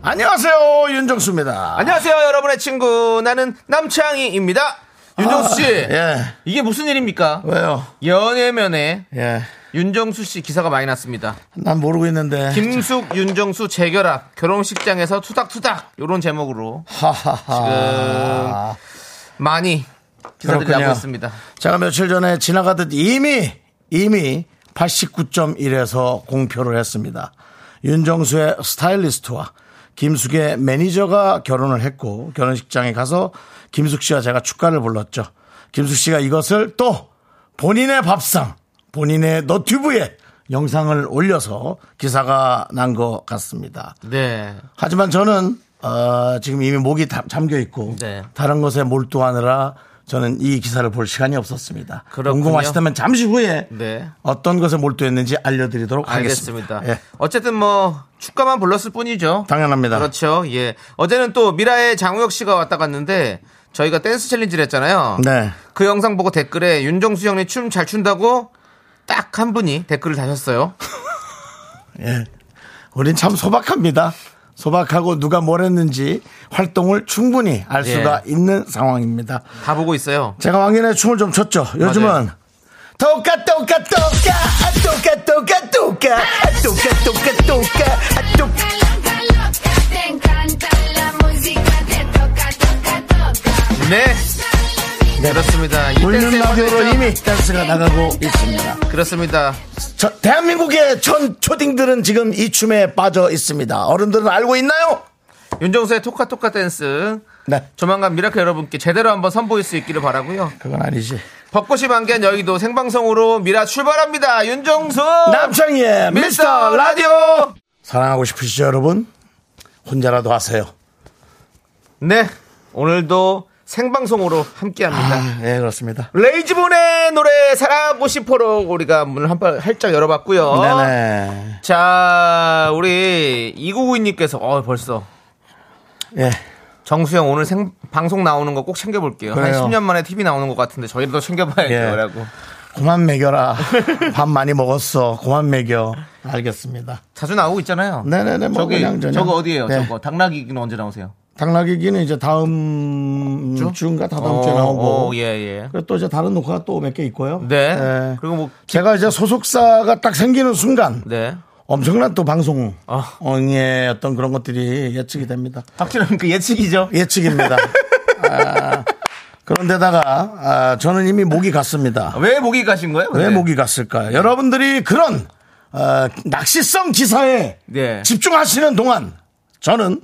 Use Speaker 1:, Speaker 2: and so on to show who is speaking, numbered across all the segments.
Speaker 1: 안녕하세요 윤정수입니다.
Speaker 2: 안녕하세요, 여러분의 친구. 나는 남창희입니다. 윤정수 씨,
Speaker 1: 예
Speaker 2: 이게 무슨 일입니까?
Speaker 1: 왜요?
Speaker 2: 연예면에
Speaker 1: 예.
Speaker 2: 윤정수 씨 기사가 많이 났습니다.
Speaker 1: 난 모르고 있는데.
Speaker 2: 김숙, 윤정수 재결합, 결혼식장에서 투닥투닥, 요런 제목으로
Speaker 1: 하하하.
Speaker 2: 많이 기사들이
Speaker 1: 그렇군요.
Speaker 2: 나고 있습니다.
Speaker 1: 제가 며칠 전에 지나가듯 이미 이미 89.1에서 공표를 했습니다. 윤정수의 스타일리스트와 김숙의 매니저가 결혼을 했고 결혼식장에 가서 김숙 씨와 제가 축가를 불렀죠. 김숙 씨가 이것을 또 본인의 밥상, 본인의 너튜브에 영상을 올려서 기사가 난 것 같습니다.
Speaker 2: 네.
Speaker 1: 하지만 저는 어, 지금 이미 목이 다- 잠겨 있고
Speaker 2: 네.
Speaker 1: 다른 것에 몰두하느라 저는 이 기사를 볼 시간이 없었습니다.
Speaker 2: 그렇군요.
Speaker 1: 궁금하시다면 잠시 후에
Speaker 2: 네.
Speaker 1: 어떤 것에 몰두했는지 알려드리도록 하겠습니다.
Speaker 2: 알겠습니다.
Speaker 1: 예,
Speaker 2: 어쨌든 뭐 축가만 불렀을 뿐이죠.
Speaker 1: 당연합니다.
Speaker 2: 그렇죠. 예. 어제는 또 미라의 장우혁 씨가 왔다 갔는데 저희가 댄스 챌린지를 했잖아요.
Speaker 1: 네.
Speaker 2: 그 영상 보고 댓글에 윤정수 형님 춤 잘 춘다고 딱 한 분이 댓글을 다셨어요.
Speaker 1: 예. 우린 참 소박합니다. 소박하고 누가 뭘 했는지 활동을 충분히 알
Speaker 2: 예.
Speaker 1: 수가 있는 상황입니다.
Speaker 2: 다 보고 있어요.
Speaker 1: 제가 왕년에 춤을 좀 췄죠. 요즘은
Speaker 2: 맞아요.
Speaker 1: 똑같 똑같 아, 똑같 똑같 똑같 똑같 똑같 똑같 아, 똑같 똑같
Speaker 3: Te encanta la música, te toca, toca, toca.
Speaker 2: 네.
Speaker 1: 네.
Speaker 2: 그렇습니다. 이
Speaker 1: 물는
Speaker 2: 댄스의
Speaker 1: 라디오로
Speaker 2: 컨셉이죠?
Speaker 1: 이미 댄스가 나가고 있습니다.
Speaker 2: 그렇습니다.
Speaker 1: 저, 대한민국의 전 초딩들은 지금 이 춤에 빠져 있습니다. 어른들은 알고 있나요?
Speaker 2: 윤정수의 토카토카 댄스.
Speaker 1: 네.
Speaker 2: 조만간 미라클 여러분께 제대로 한번 선보일 수 있기를 바라고요.
Speaker 1: 그건 아니지.
Speaker 2: 벚꽃이 만개한 여의도 생방송으로 미라 출발합니다. 윤정수
Speaker 1: 남창희의 미스터 라
Speaker 2: 라디오.
Speaker 1: 사랑하고 싶으시죠, 여러분? 혼자라도 하세요.
Speaker 2: 네, 오늘도 생방송으로 함께합니다.
Speaker 1: 아, 예, 그렇습니다.
Speaker 2: 레이지본의 노래 사랑하고 싶어로 우리가 문을 한발 활짝 열어봤고요.
Speaker 1: 네, 네네.
Speaker 2: 자, 우리 이구구이님께서 어 벌써
Speaker 1: 예.
Speaker 2: 정수영 오늘 생 방송 나오는 거 꼭 챙겨볼게요. 한
Speaker 1: 그래요.
Speaker 2: 10년 만에 TV 나오는 것 같은데 저희도
Speaker 1: 예.
Speaker 2: 챙겨봐야겠더라고.
Speaker 1: 고만 먹여라. 밥 많이 먹었어. 고만 먹여. 알겠습니다.
Speaker 2: 자주 나오고 있잖아요.
Speaker 1: 네네네. 뭐
Speaker 2: 저기
Speaker 1: 그냥 저냥.
Speaker 2: 저거 어디예요?
Speaker 1: 네.
Speaker 2: 저거 당나귀는 언제 나오세요?
Speaker 1: 당나귀기는 이제 다음
Speaker 2: 주?
Speaker 1: 주인가 다다음 주에
Speaker 2: 어,
Speaker 1: 나오고.
Speaker 2: 어, 예, 예.
Speaker 1: 그리고 또 이제 다른 녹화가 또 몇 개 있고요.
Speaker 2: 네.
Speaker 1: 예.
Speaker 2: 그리고 뭐
Speaker 1: 제가 이제 소속사가 딱 생기는 순간
Speaker 2: 네.
Speaker 1: 엄청난 또 방송의
Speaker 2: 아.
Speaker 1: 어떤 그런 것들이 예측이 됩니다.
Speaker 2: 확실한 그 예측이죠.
Speaker 1: 예측입니다. 아, 그런데다가 아, 저는 이미 목이 갔습니다.
Speaker 2: 아, 왜 목이 가신 거예요?
Speaker 1: 왜
Speaker 2: 근데?
Speaker 1: 목이 갔을까요? 여러분들이 그런 어, 낚시성 기사에
Speaker 2: 네.
Speaker 1: 집중하시는 동안 저는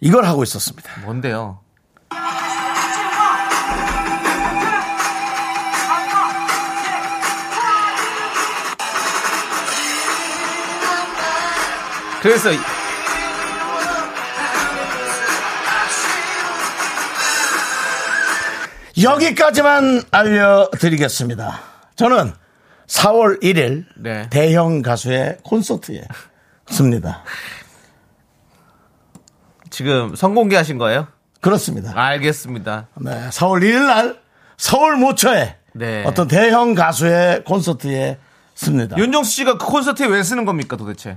Speaker 1: 이걸 하고 있었습니다.
Speaker 2: 뭔데요? 그래서 이-
Speaker 1: 여기까지만 알려드리겠습니다. 저는 4월 1일
Speaker 2: 네.
Speaker 1: 대형 가수의 콘서트에 습니다.
Speaker 2: 지금 성공개하신 거예요? 아.
Speaker 1: 그렇습니다.
Speaker 2: 알겠습니다.
Speaker 1: 네, 4월 1일 날 서울 모처에
Speaker 2: 네.
Speaker 1: 어떤 대형 가수의 콘서트에 습니다.
Speaker 2: 윤정수 씨가 그 콘서트에 왜 쓰는 겁니까 도대체?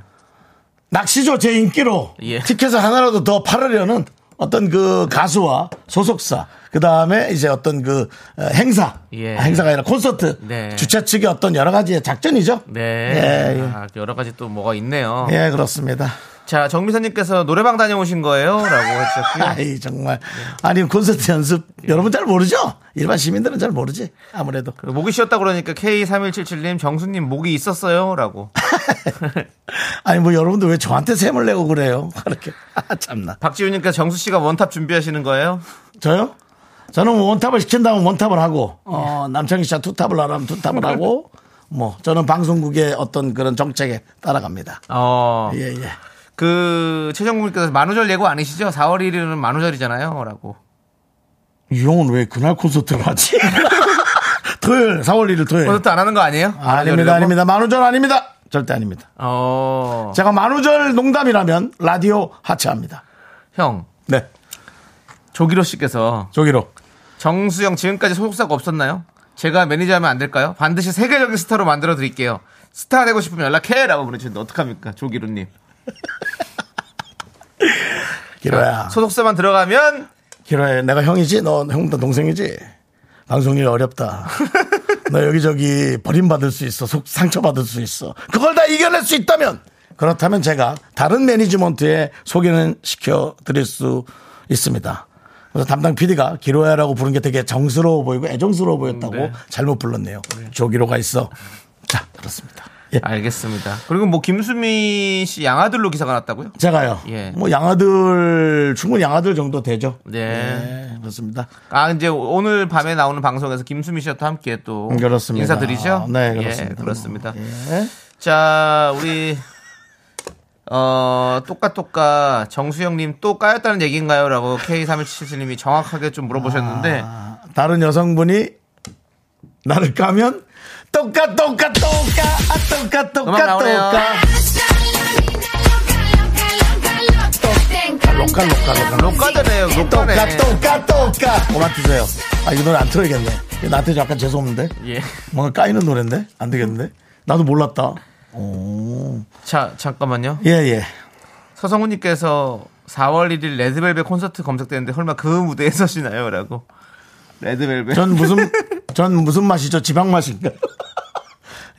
Speaker 1: 낚시조 제 인기로
Speaker 2: 예.
Speaker 1: 티켓을 하나라도 더 팔으려는 어떤 그 가수와 소속사 그 다음에 이제 어떤 그 어, 행사
Speaker 2: 예.
Speaker 1: 아, 행사가 아니라 콘서트
Speaker 2: 네.
Speaker 1: 주최 측의 어떤 여러 가지의 작전이죠.
Speaker 2: 네.
Speaker 1: 예, 예.
Speaker 2: 아, 여러 가지 또 뭐가 있네요.
Speaker 1: 예 그렇습니다.
Speaker 2: 자, 정미선님께서 노래방 다녀오신 거예요? 라고 하셨고요.
Speaker 1: 아이 정말 아니 콘서트 연습 여러분 잘 모르죠? 일반 시민들은 잘 모르지 아무래도
Speaker 2: 그리고 목이 쉬었다 그러니까 K3177님, 정수님 목이 있었어요? 라고.
Speaker 1: 아니 뭐 여러분들 왜 저한테 셈을 내고 그래요? 그렇게 아, 참나
Speaker 2: 박지훈님께서 정수 씨가 원탑 준비하시는 거예요?
Speaker 1: 저요? 저는 뭐 원탑을 시킨다면 원탑을 하고 어, 남창희 씨가 투탑을 하라면 투탑을 하고 뭐 저는 방송국의 어떤 그런 정책에 따라갑니다.
Speaker 2: 어.
Speaker 1: 예예.
Speaker 2: 그 최정국님께서 만우절 예고 아니시죠? 4월 1일은 만우절이잖아요. 라고.
Speaker 1: 이 형은 왜 그날 콘서트를 하지? 토요일, 4월 1일 토요일.
Speaker 2: 콘서트 안 하는 거 아니에요?
Speaker 1: 네. 아닙니다,
Speaker 2: 만우절이라고?
Speaker 1: 아닙니다. 만우절 아닙니다. 절대 아닙니다.
Speaker 2: 어,
Speaker 1: 제가 만우절 농담이라면 라디오 하차합니다.
Speaker 2: 형.
Speaker 1: 네.
Speaker 2: 조기로 씨께서
Speaker 1: 저기로.
Speaker 2: 정수영 지금까지 소속사가 없었나요? 제가 매니저하면 안 될까요? 반드시 세계적인 스타로 만들어 드릴게요. 스타 되고 싶으면 연락해라고 보내주는데 어떡합니까, 조기로님?
Speaker 1: 기로야.
Speaker 2: 소속사만 들어가면
Speaker 1: 기로야. 내가 형이지? 너 형보다 동생이지? 방송일 어렵다. 너 여기저기 버림받을 수 있어. 속 상처받을 수 있어. 그걸 다 이겨낼 수 있다면 그렇다면 제가 다른 매니지먼트에 소개는 시켜드릴 수 있습니다. 그래서 담당 PD가 기로야라고 부른 게 되게 정스러워 보이고 애정스러워 보였다고 잘못 불렀네요. 조기로가 있어. 자, 그렇습니다. 예.
Speaker 2: 알겠습니다. 그리고 뭐 김수미 씨 양아들로 기사가 났다고요?
Speaker 1: 제가요.
Speaker 2: 예.
Speaker 1: 뭐 양아들 충분히 양아들 정도 되죠.
Speaker 2: 네.
Speaker 1: 예, 그렇습니다.
Speaker 2: 아 이제 오늘 밤에 나오는 방송에서 김수미 씨와 또 함께 또
Speaker 1: 음, 그렇습니다.
Speaker 2: 뭐 인사드리죠.
Speaker 1: 아, 네,
Speaker 2: 예,
Speaker 1: 그렇습니다.
Speaker 2: 그렇습니다.
Speaker 1: 예.
Speaker 2: 자 우리 어 똑까똑까 정수영님 또 까였다는 얘기인가요?라고 K 3 1 7님이 정확하게 좀 물어보셨는데
Speaker 1: 아, 다른 여성분이 나를 까면 똑같 똑같 아, 똑같 똑같
Speaker 2: 음악
Speaker 1: 똑같
Speaker 2: 나오네요.
Speaker 1: 똑같.
Speaker 3: loca, loca, loca, loca.
Speaker 2: 녹가잖아요.
Speaker 1: 똑같
Speaker 2: 녹가네.
Speaker 1: 똑같 똑같. 그만 드세요. 아 이거 노래 안 틀어야겠네. 이거 나한테 약간 재수 없는데.
Speaker 2: 예.
Speaker 1: 뭔가 까이는 노래인데 안 되겠는데. 나도 몰랐다. 오.
Speaker 2: 자 잠깐만요.
Speaker 1: 예 예.
Speaker 2: 서성훈님께서 4월 1일 레드벨벳 콘서트 검색되는데 설마 그 무대에 서시나요?라고 레드벨벳.
Speaker 1: 전 무슨 전 무슨 맛이죠? 지방 맛인가?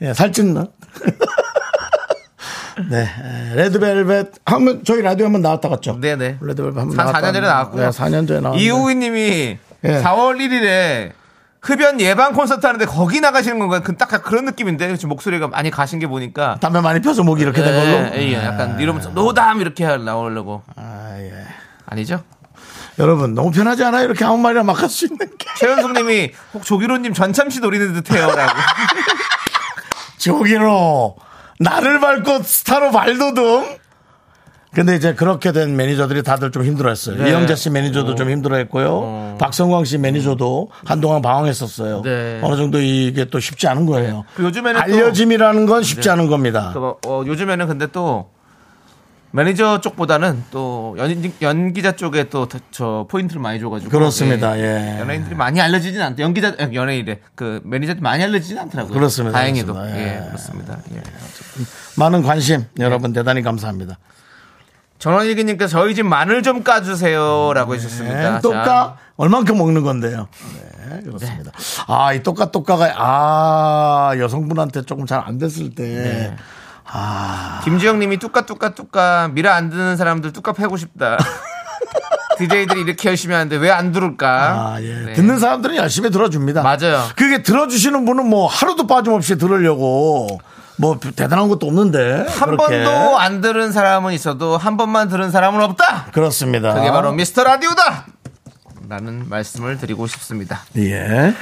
Speaker 1: 예, 살찐 맛. 네, 에, 레드벨벳 한번 저희 라디오 한번 나왔다 갔죠?
Speaker 2: 네네.
Speaker 1: 레드벨벳 한번
Speaker 2: 한
Speaker 1: 나왔다
Speaker 2: 4년 전에
Speaker 1: 갔는데.
Speaker 2: 나왔고요.
Speaker 1: 네, 4년 전에 나왔는데.
Speaker 2: 이우희 님이
Speaker 1: 예.
Speaker 2: 4월 1일에 흡연 예방 콘서트 하는데 거기 나가시는 건가요? 그딱 그런 느낌인데 지금 목소리가 많이 가신 게 보니까
Speaker 1: 담배 많이 펴서 목이 이렇게 된 걸로.
Speaker 2: 예, 예, 약간 이러면서 노담 이렇게 나오려고
Speaker 1: 아, 예.
Speaker 2: 아니죠?
Speaker 1: 여러분 너무 편하지 않아요? 이렇게 아무 말이나 막 할 수 있는 게.
Speaker 2: 최현숙 님이 혹 조기로 님 전참시 노리는 듯해요라고.
Speaker 1: 저기로 나를 밟고 스타로 발돋움. 근데 이제 그렇게 된 매니저들이 다들 좀 힘들어했어요.
Speaker 2: 네.
Speaker 1: 이영자 씨 매니저도 좀 힘들어했고요. 박성광 씨 매니저도 한동안 방황했었어요.
Speaker 2: 네.
Speaker 1: 어느 정도 이게 또 쉽지 않은 거예요.
Speaker 2: 그 요즘에는 또-
Speaker 1: 알려짐이라는 건 쉽지 않은 겁니다.
Speaker 2: 그 뭐, 어, 요즘에는 근데 또 매니저 쪽보다는 또 연, 연기자 쪽에 또 저 포인트를 많이 줘가지고
Speaker 1: 그렇습니다. 예.
Speaker 2: 연예인들이 많이 알려지진 않 연기자 아, 연예인이래 그 매니저들이 많이 알려지진 않더라고요.
Speaker 1: 그렇습니다.
Speaker 2: 다행히도
Speaker 1: 그렇습니다.
Speaker 2: 예.
Speaker 1: 예.
Speaker 2: 그렇습니다. 예.
Speaker 1: 많은 관심
Speaker 2: 네.
Speaker 1: 여러분 대단히 감사합니다.
Speaker 2: 전원일기님께서 저희 집 마늘 좀 까주세요라고 해주셨습니다.
Speaker 1: 네, 똑까 얼만큼 먹는 건데요. 네, 그렇습니다. 아, 이 똑까 똑까가 아 여성분한테 조금 잘 안 됐을 때.
Speaker 2: 네.
Speaker 1: 아,
Speaker 2: 김지영님이 뚜까 뚜까 뚜까 미라 안 듣는 사람들 뚜까 패고 싶다. DJ들이 이렇게 열심히 하는데 왜 안 들을까?
Speaker 1: 아, 예.
Speaker 2: 네.
Speaker 1: 듣는 사람들은 열심히 들어줍니다.
Speaker 2: 맞아요.
Speaker 1: 그게 들어주시는 분은 뭐 하루도 빠짐없이 들으려고 뭐 대단한 것도 없는데.
Speaker 2: 한
Speaker 1: 그렇게.
Speaker 2: 번도 안 들은 사람은 있어도 한 번만 들은 사람은 없다.
Speaker 1: 그렇습니다.
Speaker 2: 그게 바로 미스터 라디오다. 라는 말씀을 드리고 싶습니다.
Speaker 1: 예.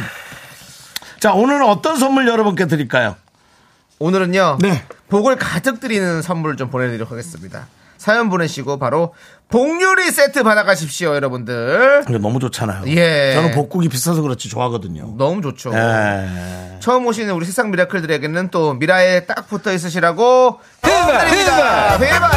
Speaker 1: 자, 오늘은 어떤 선물 여러분께 드릴까요?
Speaker 2: 오늘은요.
Speaker 1: 네.
Speaker 2: 복을 가득 드리는 선물을 좀 보내드리도록 하겠습니다. 사연 보내시고 바로 복요리 세트 받아가십시오, 여러분들.
Speaker 1: 이거 너무 좋잖아요.
Speaker 2: 예.
Speaker 1: 저는 복국이 비싸서 그렇지 좋아하거든요.
Speaker 2: 너무 좋죠.
Speaker 1: 예.
Speaker 2: 처음 오시는 우리 세상 미라클들에게는 또 미라에 딱 붙어 있으시라고 회바입니다. 회바.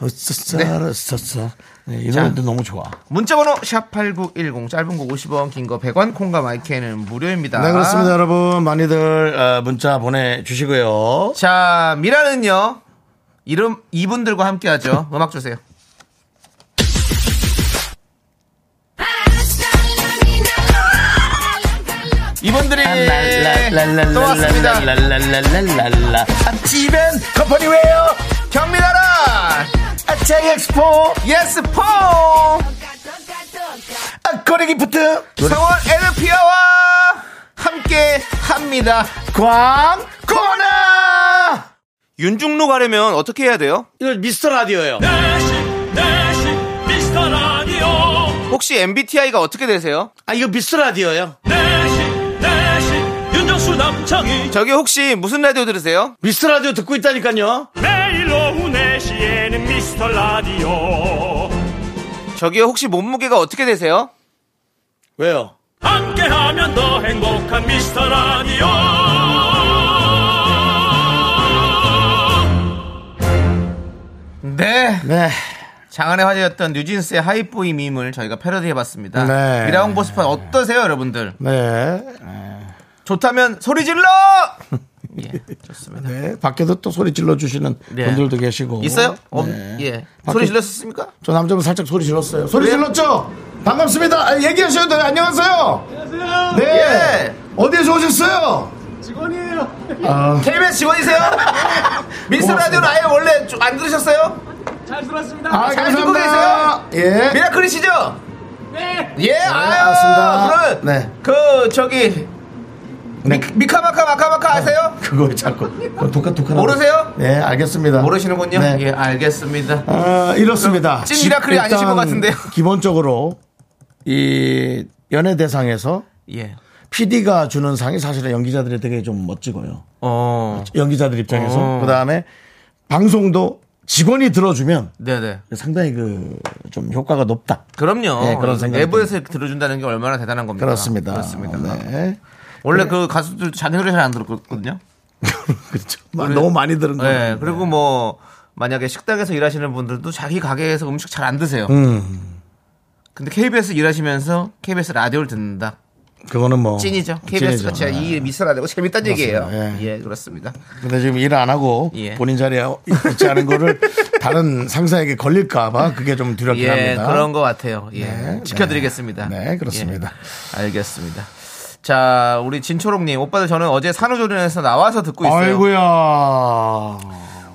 Speaker 1: 어쩌싸, 어쩌싸. 네, 이런데 너무 좋아.
Speaker 2: 문자번호 샵 #8910 짧은 거 50원, 긴 거 100원, 콩과 마이크는 무료입니다.
Speaker 1: 네, 그렇습니다, 여러분. 많이들 어, 문자 보내주시고요.
Speaker 2: 자, 미라는요. 이름 이분들과 함께 하죠. 음악 주세요. 이분들이 또 왔습니다.
Speaker 1: 랄랄랄랄랄랄랄랄랄라. 아침엔 컴퍼니 웨어
Speaker 2: 경민아라
Speaker 1: 아차이 엑스포
Speaker 2: 예스포
Speaker 1: 아코리 기프트
Speaker 2: 성원 에르피아와 함께 합니다.
Speaker 1: 광고나
Speaker 2: 윤중로 가려면 어떻게 해야 돼요?
Speaker 1: 이거 미스터 라디오예요.
Speaker 4: 내시 내시 미스터 라디오
Speaker 2: 혹시 MBTI가 어떻게 되세요?
Speaker 1: 아 이거 미스터 라디오예요.
Speaker 4: 네 내시 내시 윤정수 남창희
Speaker 2: 저기 혹시 무슨 라디오 들으세요?
Speaker 1: 미스터 라디오 듣고 있다니까요.
Speaker 4: 매일 오후 4시에는 미스터 라디오
Speaker 2: 저기 혹시 몸무게가 어떻게 되세요?
Speaker 1: 왜요?
Speaker 4: 함께하면 더 행복한 미스터 라디오
Speaker 2: 네.
Speaker 1: 네.
Speaker 2: 장안의 화제였던 뉴진스의 하이보이 밈을 저희가 패러디해봤습니다.
Speaker 1: 네.
Speaker 2: 미라홍 보스판 어떠세요, 여러분들?
Speaker 1: 네.
Speaker 2: 좋다면 소리 질러! 예, 좋습니다.
Speaker 1: 네. 밖에도 또 소리 질러 주시는
Speaker 2: 네.
Speaker 1: 분들도 계시고.
Speaker 2: 있어요? 어,
Speaker 1: 네.
Speaker 2: 예.
Speaker 1: 밖에-
Speaker 2: 소리 질렀습니까?
Speaker 1: 저 남자분 살짝 소리 질렀어요. 소리
Speaker 2: 네.
Speaker 1: 질렀죠? 반갑습니다. 아, 얘기하셔도 돼요. 안녕하세요. 안녕하세요. 네.
Speaker 2: 예.
Speaker 1: 어디에서 오셨어요?
Speaker 2: KBS 직원이세요? 미스
Speaker 1: 고맙습니다.
Speaker 2: 라디오는 아예 원래 좀안 들으셨어요?
Speaker 1: 아,
Speaker 2: 잘 듣고
Speaker 1: 계세요? 예.
Speaker 2: 미라클이시죠? 네. 예, 아유.
Speaker 1: 반갑습니다.
Speaker 2: 그러면
Speaker 1: 네.
Speaker 2: 그 저기
Speaker 1: 네.
Speaker 2: 미카마카 마카마카 아세요?
Speaker 1: 그거 자꾸 독한 독한
Speaker 2: 모르세요?
Speaker 1: 네 알겠습니다.
Speaker 2: 모르시는군요.
Speaker 1: 네.
Speaker 2: 예, 알겠습니다.
Speaker 1: 아, 이렇습니다.
Speaker 2: 찐 미라클이
Speaker 1: 집-
Speaker 2: 아니신
Speaker 1: 일단
Speaker 2: 것 같은데요.
Speaker 1: 기본적으로 이 연예 대상에서
Speaker 2: 예.
Speaker 1: PD가 주는 상이 사실은 연기자들이 되게 좀 멋지고요.
Speaker 2: 어.
Speaker 1: 연기자들 입장에서
Speaker 2: 어.
Speaker 1: 그다음에 방송도 직원이 들어주면
Speaker 2: 네, 네.
Speaker 1: 상당히 그 좀 효과가 높다.
Speaker 2: 그럼요.
Speaker 1: 예, 그런 생각이
Speaker 2: 내부에서 이렇게 들어준다는 게 얼마나 대단한 겁니까?
Speaker 1: 그렇습니다.
Speaker 2: 그렇습니다.
Speaker 1: 네.
Speaker 2: 원래 그 가수들 자기 노래 잘 안 들었거든요.
Speaker 1: 그렇죠. 너무 많이 들은
Speaker 2: 예.
Speaker 1: 거예요.
Speaker 2: 그리고 뭐 만약에 식당에서 일하시는 분들도 자기 가게에서 음식 잘 안 드세요. 근데 KBS 일하시면서 KBS 라디오를 듣는다.
Speaker 1: 그거는 뭐
Speaker 2: 찐이죠. KBS 같이
Speaker 1: 찐이죠. 네.
Speaker 2: 이 미스 라디오 재밌다는 얘기예요.
Speaker 1: 예.
Speaker 2: 예, 그렇습니다.
Speaker 1: 근데 지금 일을 안 하고
Speaker 2: 예.
Speaker 1: 본인 자리에 있지 않은 거를 다른 상사에게 걸릴까봐 그게 좀 두렵긴
Speaker 2: 예,
Speaker 1: 합니다.
Speaker 2: 그런 것 같아요. 예.
Speaker 1: 네,
Speaker 2: 지켜드리겠습니다.
Speaker 1: 네. 네, 그렇습니다.
Speaker 2: 예, 알겠습니다. 자, 우리 진초롱님, 오빠들 저는 어제 산후조리원에서 나와서 듣고 있어요.
Speaker 1: 아이고야.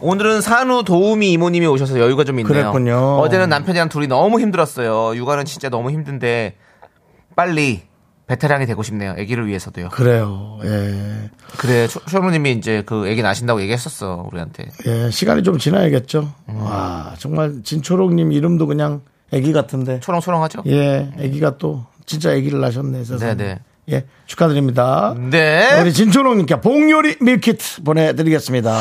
Speaker 2: 오늘은 산후 도우미 이모님이 오셔서 여유가 좀 있네요.
Speaker 1: 그랬군요.
Speaker 2: 어제는 남편이랑 둘이 너무 힘들었어요. 육아는 진짜 너무 힘든데 빨리 베테랑이 되고 싶네요. 아기를 위해서도요.
Speaker 1: 그래요. 예.
Speaker 2: 그래, 초- 초롱님이 이제 그 아기 나신다고 얘기했었어 우리한테.
Speaker 1: 예, 시간이 좀 지나야겠죠.
Speaker 2: 음.
Speaker 1: 와, 정말 진초록님 이름도 그냥 애기 같은데.
Speaker 2: 초롱초롱하죠?
Speaker 1: 예, 애기가 또 진짜 애기를 낳으셨네. 세상에.
Speaker 2: 네네.
Speaker 1: 예, 축하드립니다.
Speaker 2: 네.
Speaker 1: 우리 진초록님께 봉요리 밀키트 보내드리겠습니다.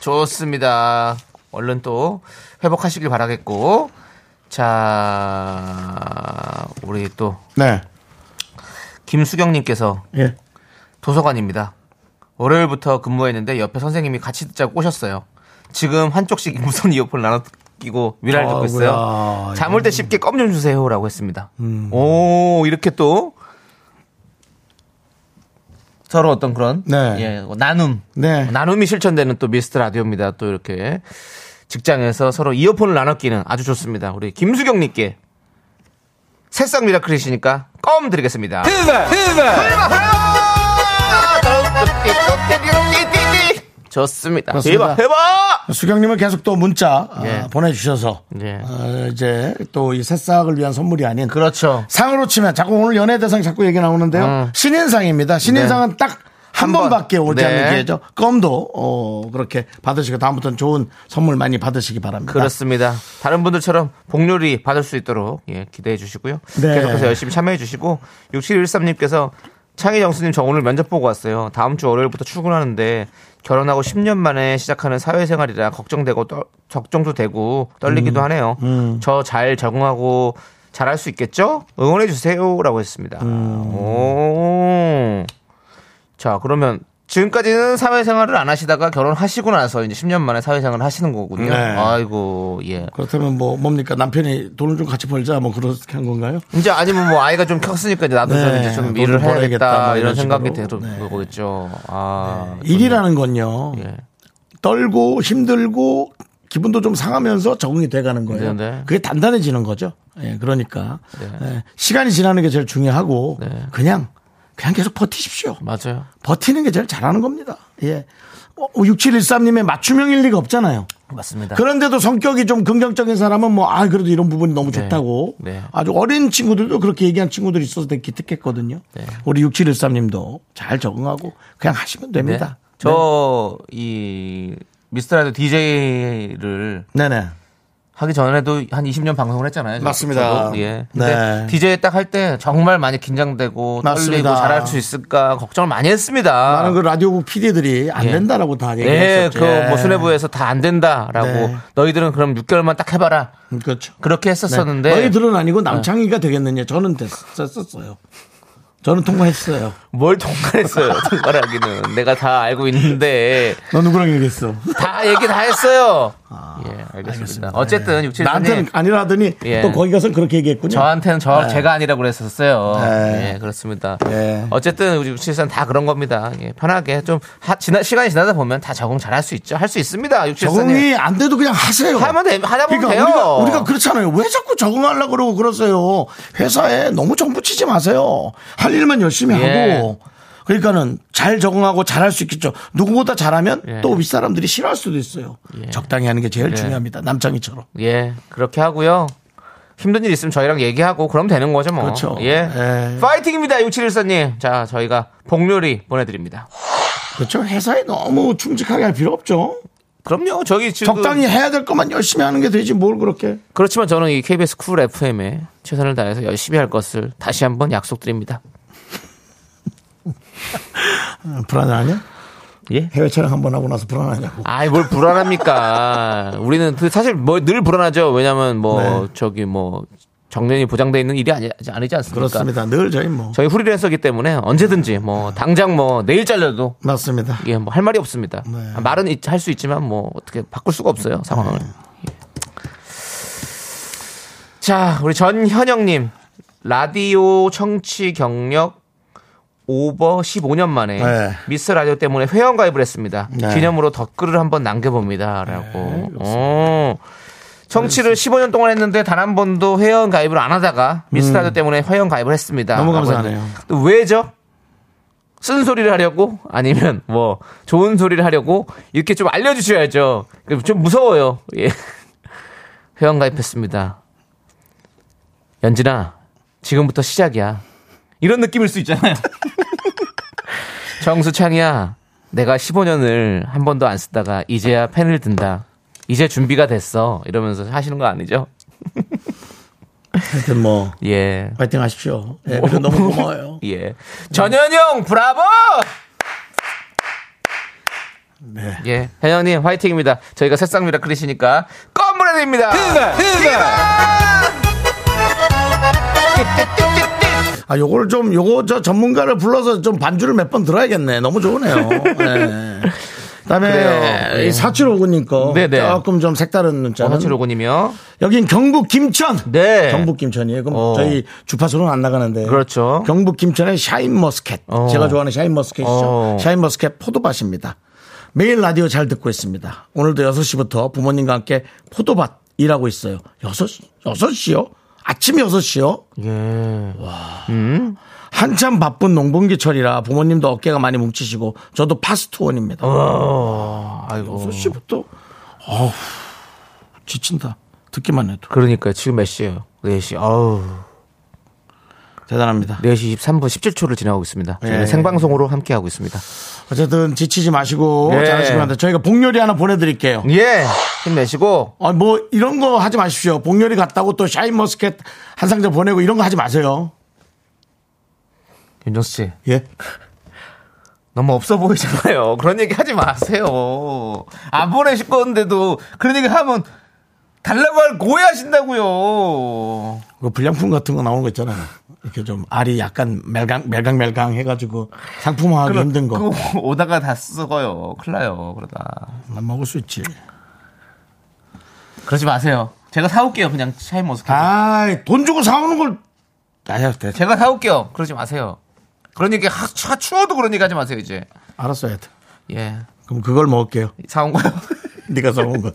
Speaker 2: 좋습니다. 얼른 또 회복하시길 바라겠고. 자, 우리 또
Speaker 1: 네.
Speaker 2: 김수경님께서
Speaker 1: 예.
Speaker 2: 도서관입니다. 월요일부터 근무했는데 옆에 선생님이 같이 듣자고 오셨어요. 지금 한쪽씩 무선 이어폰 나눠 끼고 위라를 듣고 있어요.
Speaker 1: 아이고야.
Speaker 2: 잠 올 때 쉽게 껌 좀 주세요라고 했습니다.
Speaker 1: 음.
Speaker 2: 오 이렇게 또 서로 어떤 그런
Speaker 1: 네.
Speaker 2: 예, 나눔
Speaker 1: 네.
Speaker 2: 나눔이 실천되는 또 미스트 라디오입니다. 또 이렇게 직장에서 서로 이어폰을 나눠 끼는 아주 좋습니다. 우리 김수경님께 새싹 미라클이시니까 껌 드리겠습니다. 좋습니다.
Speaker 1: 그렇습니다.
Speaker 2: 대박, 대박!
Speaker 1: 수경님은 계속 또 문자 아,
Speaker 2: 예.
Speaker 1: 보내주셔서
Speaker 2: 예.
Speaker 1: 어, 이제 또 이 새싹을 위한 선물이 아닌
Speaker 2: 그렇죠.
Speaker 1: 상으로 치면 자꾸 오늘 연예 대상 자꾸 얘기 나오는데요.
Speaker 2: 음.
Speaker 1: 신인상입니다. 신인상은 딱. 한
Speaker 2: 한 번.
Speaker 1: 번밖에 오지
Speaker 2: 네.
Speaker 1: 않는 기회죠. 껌도 어, 그렇게 받으시고 다음부터는 좋은 선물 많이 받으시기 바랍니다.
Speaker 2: 그렇습니다. 다른 분들처럼 복료리 받을 수 있도록 예, 기대해 주시고요.
Speaker 1: 네.
Speaker 2: 계속해서 열심히 참여해 주시고 6713님께서 창희 정수님 저 오늘 면접 보고 왔어요. 다음 주 월요일부터 출근하는데 결혼하고 10년 만에 시작하는 사회생활이라 걱정되고 떨, 걱정도 되고 떨리기도 하네요. 저 잘 적응하고 잘할 수 있겠죠? 응원해 주세요라고 했습니다. 오. 자, 그러면 지금까지는 사회생활을 안 하시다가 결혼하시고 나서 이제 10년 만에 사회생활을 하시는 거군요.
Speaker 1: 네.
Speaker 2: 아이고, 예.
Speaker 1: 그렇다면 뭐 뭡니까 남편이 돈을 좀 같이 벌자 뭐 그렇게 한 건가요?
Speaker 2: 이제 아니면 뭐 아이가 좀 컸으니까 이제 나도 좀
Speaker 1: 네,
Speaker 2: 이제 좀
Speaker 1: 돈을
Speaker 2: 일을
Speaker 1: 벌어야겠다,
Speaker 2: 해야겠다
Speaker 1: 뭐
Speaker 2: 이런
Speaker 1: 이런
Speaker 2: 생각이
Speaker 1: 식으로.
Speaker 2: 들는
Speaker 1: 네.
Speaker 2: 거겠죠. 아.
Speaker 1: 일이라는 건요
Speaker 2: 예.
Speaker 1: 떨고 힘들고 기분도 좀 상하면서 적응이 돼가는 거예요.
Speaker 2: 네, 네.
Speaker 1: 그게 단단해지는 거죠. 예, 그러니까 예, 시간이 지나는 게 제일 중요하고
Speaker 2: 네.
Speaker 1: 그냥 그냥 계속 버티십시오.
Speaker 2: 맞아요.
Speaker 1: 버티는 게 제일 잘하는 겁니다. 예. 어, 6713님의 맞춤형일 리가 없잖아요.
Speaker 2: 맞습니다.
Speaker 1: 그런데도 성격이 좀 긍정적인 사람은 뭐, 아, 그래도 이런 부분이 너무
Speaker 2: 네.
Speaker 1: 좋다고.
Speaker 2: 네.
Speaker 1: 아주 어린 친구들도 그렇게 얘기한 친구들이 있어서 되게 기특했거든요.
Speaker 2: 네.
Speaker 1: 우리 6713님도 잘 적응하고 그냥 하시면 됩니다.
Speaker 2: 네. 저 이 미스터라이더 DJ를
Speaker 1: 네네.
Speaker 2: 하기 전에도 한 20년 방송을 했잖아요.
Speaker 1: 맞습니다.
Speaker 2: 저도. 예. 근데
Speaker 1: 네.
Speaker 2: DJ 딱 할 때 정말 많이 긴장되고
Speaker 1: 맞습니다.
Speaker 2: 떨리고 잘할 수 있을까 걱정을 많이 했습니다.
Speaker 1: 나는 그 라디오국 PD들이 안
Speaker 2: 아. 예.
Speaker 1: 된다라고 다
Speaker 2: 예,
Speaker 1: 얘기했었죠.
Speaker 2: 그 뭐 수뇌부에서 다 안 된다라고
Speaker 1: 네.
Speaker 2: 너희들은 그럼 6개월만 딱 해봐라
Speaker 1: 그렇죠. 네.
Speaker 2: 그렇게 했었었는데 어.
Speaker 1: 너희들은 아니고 남창희가 되겠느냐? 저는 됐었어요. 저는 통과했어요.
Speaker 2: 뭘 통과했어요 통과하기는 내가 다 알고 있는데
Speaker 1: 너 누구랑 얘기했어?
Speaker 2: 다 얘기 다 했어요. 예, 알겠습니다.
Speaker 1: 아, 알겠습니다. 네.
Speaker 2: 어쨌든 육칠
Speaker 1: 나한테는
Speaker 2: 님
Speaker 1: 아니라 하더니
Speaker 2: 예.
Speaker 1: 또 거기 가서 그렇게 얘기했군요.
Speaker 2: 저한테는 저 제가 아니라고 그랬었어요.
Speaker 1: 네.
Speaker 2: 예, 그렇습니다.
Speaker 1: 예.
Speaker 2: 어쨌든 우리 육칠산 다 그런 겁니다. 예, 편하게 좀 하, 지나, 시간이 지나다 보면 다 적응 잘 할 수 있죠. 할 수 있습니다. 육칠산이
Speaker 1: 적응이 안 돼도 그냥 하세요.
Speaker 2: 하면 돼, 하다 보면
Speaker 1: 그러니까
Speaker 2: 돼요.
Speaker 1: 우리가, 우리가 그렇잖아요. 왜 자꾸 적응하려고 그러고 그러세요. 회사에 너무 정붙이지 마세요. 할 일만 열심히
Speaker 2: 예.
Speaker 1: 하고. 그러니까는 잘 적응하고 잘할 수 있겠죠. 누구보다 잘하면
Speaker 2: 예.
Speaker 1: 또 윗사람들이 싫어할 수도 있어요. 적당히 하는 게 제일 중요합니다. 남창희처럼.
Speaker 2: 예, 그렇게 하고요. 힘든 일 있으면 저희랑 얘기하고 그럼 되는 거죠 뭐.
Speaker 1: 그렇죠.
Speaker 2: 예.
Speaker 1: 예.
Speaker 2: 파이팅입니다. 6714님. 자, 저희가 복요리 보내드립니다.
Speaker 1: 그렇죠. 회사에 너무 충직하게 할 필요 없죠.
Speaker 2: 그럼요. 저기 지금
Speaker 1: 적당히 해야 될 것만 열심히 하는 게 되지 뭘 그렇게.
Speaker 2: 그렇지만 저는 이 KBS 쿨 FM에 최선을 다해서 열심히 할 것을 다시 한번 약속드립니다.
Speaker 1: 아, 불안하냐?
Speaker 2: 예? 그러니까.
Speaker 1: 해외 촬영 한 번 하고 나서 불안하냐고.
Speaker 2: 아이 뭘 불안합니까? 우리는 그 사실 뭐 늘 불안하죠. 왜냐하면 뭐 저기 뭐 정년이 보장돼 있는 일이 아니, 아니지 않습니까?
Speaker 1: 그렇습니다. 늘 저희 뭐.
Speaker 2: 저희 후리랜서기 때문에 언제든지 뭐 당장 뭐 내일 잘려도
Speaker 1: 맞습니다.
Speaker 2: 예, 뭐 할 말이 없습니다.
Speaker 1: 네.
Speaker 2: 말은 할 수 있지만 뭐 어떻게 바꿀 수가 없어요 상황을. 예. 자, 우리 전현영님 라디오 청취 경력 오버 15년 만에
Speaker 1: 네.
Speaker 2: 미스 라디오 때문에 회원 가입을 했습니다.
Speaker 1: 네.
Speaker 2: 기념으로 댓글을 한번 남겨봅니다라고. 어. 청취를 15년 동안 했는데 단 한 번도 회원 가입을 안 하다가 미스 라디오 때문에 회원 가입을
Speaker 1: 음.
Speaker 2: 했습니다.
Speaker 1: 너무
Speaker 2: 라고
Speaker 1: 감사하네요.
Speaker 2: 했는데 또 왜죠? 쓴소리를 하려고 아니면 뭐 좋은 소리를 하려고 이렇게 좀 알려주셔야죠. 좀 무서워요. 예. 회원 가입했습니다. 연진아, 지금부터 시작이야. 이런 느낌일 수 있잖아요. 정수창이야, 내가 15년을 한 번도 안 쓰다가 이제야 펜을 든다. 이제 준비가 됐어. 이러면서 하시는 거 아니죠?
Speaker 1: 하여튼 뭐.
Speaker 2: 예.
Speaker 1: 파이팅 하십시오. 예, 그래도 너무 고마워요.
Speaker 2: 예. 전현영 브라보!
Speaker 1: 네.
Speaker 2: 예. 현영님 화이팅입니다. 저희가 새싹 미라클이시니까 껌 보내드립니다.
Speaker 1: 아, 요걸 좀, 요거 저 전문가를 불러서 좀 반주를 몇 번 들어야겠네. 너무 좋으네요. 네.
Speaker 2: 그래요.
Speaker 1: 그다음에 이 사칠오구님 거
Speaker 2: 네네.
Speaker 1: 조금 좀 색다른 문자는
Speaker 2: 사칠오구님이요.
Speaker 1: 여긴 경북 김천.
Speaker 2: 네.
Speaker 1: 경북 김천이에요. 그럼
Speaker 2: 어.
Speaker 1: 저희 주파수는 안 나가는데.
Speaker 2: 그렇죠.
Speaker 1: 경북 김천의 샤인머스켓.
Speaker 2: 어.
Speaker 1: 제가 좋아하는 샤인머스켓이죠.
Speaker 2: 어.
Speaker 1: 샤인머스켓 포도밭입니다. 매일 라디오 잘 듣고 있습니다. 오늘도 6시부터 부모님과 함께 포도밭 일하고 있어요. 6시, 6시요? 아침 6시요?
Speaker 2: 예.
Speaker 1: 한참 바쁜 농번기철이라 부모님도 어깨가 많이 뭉치시고 저도 파스트원입니다.
Speaker 2: 어, 아이고.
Speaker 1: 6시부터 어우 지친다. 듣기만 해도
Speaker 2: 그러니까 지금 몇 시예요? 4시. 아우.
Speaker 1: 대단합니다.
Speaker 2: 4시 23분 17초를 지나고 있습니다. 저희는
Speaker 1: 예.
Speaker 2: 생방송으로 함께 하고 있습니다.
Speaker 1: 어쨌든 지치지 마시고
Speaker 2: 예.
Speaker 1: 잘하시고 한데 저희가 복요리 하나 보내드릴게요.
Speaker 2: 예. 힘내시고
Speaker 1: 아, 뭐 이런 거 하지 마십시오. 복요리 갔다고 또 샤인머스켓 한 상자 보내고 이런 거 하지 마세요.
Speaker 2: 윤정수 씨
Speaker 1: 예.
Speaker 2: 너무 없어 보이잖아요. 그런 얘기 하지 마세요. 안 보내실 건데도 그런 얘기 하면 달라고 할 고해하신다고요.
Speaker 1: 그 불량품 같은 거 나오는 거 있잖아요. 이렇게 좀 알이 약간 멜강 멜강멜강 해가지고 상품화하기 힘든 거.
Speaker 2: 그거 오다가 다 썩어요. 큰일 나요. 그러다.
Speaker 1: 난 먹을 수 있지.
Speaker 2: 그러지 마세요. 제가 사올게요. 그냥 샤인 머스켓.
Speaker 1: 아, 돈 주고 사오는 걸. 아야, 돼.
Speaker 2: 제가 사올게요. 그러지 마세요. 그런 얘기 하, 하- 추워도 그런 얘기 하지 마세요. 이제.
Speaker 1: 알았어요. 하여튼.
Speaker 2: 예.
Speaker 1: 그럼 그걸 먹을게요.
Speaker 2: 사온 거요.
Speaker 1: 네가 사온 거.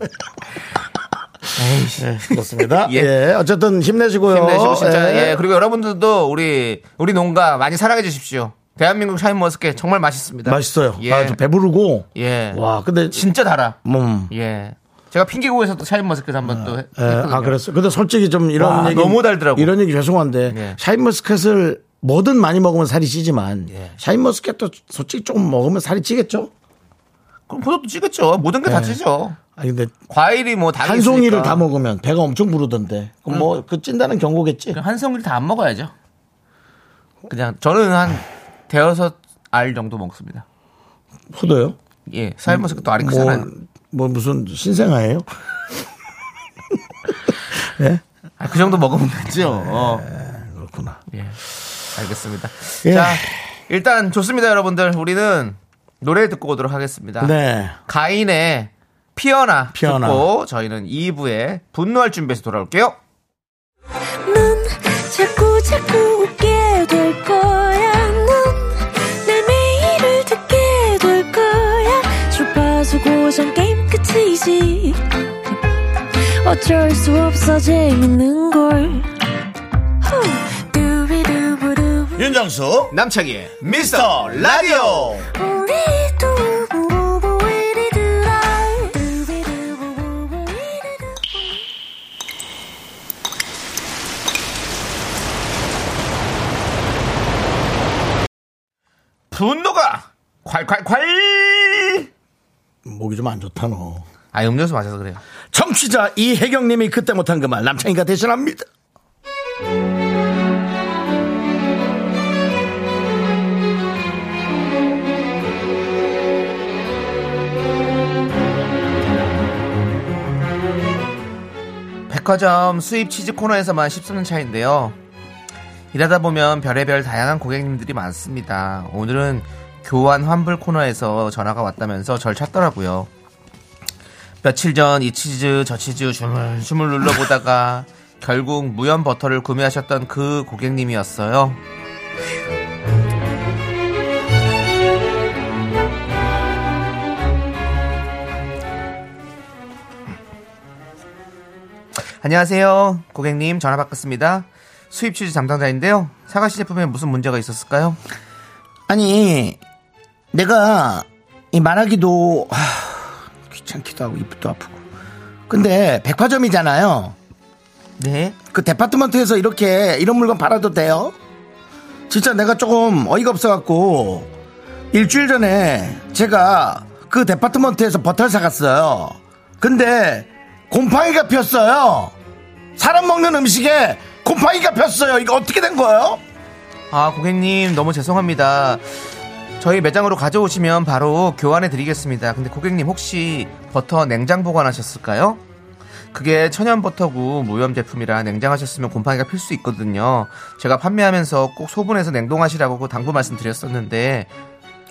Speaker 2: 에이씨.
Speaker 1: 네, 그렇습니다.
Speaker 2: 예.
Speaker 1: 예. 어쨌든 힘내시고요.
Speaker 2: 힘내시고 진짜 예. 그리고 여러분들도 우리 우리 농가 많이 사랑해 주십시오. 대한민국 샤인 머스켓 정말 맛있습니다.
Speaker 1: 맛있어요.
Speaker 2: 예.
Speaker 1: 아, 좀 배부르고.
Speaker 2: 예.
Speaker 1: 와, 근데
Speaker 2: 진짜 달아.
Speaker 1: 음.
Speaker 2: 예. 제가 핑계고에서 또 샤인 머스켓 한 번
Speaker 1: 예,
Speaker 2: 또 했거든요.
Speaker 1: 아 그랬어. 근데 솔직히 좀 이런
Speaker 2: 와,
Speaker 1: 얘기
Speaker 2: 너무 달더라고.
Speaker 1: 이런 얘기 죄송한데
Speaker 2: 예.
Speaker 1: 샤인머스켓을 뭐든 많이 먹으면 살이 찌지만
Speaker 2: 예.
Speaker 1: 샤인머스켓도 솔직히 조금 먹으면 살이 찌겠죠?
Speaker 2: 그럼 그것도 찌겠죠. 모든 게 다 찌죠.
Speaker 1: 아니 근데
Speaker 2: 예. 과일이 뭐 당이
Speaker 1: 한 송이를
Speaker 2: 있으니까. 아.
Speaker 1: 다 먹으면 배가 엄청 부르던데. 그럼 뭐 그 찐다는 경고겠지.
Speaker 2: 그냥 한 송이를 다 안 먹어야죠. 그냥 저는 한 대여섯 알 정도 먹습니다.
Speaker 1: 포도요?
Speaker 2: 예, 사이버스도 알이
Speaker 1: 뭐,
Speaker 2: 크잖아요.
Speaker 1: 뭐 무슨 신생아예요?
Speaker 2: 아, 그 정도 먹으면 되죠. 어.
Speaker 1: 예, 그렇구나.
Speaker 2: 예, 알겠습니다.
Speaker 1: 예.
Speaker 2: 자, 일단 좋습니다, 여러분들. 우리는 노래 듣고 오도록 하겠습니다.
Speaker 1: 네.
Speaker 2: 가인의 피어나,
Speaker 1: 피어나.
Speaker 2: 듣고 저희는 2부에 분노할 준비해서 돌아올게요.
Speaker 5: 넌 자꾸 자꾸 웃게 될 거야. 넌내 매일을 듣게 될 거야. 주파수 고정 게임 끝이지. 어쩔 수 없어 재밌는 걸. 후. 두비두부두.
Speaker 1: 윤정수
Speaker 2: 남창희의 미스터 라디오!
Speaker 5: 우리 두부부부 우리 두라. 두비두부부부 우리 두라.
Speaker 2: 분노가 콸콸콸!
Speaker 1: 목이 좀 안 좋다 너.
Speaker 2: 아, 음료수 마셔서 그래요.
Speaker 1: 정취자 이혜경님이 그때 못한 그 말 남창이가 대신합니다.
Speaker 2: 백화점 수입 치즈 코너에서만 10수년 차인데요. 일하다 보면 별의별 다양한 고객님들이 많습니다. 오늘은 교환 환불 코너에서 전화가 왔다면서 절 찾더라고요. 며칠 전 이 치즈 저 치즈 주물주물 눌러보다가 결국 무염 버터를 구매하셨던 그 고객님이었어요. 안녕하세요. 고객님 전화 바꿨습니다. 수입 치즈 담당자인데요. 사가신 제품에 무슨 문제가 있었을까요?
Speaker 1: 아니 내가 이 말하기도 하, 귀찮기도 하고 입도 아프고 근데 백화점이잖아요
Speaker 2: 네.
Speaker 1: 그 데파트먼트에서 이렇게 이런 물건 팔아도 돼요? 진짜 내가 조금 어이가 없어갖고 일주일 전에 제가 그 데파트먼트에서 버터를 사갔어요 근데 곰팡이가 폈어요 사람 먹는 음식에 곰팡이가 폈어요 이거 어떻게 된 거예요?
Speaker 2: 아, 고객님, 너무 죄송합니다. 저희 매장으로 가져오시면 바로 교환해 드리겠습니다. 근데 고객님, 혹시 버터 냉장 보관하셨을까요? 그게 천연 버터고 무염 제품이라 냉장하셨으면 곰팡이가 필 수 있거든요. 제가 판매하면서 꼭 소분해서 냉동하시라고 당부 말씀드렸었는데,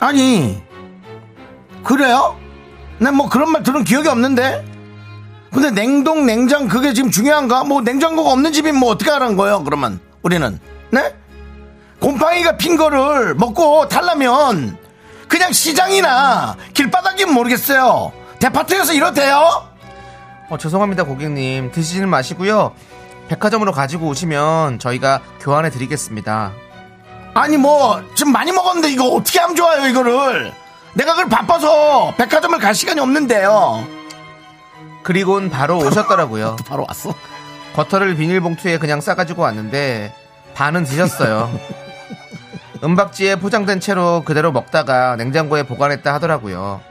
Speaker 1: 아니 그래요? 난 뭐 그런 말 들은 기억이 없는데 근데 냉동 냉장 그게 지금 중요한가? 뭐 냉장고가 없는 집이 뭐 어떻게 하라는 거예요 그러면 우리는 네? 곰팡이가 핀 거를 먹고 달라면 그냥 시장이나 길바닥이면 모르겠어요 데파트에서 이렇대요?
Speaker 2: 어, 죄송합니다, 고객님. 드시지는 마시고요. 백화점으로 가지고 오시면 저희가 교환해 드리겠습니다.
Speaker 1: 아니 뭐 지금 많이 먹었는데 이거 어떻게 하면 좋아요 이거를 내가 그걸 바빠서 백화점을 갈 시간이 없는데요
Speaker 2: 그리곤 바로 오셨더라고요.
Speaker 1: 바로 왔어?
Speaker 2: 버터를 비닐봉투에 그냥 싸가지고 왔는데 반은 드셨어요. 은박지에 포장된 채로 그대로 먹다가 냉장고에 보관했다 하더라고요.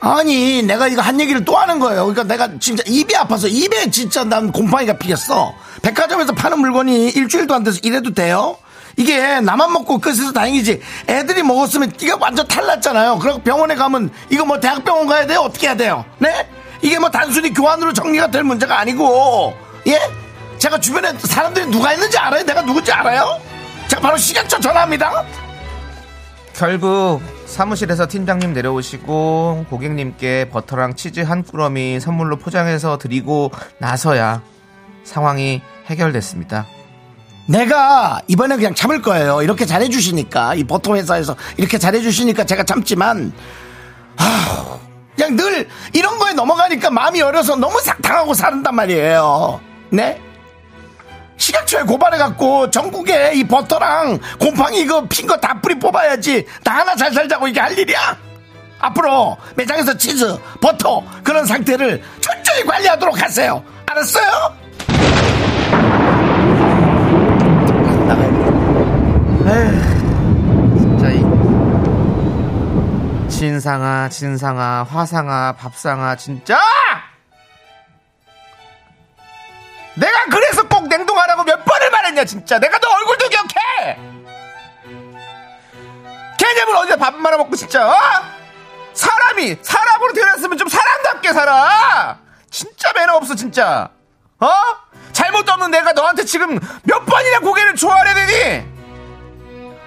Speaker 1: 아니 내가 이거 한 얘기를 또 하는 거예요 그러니까 내가 진짜 입이 아파서 입에 진짜 난 곰팡이가 피겠어 백화점에서 파는 물건이 일주일도 안 돼서 이래도 돼요 이게 나만 먹고 끝에서 다행이지 애들이 먹었으면 이거 완전 탈났잖아요 그리고 병원에 가면 이거 뭐 대학병원 가야 돼요 어떻게 해야 돼요 네 이게 뭐 단순히 교환으로 정리가 될 문제가 아니고 예 제가 주변에 사람들이 누가 있는지 알아요 내가 누군지 알아요 제가 바로 시간차 전화합니다
Speaker 2: 결국 사무실에서 팀장님 내려오시고 고객님께 버터랑 치즈 한 꾸러미 선물로 포장해서 드리고 나서야 상황이 해결됐습니다.
Speaker 1: 내가 이번에 그냥 참을 거예요. 이렇게 잘해주시니까 이 버터 회사에서 이렇게 잘해주시니까 제가 참지만 아휴, 그냥 늘 이런 거에 넘어가니까 마음이 어려서 너무 상당하고 사는단 말이에요. 네? 식약처에 고발해갖고 전국에 이 버터랑 곰팡이 이거 핀 거 다 뿌리 뽑아야지 나 하나 잘 살자고 이게 할 일이야? 앞으로 매장에서 치즈, 버터 그런 상태를 철저히 관리하도록 하세요. 알았어요?
Speaker 2: 자, 이 진상아, 진상아, 화상아, 밥상아, 진짜! 미치겠냐 진짜 내가 너 얼굴도 기억해 개념을 어디다 밥 말아먹고 진짜 어? 사람이 사람으로 태어났으면 좀 사람답게 살아 진짜 매너 없어 진짜 어? 잘못도 없는 내가 너한테 지금 몇 번이나 고개를 조아야 되니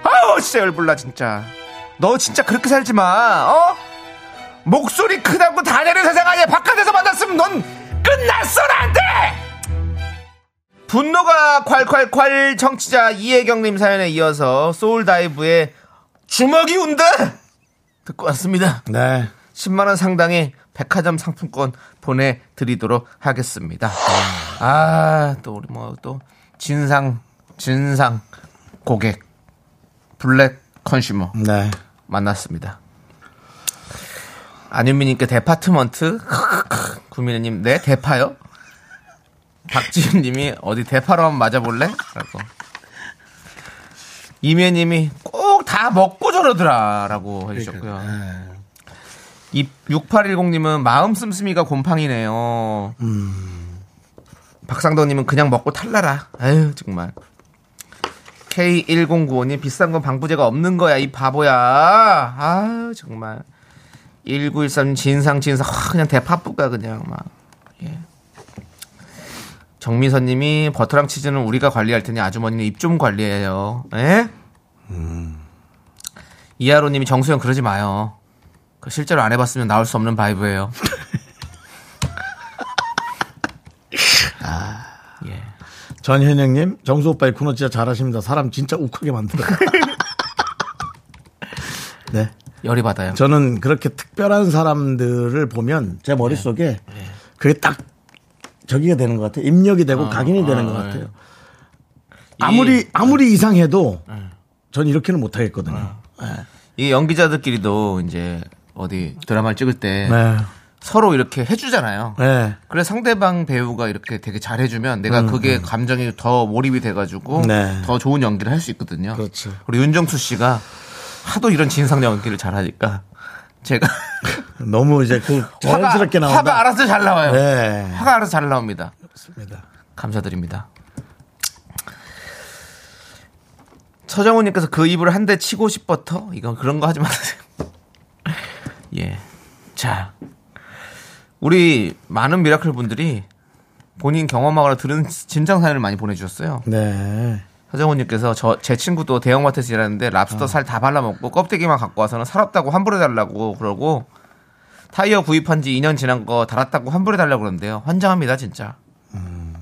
Speaker 2: 아우 진짜 열불나 진짜 너 진짜 그렇게 살지 마 어? 목소리 크다고 다 내는 세상 아니야 바깥에서 만났으면 넌 끝났어 나한테 분노가 콸콸콸 청취자 이혜경님 사연에 이어서 소울다이브의 주먹이 운다 듣고 왔습니다
Speaker 1: 네.
Speaker 2: 10만원 상당의 백화점 상품권 보내드리도록 하겠습니다 아 또 우리 뭐 또 진상 진상 고객 블랙 컨슈머
Speaker 1: 네.
Speaker 2: 만났습니다. 안윤미님께 데파트먼트 구민혜님 네 대파요. 박지윤님이 어디 대파로 한번 맞아볼래? 라고 이미혜님이 꼭 다 먹고 저러더라라고 해주셨고요. 6810님은 마음 씀씀이가 곰팡이네요. 음. 박상덕님은 그냥 먹고 탈라라. 아유 정말. K1095님 비싼 건 방부제가 없는 거야 이 바보야 아 정말 1913 진상 진상 확 그냥 대파뿌가 그냥 막 예. 정미선님이 버터랑 치즈는 우리가 관리할 테니 아주머니는 입 좀 관리해요 예? 음. 이하로님이 정수영 그러지 마요 그 실제로 안 해봤으면 나올 수 없는 바이브예요 아, 예.
Speaker 1: 전현영님, 정수 오빠 이 코너 진짜 잘하십니다. 사람 진짜 욱하게 만들어요. 네.
Speaker 2: 열이 받아요
Speaker 1: 저는 그렇게 특별한 사람들을 보면 제 머릿속에 그게 딱 저기가 되는 것 같아요. 입력이 되고 각인이 되는 것
Speaker 2: 아,
Speaker 1: 같아요. 아무리, 아무리 이상해도 전 이렇게는 못하겠거든요.
Speaker 2: 이 연기자들끼리도 이제 어디 드라마를 찍을 때
Speaker 1: 네.
Speaker 2: 서로 이렇게 해주잖아요.
Speaker 1: 네. 음,
Speaker 2: 그래서 상대방 배우가 이렇게 되게 잘해주면 내가 그게 감정이 더 몰입이 돼가지고
Speaker 1: 네.
Speaker 2: 더 좋은 연기를 할 수 있거든요.
Speaker 1: 그렇죠.
Speaker 2: 우리 윤정수 씨가 하도 이런 진상 연기를 잘하니까 제가
Speaker 1: 너무 이제 그 자연스럽게
Speaker 2: 화가,
Speaker 1: 나온다.
Speaker 2: 화가 알아서 잘 나와요.
Speaker 1: 네.
Speaker 2: 화가 알아서 잘 나옵니다.
Speaker 1: 맞습니다.
Speaker 2: 감사드립니다. 서정훈님께서 그 입을 한 대 치고 싶었터? 이건 그런 거 하지 마세요. 예. 자. 우리 많은 미라클 분들이 본인 경험하거나 들은 진정 사연을 많이 보내주셨어요.
Speaker 1: 네.
Speaker 2: 서정훈님께서 저, 제 친구도 대형마트에서 일하는데 랍스터 살 다 발라먹고 껍데기만 갖고 와서는 살았다고 환불해달라고 그러고 타이어 구입한 지 2년 지난 거 달았다고 환불해달라고 그러는데요. 환장합니다, 진짜. 음.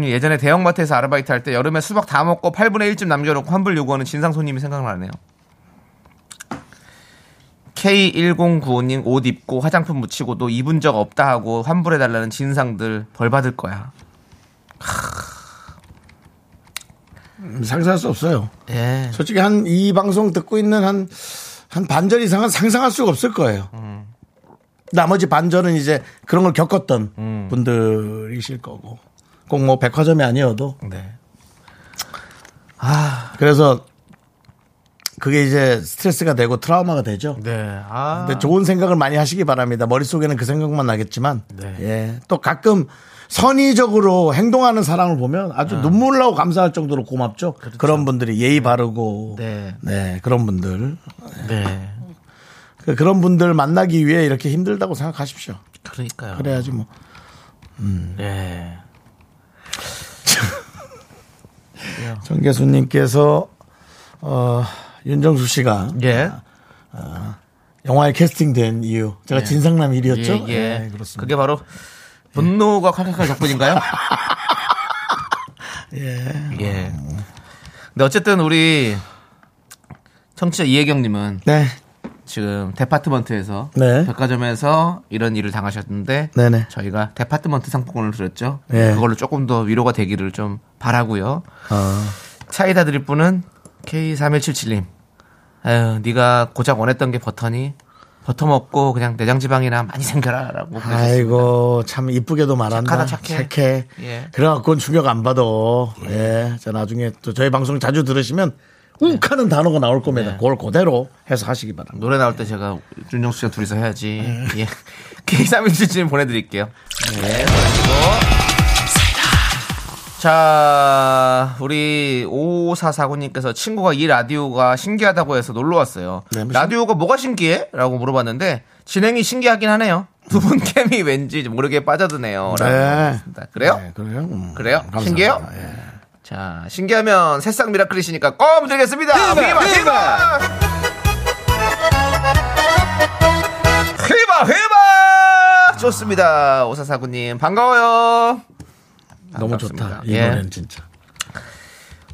Speaker 2: 9816님 예전에 대형마트에서 아르바이트 할 때 여름에 수박 다 먹고 8분의 1쯤 남겨놓고 환불 요구하는 진상 손님이 생각나네요. K1095님 옷 입고 화장품 묻히고도 입은 적 없다 하고 환불해달라는 진상들 벌 받을 거야.
Speaker 1: 상상할 수 없어요.
Speaker 2: 예.
Speaker 1: 솔직히 한 이 방송 듣고 있는 한, 한 반절 이상은 상상할 수가 없을 거예요. 나머지 반절은 이제 그런 걸 겪었던 분들이실 거고. 꼭 뭐 백화점이 아니어도.
Speaker 2: 네.
Speaker 1: 그래서 그게 이제 스트레스가 되고 트라우마가 되죠.
Speaker 2: 네. 아.
Speaker 1: 근데 좋은 생각을 많이 하시기 바랍니다. 머릿속에는 그 생각만 나겠지만.
Speaker 2: 네.
Speaker 1: 예. 또 가끔 선의적으로 행동하는 사람을 보면 아주 눈물 나고 감사할 정도로 고맙죠. 그런 분들이 예의 바르고.
Speaker 2: 그렇죠. 네.
Speaker 1: 네, 그런 분들.
Speaker 2: 네.
Speaker 1: 그- 그런 분들 만나기 위해 이렇게 힘들다고 생각하십시오.
Speaker 2: 그러니까요.
Speaker 1: 그래야지 뭐.
Speaker 2: 네.
Speaker 1: 정계수님께서, 어, 윤정수 씨가
Speaker 2: 예.
Speaker 1: 영화에 캐스팅된 이유. 제가 진상남 1위였죠?
Speaker 2: 예, 예.
Speaker 1: 예, 그렇습니다.
Speaker 2: 그게 바로 분노가 칼칼칼 덕분인가요? 예. 예. 근데 어쨌든 우리 청취자 이혜경님은
Speaker 1: 네.
Speaker 2: 지금 데파트먼트에서
Speaker 1: 네.
Speaker 2: 백화점에서 이런 일을 당하셨는데
Speaker 1: 네네.
Speaker 2: 저희가 데파트먼트 상품권을 드렸죠.
Speaker 1: 예.
Speaker 2: 그걸로 조금 더 위로가 되기를 좀 바라고요.
Speaker 1: 어.
Speaker 2: 차이다 드릴 분은 K3177님. 아유, 네가 고작 원했던 게 버터니? 버터 먹고 그냥 내장지방이나 많이 생겨라라고. 보내주셨습니다.
Speaker 1: 아이고 참 이쁘게도 말한다.
Speaker 2: 착하다, 착해. 예.
Speaker 1: 그래갖고는 추격 안 받아. 예. 자 나중에 또 저희 방송 자주 들으시면 욱하는
Speaker 2: 네.
Speaker 1: 단어가 나올 겁니다. 그걸 그대로 해석하시기 바랍니다.
Speaker 2: 노래 나올 때 제가 윤정수 씨가 둘이서 해야지. 예. 네, K3177님 보내드릴게요. 네, 보내드리고. 자, 우리 5449님께서 친구가 이 라디오가 신기하다고 해서 놀러 왔어요.
Speaker 1: 네, 무슨-
Speaker 2: 라디오가 뭐가 신기해? 라고 물어봤는데 진행이 신기하긴 하네요. 두 분 캠이 왠지 모르게 빠져드네요. 라고 물어봤습니다. 그래요?
Speaker 1: 네, 그래요? 음,
Speaker 2: 그래요?
Speaker 1: 감사합니다.
Speaker 2: 신기해요?
Speaker 1: 예.
Speaker 2: 자, 신기하면 새싹 미라클이시니까 껌 드리겠습니다. 휘바 휘바 휘바 휘바 좋습니다. 오사사구님 반가워요.
Speaker 1: 너무
Speaker 2: 반갑습니다.
Speaker 1: 좋다. 이
Speaker 2: 아, 예.
Speaker 1: 노래는 진짜.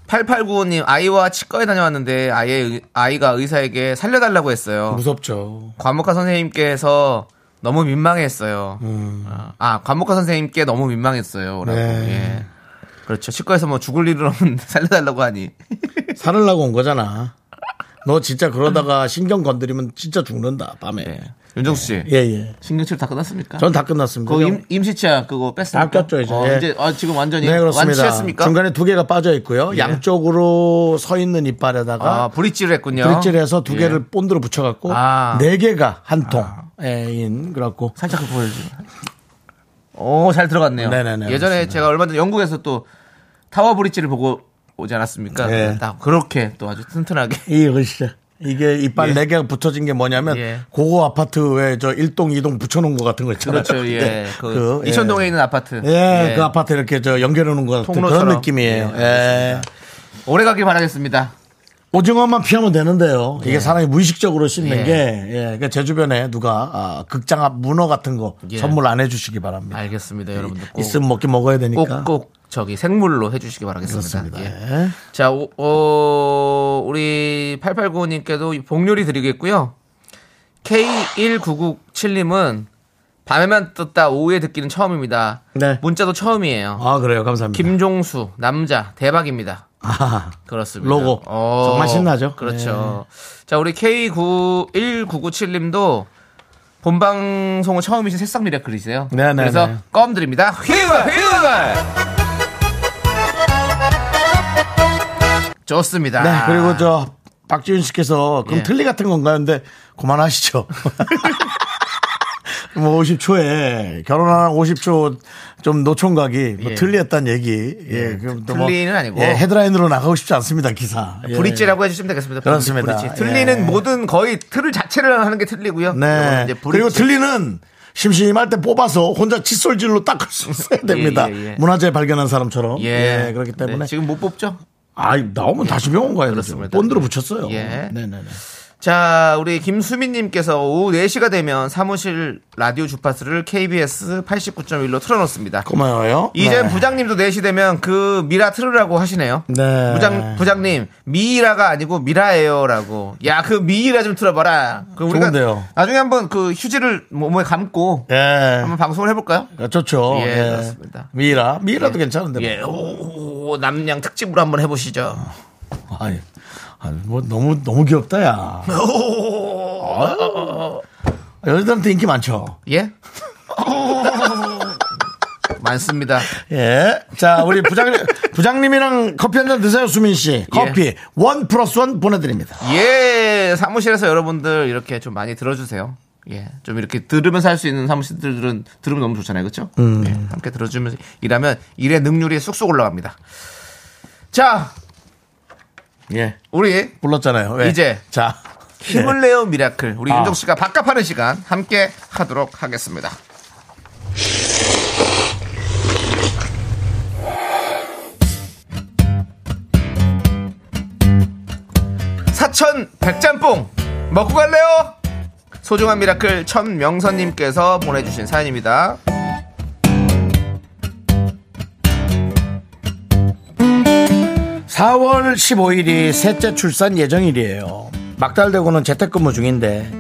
Speaker 2: 8895님 아이와 치과에 다녀왔는데 아이의, 아이가 의사에게 살려달라고 했어요.
Speaker 1: 무섭죠.
Speaker 2: 과목과 선생님께서 너무 민망했어요. 아 과목과 선생님께 너무 민망했어요.라고.
Speaker 1: 음. 네.
Speaker 2: 예. 그렇죠. 치과에서 뭐 죽을 일은 없는데 살려달라고 하니.
Speaker 1: 살을 나고 온 거잖아. 너 진짜 그러다가 신경 건드리면 진짜 죽는다, 밤에.
Speaker 2: 네. 윤정수 씨.
Speaker 1: 예, 예.
Speaker 2: 신경치료 다 끝났습니까?
Speaker 1: 전 다 끝났습니다.
Speaker 2: 그거 임, 임시치아 그거 뺐습니까?
Speaker 1: 다 꼈죠, 이제.
Speaker 2: 어,
Speaker 1: 예.
Speaker 2: 이제 아, 지금 완전히
Speaker 1: 네, 그렇습니다.
Speaker 2: 완치했습니까? 예.
Speaker 1: 중간에 두 개가 빠져 있고요. 양쪽으로 서 있는 이빨에다가
Speaker 2: 아, 브릿지를 했군요.
Speaker 1: 브릿질해서 두
Speaker 2: 예.
Speaker 1: 개를 본드로 붙여갖고
Speaker 2: 아.
Speaker 1: 네 개가 한 예, 통인 그렇고
Speaker 2: 살짝 보여주세 오, 잘 들어갔네요.
Speaker 1: 네네네,
Speaker 2: 예전에 제가 얼마 전에 영국에서 또 타워 브릿지를 보고 오지 않았습니까?
Speaker 1: 예.
Speaker 2: 딱 그렇게 또 아주 튼튼하게.
Speaker 1: 이 글씨 이게 이빨 네 개가 붙어진 게 뭐냐면
Speaker 2: 예.
Speaker 1: 고고 아파트 외에 저 1동 2동 붙여놓은 거 같은 거 있잖아요.
Speaker 2: 그렇죠, 예.
Speaker 1: 네.
Speaker 2: 그,
Speaker 1: 그,
Speaker 2: 이천동에 있는 아파트.
Speaker 1: 예, 그 아파트 이렇게 저 연결해 놓은 거 같은
Speaker 2: 통로처럼.
Speaker 1: 그런 느낌이에요.
Speaker 2: 예,
Speaker 1: 예.
Speaker 2: 오래 가길 바라겠습니다.
Speaker 1: 오징어만 피하면 되는데요. 이게 사람이 무의식적으로 씹는
Speaker 2: 예.
Speaker 1: 게, 예. 그러니까 제 주변에 누가 아, 극장 앞 문어 같은 거
Speaker 2: 예.
Speaker 1: 선물 안 해주시기 바랍니다.
Speaker 2: 알겠습니다, 여러분들. 꼭,
Speaker 1: 있으면 먹긴 먹어야 되니까.
Speaker 2: 꼭, 꼭 저기 생물로 해주시기 바라겠습니다.
Speaker 1: 그렇습니다.
Speaker 2: 예.
Speaker 1: 예.
Speaker 2: 자, 오, 어, 우리 8895님께도 복요리 드리겠고요. K1997님은 밤에만 듣다 오후에 듣기는 처음입니다.
Speaker 1: 네.
Speaker 2: 문자도 처음이에요.
Speaker 1: 아, 그래요. 감사합니다.
Speaker 2: 김종수, 남자, 대박입니다.
Speaker 1: 아,
Speaker 2: 그렇습니다.
Speaker 1: 로고.
Speaker 2: 어,
Speaker 1: 정말 신나죠? 네.
Speaker 2: 그렇죠. 자, 우리 K91997님도 본방송을 처음이신 새싹 미라클이세요.
Speaker 1: 네네네.
Speaker 2: 그래서 껌 드립니다. 휘발, 휘발! 좋습니다.
Speaker 1: 네, 그리고 저 박지윤 씨께서 그럼
Speaker 2: 아. 예.
Speaker 1: 틀리 같은 건가요? 근데 그만하시죠. 뭐 50초에 결혼한 50초 좀 노총각이 뭐
Speaker 2: 예.
Speaker 1: 틀리했단 얘기. 예, 그럼 또
Speaker 2: 틀리는 아니고.
Speaker 1: 예, 헤드라인으로 나가고 싶지 않습니다 기사. 예.
Speaker 2: 브릿지라고 해주시면 되겠습니다.
Speaker 1: 그렇습니다.
Speaker 2: 브릿지. 틀리는
Speaker 1: 예.
Speaker 2: 모든 거의 틀을 자체를 하는 게 틀리고요.
Speaker 1: 네.
Speaker 2: 이거는 이제
Speaker 1: 그리고
Speaker 2: 브릿지.
Speaker 1: 틀리는 심심할 때 뽑아서 혼자 칫솔질로 닦을 수 있어야 됩니다.
Speaker 2: 예, 예.
Speaker 1: 문화재 발견한 사람처럼. 예. 그렇기 때문에.
Speaker 2: 네, 지금 못 뽑죠?
Speaker 1: 아, 나오면 다시 병원 가야 되죠.
Speaker 2: 그렇습니다.
Speaker 1: 본드로 붙였어요.
Speaker 2: 예.
Speaker 1: 네네네.
Speaker 2: 자, 우리 김수민님께서 오후 4시가 되면 사무실 라디오 주파수를 KBS 89.1로 틀어놓습니다.
Speaker 1: 고마워요.
Speaker 2: 이젠
Speaker 1: 네.
Speaker 2: 부장님도 4시 되면 그 미라 틀으라고 하시네요.
Speaker 1: 네.
Speaker 2: 부장, 부장님, 미이라가 아니고 미라예요. 라고. 야, 그 미이라 좀 틀어봐라. 그 우리가
Speaker 1: 좋은데요.
Speaker 2: 나중에 한번 그 휴지를 몸에 감고
Speaker 1: 예.
Speaker 2: 한번 방송을 해볼까요?
Speaker 1: 좋죠.
Speaker 2: 예,
Speaker 1: 예.
Speaker 2: 그렇습니다.
Speaker 1: 미라. 미라도 괜찮은데. 뭐.
Speaker 2: 예, 오, 남양 특집으로 한번 해보시죠.
Speaker 1: 아니, 아니, 뭐 너무, 너무 귀엽다, 야. 어. 여자들한테 인기 많죠.
Speaker 2: 예? 많습니다.
Speaker 1: 예. 자, 우리 부장님, 부장님이랑 커피 한 잔 드세요, 수민 씨. 커피. 원 플러스 원 보내드립니다.
Speaker 2: 예, 사무실에서 여러분들 이렇게 좀 많이 들어주세요. 예, 좀 이렇게 들으면서 할 수 있는 사무실들은 들으면 너무 좋잖아요, 그렇죠? 예, 함께 들어주면서 일하면 일의 능률이 쑥쑥 올라갑니다. 자,
Speaker 1: 예.
Speaker 2: 우리
Speaker 1: 불렀잖아요. 왜?
Speaker 2: 이제.
Speaker 1: 자.
Speaker 2: 힘을 내요 미라클 우리
Speaker 1: 아.
Speaker 2: 윤정 씨가 바깥하는 시간 함께 하도록 하겠습니다. 사천 백짬뽕 먹고 갈래요? 소중한 미라클 천명선님께서 보내주신 사연입니다.
Speaker 1: 예. 4월 15일이 셋째 출산 예정일이에요. 막달되고는 재택근무 중인데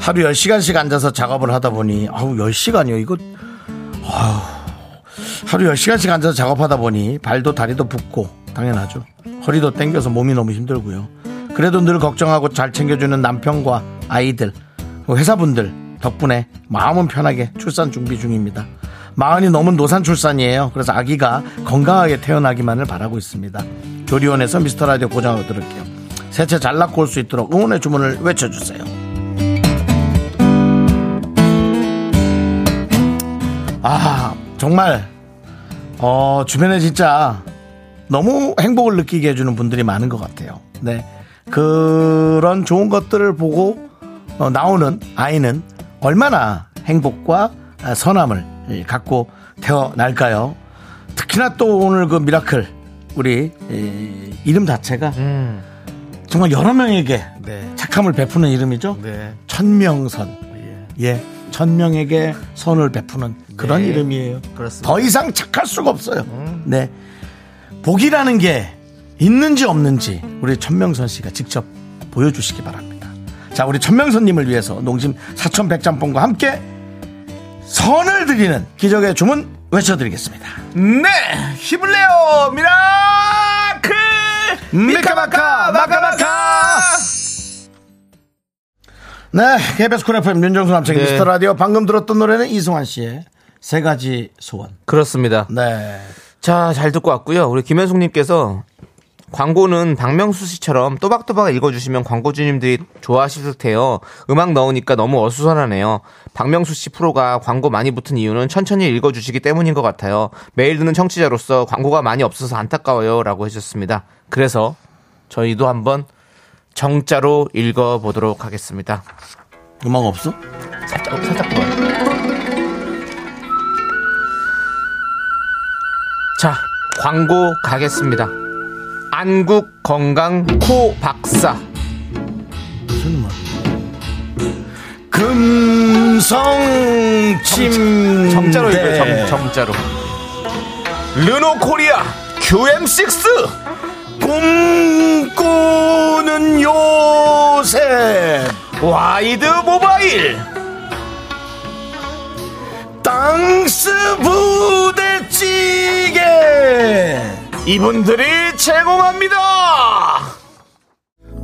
Speaker 1: 하루 10시간씩 앉아서 작업을 하다 보니 아우 10시간이요. 이거 하루 10시간씩 앉아서 작업하다 보니 발도 다리도 붓고 당연하죠. 허리도 땡겨서 몸이 너무 힘들고요. 그래도 늘 걱정하고 잘 챙겨주는 남편과 아이들, 회사분들 덕분에 마음은 편하게 출산 준비 중입니다. 마흔이 넘은 노산 출산이에요. 그래서 아기가 건강하게 태어나기만을 바라고 있습니다. 조리원에서 미스터라디오 고정하고 들을게요. 셋째 잘 낳고 올 수 있도록 응원의 주문을 외쳐주세요. 아 정말 어, 주변에 진짜 너무 행복을 느끼게 해주는 분들이 많은 것 같아요. 네. 그런 좋은 것들을 보고 어, 나오는 아이는 얼마나 행복과 아, 선함을 이, 갖고 태어날까요? 특히나 또 오늘 그 미라클, 우리 이, 이름 자체가
Speaker 2: 음.
Speaker 1: 정말 여러 명에게
Speaker 2: 네.
Speaker 1: 착함을 베푸는 이름이죠.
Speaker 2: 네.
Speaker 1: 천명선. 예. 천명에게 선을 베푸는 그런
Speaker 2: 네.
Speaker 1: 이름이에요.
Speaker 2: 그렇습니다.
Speaker 1: 더 이상 착할 수가 없어요. 네. 복이라는 게 있는지 없는지 우리 천명선 씨가 직접 보여주시기 바랍니다. 자, 우리 천명선님을 위해서 농심 사천 백짬뽕과 함께 선을 드리는 기적의 주문 외쳐드리겠습니다.
Speaker 2: 네. 힘을 내요. 미라클.
Speaker 1: 미카마카 마카마카 네 KBS 쿨 FM 윤정수 남창희
Speaker 2: 네.
Speaker 1: 미스터 라디오 방금 들었던 노래는 이승환 씨의 세 가지 소원
Speaker 2: 그렇습니다.
Speaker 1: 네
Speaker 2: 자, 잘 듣고 왔고요. 우리 김현숙님께서 광고는 박명수 씨처럼 또박또박 읽어주시면 광고주님들이 좋아하실 듯해요. 음악 넣으니까 너무 어수선하네요. 박명수 씨 프로가 광고 많이 붙은 이유는 천천히 읽어주시기 때문인 것 같아요. 매일 듣는 청취자로서 광고가 많이 없어서 안타까워요. 라고 해주셨습니다. 그래서 저희도 한번 정자로 읽어보도록 하겠습니다.
Speaker 1: 음악 없어?
Speaker 2: 살짝, 살짝 보아요. 자, 광고 가겠습니다. 안국 건강 코 박사.
Speaker 1: 금성 침대
Speaker 2: 정자로 읽어요, 정, 정자로. 르노 코리아 QM6!
Speaker 1: 꿈꾸는 요새
Speaker 2: 와이드 모바일!
Speaker 1: 땅스 부대찌개
Speaker 2: 이분들이 제공합니다!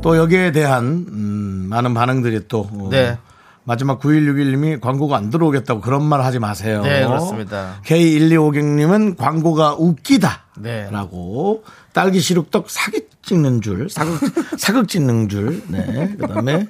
Speaker 1: 또 여기에 대한 음, 많은 반응들이 또 어,
Speaker 2: 네.
Speaker 1: 마지막 9161님이 광고가 안 들어오겠다고 그런 말 하지 마세요.
Speaker 2: 네, 그렇습니다.
Speaker 1: K1256님은 광고가 웃기다.
Speaker 2: 네.
Speaker 1: 라고 딸기 시룩떡 사기 찍는 줄, 사극, 사극 찍는 줄. 네. 그 다음에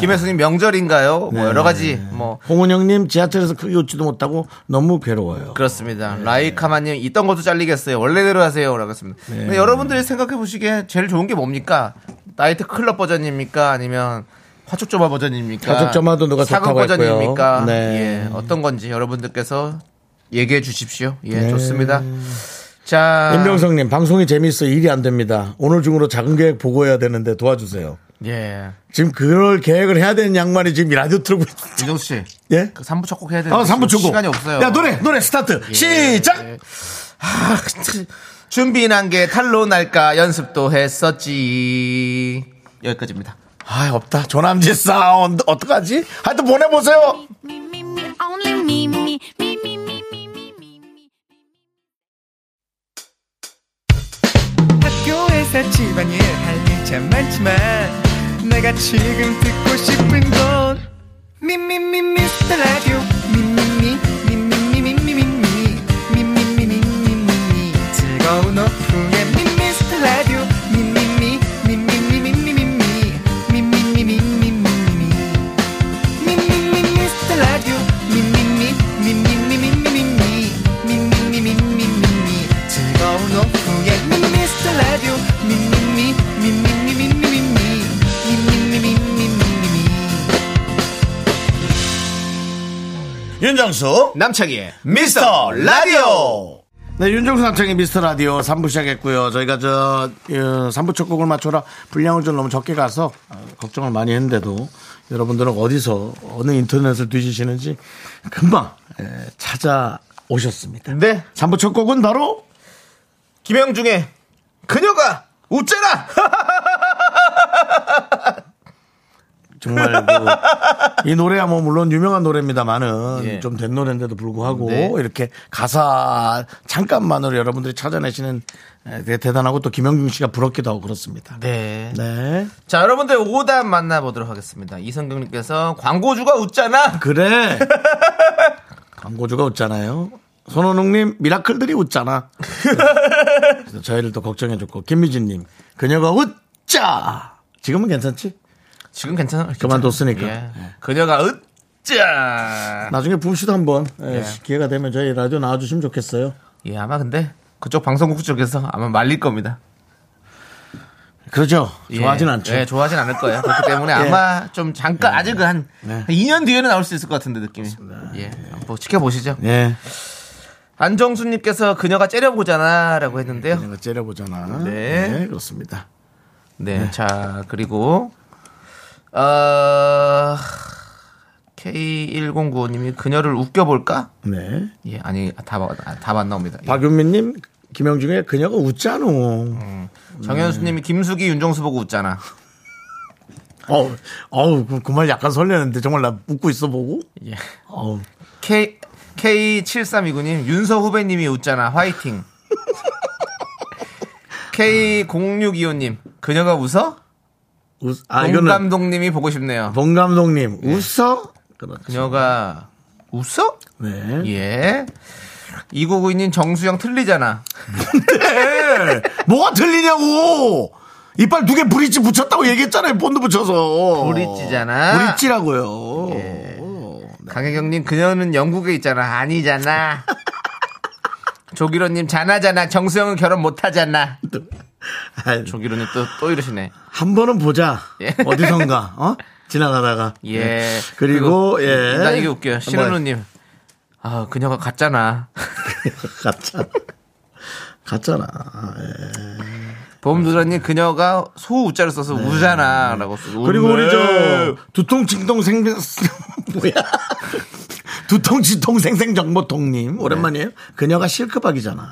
Speaker 2: 김혜수님 명절인가요? 뭐 여러 가지, 뭐.
Speaker 1: 홍은영님 지하철에서 크게 웃지도 못하고 너무 괴로워요.
Speaker 2: 그렇습니다.
Speaker 1: 네.
Speaker 2: 라이카마님 있던 것도 잘리겠어요. 원래대로 하세요라고 했습니다.
Speaker 1: 네.
Speaker 2: 근데 여러분들이 생각해 보시기에 제일 좋은 게 뭡니까? 나이트 클럽 버전입니까? 아니면 화촉조마 버전입니까?
Speaker 1: 화촉조마도 누가
Speaker 2: 사극
Speaker 1: 좋다고 했고요.
Speaker 2: 버전입니까?
Speaker 1: 네.
Speaker 2: 예, 어떤 건지 여러분들께서 얘기해 주십시오. 예, 좋습니다. 자,
Speaker 1: 네. 임병성님, 방송이 재밌어. 일이 안 됩니다. 오늘 중으로 작은 계획 보고해야 되는데 도와주세요.
Speaker 2: 예,
Speaker 1: 지금 그럴 계획을 해야 되는 양반이 지금 이 라디오 틀고 있
Speaker 2: 윤정수 씨,
Speaker 1: 예?
Speaker 2: 그 3부 첫 곡 해야 되는데
Speaker 1: 어, 3부 초고.
Speaker 2: 시간이 없어요. 예.
Speaker 1: 야, 노래, 노래, 스타트. 시작!
Speaker 2: 아, 준비 난게 탈로 날까 연습도 했었지. 여기까지입니다.
Speaker 1: 아, 없다. 조남지 사운드. 어떡하지? 하여튼 보내보세요.
Speaker 5: Only me, me, me, me, me, me, me, me, me.
Speaker 6: 학교에서 집안일 할 일 참 많지만 내가 지금 듣고 싶은 건 미미미 미스터 라디오 미미미 미미미 미미미 미미미 미미미 즐거운 오후에 미스터 라디오 미미미 미미미 미미미 미미미 미미미
Speaker 1: 윤정수.
Speaker 2: 남창희의
Speaker 1: 미스터 라디오. 네, 윤정수 남창의 미스터 라디오 3부 시작했고요. 저희가 저, 3부 첫 곡을 맞춰라. 분량을 좀 너무 적게 가서 어, 걱정을 많이 했는데도 여러분들은 어디서, 어느 인터넷을 뒤지시는지 금방 에, 찾아오셨습니다.
Speaker 2: 네.
Speaker 1: 3부 첫 곡은 바로
Speaker 2: 김영중의 그녀가 웃잖아.
Speaker 1: 정말 그, 이 노래야 뭐 물론 유명한 노래입니다만은
Speaker 2: 예.
Speaker 1: 좀 된 노래인데도 불구하고
Speaker 2: 네.
Speaker 1: 이렇게 가사 잠깐만으로 여러분들이 찾아내시는 에, 되게 대단하고 또 김영중 씨가 부럽기도 하고 그렇습니다.
Speaker 2: 네.
Speaker 1: 네.
Speaker 2: 자, 여러분들 오답 만나보도록 하겠습니다. 이성경님께서 광고주가 웃잖아.
Speaker 1: 그래. 광고주가 웃잖아요. 손호농님 미라클들이 웃잖아. 그래서 저희를 또 걱정해줬고 김미진님 그녀가 웃자. 지금은 괜찮지?
Speaker 2: 지금 괜찮아.
Speaker 1: 그만뒀으니까.
Speaker 2: 예. 그녀가 웃자.
Speaker 1: 예. 나중에 붐씨도 한번 예, 기회가 되면 저희 라디오 나와주시면 좋겠어요.
Speaker 2: 예, 아마 근데 그쪽 방송국 쪽에서 아마 말릴 겁니다.
Speaker 1: 그렇죠.
Speaker 2: 예.
Speaker 1: 좋아하진 않죠. 예.
Speaker 2: 예, 좋아하진 않을 거예요. 그렇기 때문에 아마 좀 잠깐 아직은 한,
Speaker 1: 네.
Speaker 2: 한 2년 뒤에는 나올 수 있을 것 같은데 느낌이. 예. 뭐 지켜보시죠.
Speaker 1: 예.
Speaker 2: 안정수 님께서 그녀가 째려보잖아라고 했는데요.
Speaker 1: 내가 째려보잖아.
Speaker 2: 네.
Speaker 1: 네, 그렇습니다.
Speaker 2: 네. 자, 그리고 어 K109 님이 그녀를 웃겨 볼까?
Speaker 1: 네.
Speaker 2: 예, 아니 다다안 나옵니다. 예.
Speaker 1: 박윤민님, 김영중의 그녀가 웃잖아. 음.
Speaker 2: 정현수 님이 김숙이 윤정수 보고 웃잖아.
Speaker 1: 어우, 어우, 그 말 약간 설레는데 정말 나 웃고 있어 보고.
Speaker 2: 예.
Speaker 1: 어우,
Speaker 2: K K7329님 윤서 후배님이 웃잖아 화이팅. K0625님 그녀가 웃어?
Speaker 1: 웃- 아,
Speaker 2: 봉
Speaker 1: 이거는 뭐-
Speaker 2: 감독님이 보고 싶네요.
Speaker 1: 봉 감독님, 웃어? 그렇죠.
Speaker 2: 그녀가 웃어?
Speaker 1: 네.
Speaker 2: 예. 2992님 정수영 틀리잖아.
Speaker 1: 네. 뭐가 틀리냐고! 이빨 두 개 브릿지 붙였다고 얘기했잖아요, 본드 붙여서.
Speaker 2: 브릿지잖아. 예.
Speaker 1: 브릿지라고요.
Speaker 2: 네. 강혜경님 그녀는 영국에 있잖아 아니잖아. 조기로님 자나자나 정수영은 결혼 못하잖아.
Speaker 1: 아이,
Speaker 2: 조기로님 또 또 이러시네.
Speaker 1: 한 번은 보자.
Speaker 2: 예.
Speaker 1: 어디선가, 어? 지나가다가. 네.
Speaker 2: 예.
Speaker 1: 그리고, 예.
Speaker 2: 나 이게 웃겨요.
Speaker 1: 뭐,
Speaker 2: 신은우님. 아, 그녀가 갔잖아.
Speaker 1: 갔잖아. 갔잖아.
Speaker 2: 봄누더님 그녀가 소 우자를 써서 우잖아. 라고 쓰고.
Speaker 1: 네. 그리고 우리
Speaker 2: 네.
Speaker 1: 저 두통 진통 생 뭐야? 두통 진통 생생 정보통님 오랜만이에요.
Speaker 2: 네.
Speaker 1: 그녀가 실크박이잖아.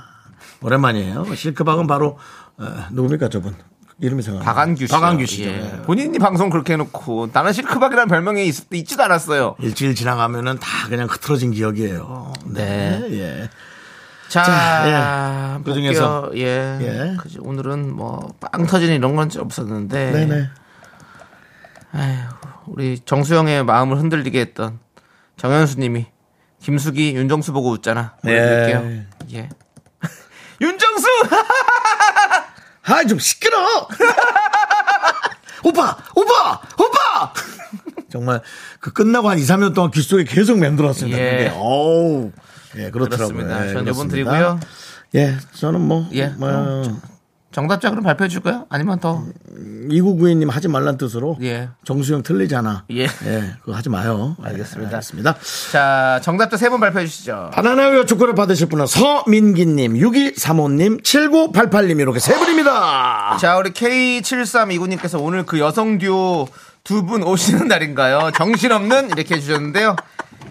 Speaker 1: 오랜만이에요. 실크박은 바로 어, 누굽니까 저분 이름이 생각.
Speaker 2: 박한규 씨.
Speaker 1: 박한규 씨죠. 네.
Speaker 2: 예. 본인이 방송 그렇게 해놓고 나는 실크박이라는 별명이 있을 때 있지도 않았어요.
Speaker 1: 일주일 지나가면은 다 그냥 흐트러진 기억이에요.
Speaker 2: 네.
Speaker 1: 예.
Speaker 2: 자,
Speaker 1: 자, 예.
Speaker 2: 볼게요.
Speaker 1: 그중에서.
Speaker 2: 예.
Speaker 1: 예.
Speaker 2: 그지. 오늘은 뭐 빵 터지는 이런 건 없었는데.
Speaker 1: 네네.
Speaker 2: 우리 정수영의 마음을 흔들리게 했던 정현수님이 김숙이 윤정수 보고 웃잖아. 보내드릴게요. 예. 윤정수!
Speaker 1: 아 좀 시끄러. 오빠, 오빠, 오빠. 정말 그 끝나고 한 2, 3년 동안 귀 속에 계속 맴돌았습니다.
Speaker 2: 예.
Speaker 1: 근데 어우. 예, 그렇더라고요.
Speaker 2: 그렇습니다.
Speaker 1: 예,
Speaker 2: 전 요번
Speaker 1: 그렇습니다.
Speaker 2: 드리고요.
Speaker 1: 예, 저는 뭐,
Speaker 2: 예,
Speaker 1: 뭐
Speaker 2: 정답자 그럼 발표해 줄까요? 아니면 더?
Speaker 1: 예. 이구구이님 하지 말란 뜻으로
Speaker 2: 예.
Speaker 1: 정수영 틀리잖아.
Speaker 2: 예.
Speaker 1: 그거 하지 마요.
Speaker 2: 알겠습니다.
Speaker 1: 예, 알겠습니다.
Speaker 2: 자, 정답자 세 분 발표해 주시죠.
Speaker 1: 바나나우유 축구를 받으실 분은 서민기님, 6235님, 7988님 이렇게 세 분입니다.
Speaker 2: 자, 우리 K7329님께서 오늘 그 여성 듀오 두 분 오시는 날인가요? 정신없는? 이렇게 해주셨는데요.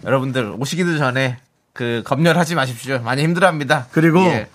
Speaker 2: 여러분들 오시기도 전에 그 검열하지 마십시오. 많이 힘들어 합니다.
Speaker 1: 그리고
Speaker 2: 예.